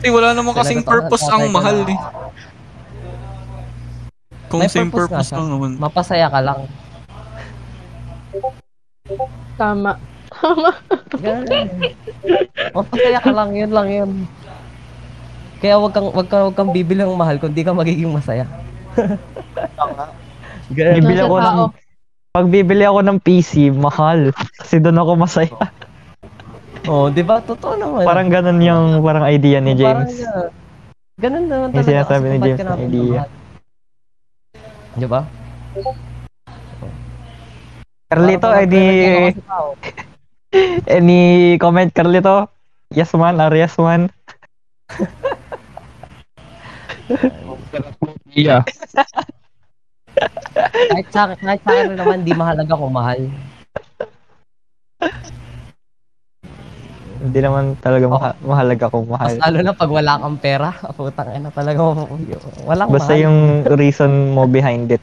Speaker 2: Eh, wala naman kasing
Speaker 3: Talaga,
Speaker 2: purpose ang
Speaker 3: tatay ko
Speaker 2: mahal
Speaker 3: na-
Speaker 2: eh. Kung
Speaker 3: May
Speaker 2: same
Speaker 3: purpose nga
Speaker 2: purpose
Speaker 3: siya.
Speaker 2: lang naman.
Speaker 3: Mapasaya ka lang.
Speaker 11: Tama.
Speaker 3: Ganun lang yun. Mapasaya ka lang, yun lang yun. Kaya wag kang wag kang, wag kang bibili ng mahal kung di ka magiging masaya. Ganun.
Speaker 4: Bibili ako ng...
Speaker 7: tao.
Speaker 4: Pag bibili ako ng PC, mahal. Kasi doon ako masaya.
Speaker 3: Oh, 'di ba? Totoo naman.
Speaker 4: Parang ganun yung parang idea ni
Speaker 3: Parang
Speaker 4: James.
Speaker 3: ganun. Ganun naman
Speaker 4: Yung
Speaker 3: talaga.
Speaker 4: sinasabi
Speaker 3: kasi
Speaker 4: ni
Speaker 3: kung ba't
Speaker 4: James
Speaker 3: ka
Speaker 4: na
Speaker 3: namin
Speaker 4: idea.
Speaker 3: kamahal. Di ba?
Speaker 4: Carlito,
Speaker 3: Parang Ano?
Speaker 4: any,
Speaker 3: pinagyan ako sa tao.
Speaker 4: any comment, Carlito? Yes man or yes man?
Speaker 8: Yeah.
Speaker 3: kahit sa akin, kahit sa akin rin naman, di mahalaga kung mahal.
Speaker 4: Hindi naman talaga maha- mahalaga kung
Speaker 3: Mas
Speaker 4: mahal.
Speaker 3: lalo na pag wala kang pera, putang ina talaga. Walang
Speaker 4: Basta
Speaker 3: mahal.
Speaker 4: yung reason mo behind it.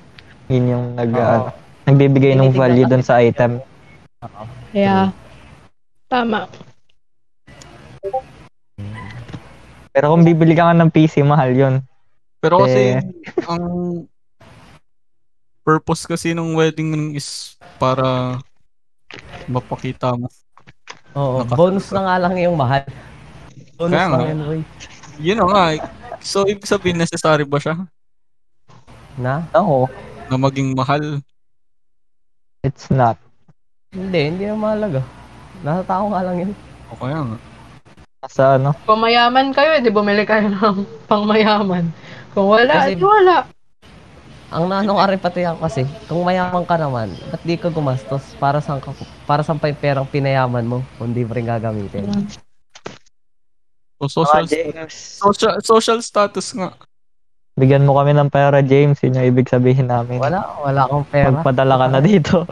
Speaker 4: Yun yung nag,
Speaker 3: Oo.
Speaker 4: ano, nagbibigay ng
Speaker 3: Tinitignan
Speaker 4: value
Speaker 3: ka
Speaker 4: dun sa item.
Speaker 7: Yeah. Tama.
Speaker 12: Pero kung bibili ka nga ng PC, mahal yun.
Speaker 2: Pero
Speaker 12: Eh.
Speaker 2: kasi ang purpose kasi ng wedding ring is para mapakita mo.
Speaker 3: Oo,
Speaker 2: Naka-
Speaker 3: bonus na nga lang yung mahal. Bonus
Speaker 2: Kaya
Speaker 3: lang
Speaker 2: nga.
Speaker 3: yun, Roy.
Speaker 2: Yun na nga. eh. So, ibig sabihin, necessary ba siya
Speaker 3: Na?
Speaker 12: Ako,
Speaker 2: na maging mahal?
Speaker 12: it's not.
Speaker 3: Hindi, hindi na mahalaga. Nasa tao nga lang yun.
Speaker 2: O kaya nga.
Speaker 12: Nasa ano,
Speaker 7: Kung mayaman kayo, eh, di bumili kayo ng pangmayaman. Kung wala,
Speaker 3: Kasi-
Speaker 7: di wala.
Speaker 3: Ang nanong aripatiyan kasi, kung mayaman ka naman, ba't di ka gumastos para saan ka, para saan pa yung perang pinayaman mo kung di mo rin gagamitin?
Speaker 2: So, social,
Speaker 12: Mga James.
Speaker 2: social, social status nga.
Speaker 12: Bigyan mo kami ng pera, James. Yun yung ibig sabihin namin.
Speaker 3: Wala, wala akong pera.
Speaker 12: Magpadala ka na dito.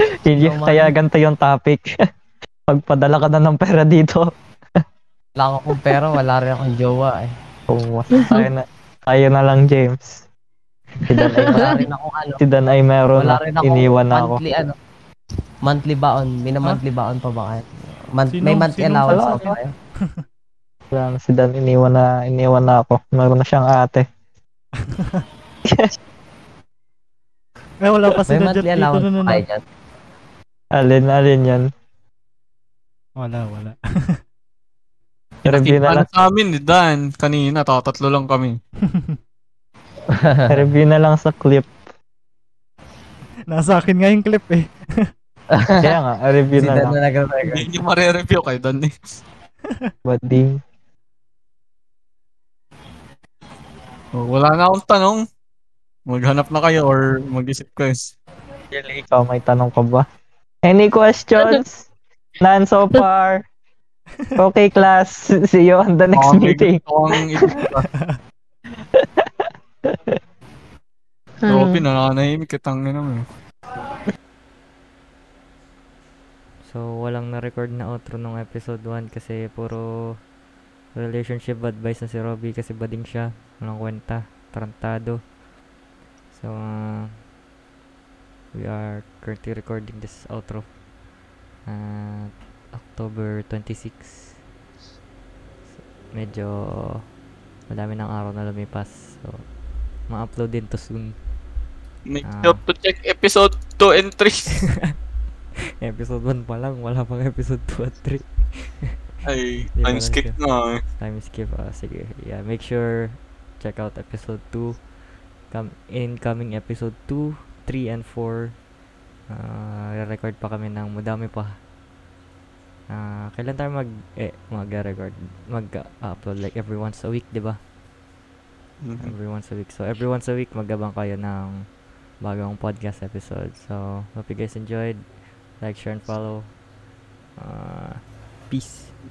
Speaker 12: Yun yung-
Speaker 3: Yaman.
Speaker 12: kaya ganito yung topic. Magpadala ka na ng pera dito.
Speaker 3: Wala akong pera, wala rin akong jowa eh.
Speaker 12: Oo, tayo na, tayo na lang, James. Si Dan ay,
Speaker 3: Wala rin akong ano,
Speaker 12: si Dan ay meron
Speaker 3: wala
Speaker 12: na,
Speaker 3: rin akong
Speaker 12: iniwan na ako.
Speaker 3: monthly ano. Monthly baon, minamonthly baon pa ba kayo? Month,
Speaker 1: Ah.
Speaker 3: may
Speaker 1: Sinong-
Speaker 3: monthly
Speaker 1: sinong
Speaker 3: allowance
Speaker 12: wala?
Speaker 3: pa ba kayo?
Speaker 12: Wala na Si Dan, iniwan na, iniwan na ako. Meron na siyang ate.
Speaker 1: Eh, wala pa si
Speaker 3: May
Speaker 1: Nadjet
Speaker 3: monthly
Speaker 1: dito
Speaker 3: allowance
Speaker 1: na
Speaker 3: pa
Speaker 1: nun. ah.
Speaker 3: kayo dyan?
Speaker 12: Alin, alin yan.
Speaker 1: Wala, wala.
Speaker 12: Review na
Speaker 2: Ano
Speaker 12: lang,
Speaker 2: sa amin ni Dan, kanina, tatatlo lang kami.
Speaker 12: review na lang sa clip.
Speaker 1: Nasa akin nga yung clip eh.
Speaker 12: Kaya nga, review
Speaker 3: Si
Speaker 12: na lang.
Speaker 3: Dan na nagre-record.
Speaker 2: Hindi niyo mare-review kay Dan eh.
Speaker 12: Bading.
Speaker 2: So, wala na akong tanong. Maghanap na kayo or mag-isip kayo.
Speaker 12: Jelly, ikaw may tanong ka ba? Any questions? None so far. Okay, class. See you on the next
Speaker 2: Baka may
Speaker 12: meeting.
Speaker 2: gusto kang i-
Speaker 7: Hmm. Ah.
Speaker 2: So, pinananahimik kitang ina mo. eh.
Speaker 4: So, walang na-record na outro ng episode 1 kasi puro relationship advice na si Robby kasi bading siya. Walang kwenta. Tarantado. So, uh, we are currently recording this outro at October 26. So, medyo madami ng araw na lumipas. So, ma-upload din to soon.
Speaker 2: Make
Speaker 4: Ah.
Speaker 2: sure to check episode 2 and 3.
Speaker 4: episode 1 pa lang. Wala pang episode 2 at 3.
Speaker 2: Ay,
Speaker 4: Di ba
Speaker 2: time
Speaker 4: lang
Speaker 2: skip
Speaker 4: siya?
Speaker 2: na. eh.
Speaker 4: time skip ah sige yeah make sure check out episode 2 come incoming episode 2 3 and 4 uh, record pa kami ng madami pa Ah, kailan tayo mag eh mag-record mag-upload like every once a week 'di ba
Speaker 2: Mhm.
Speaker 4: every once a week so every once a week magabang kayo ng bagong podcast episode so hope you guys enjoyed like share and follow Ah, peace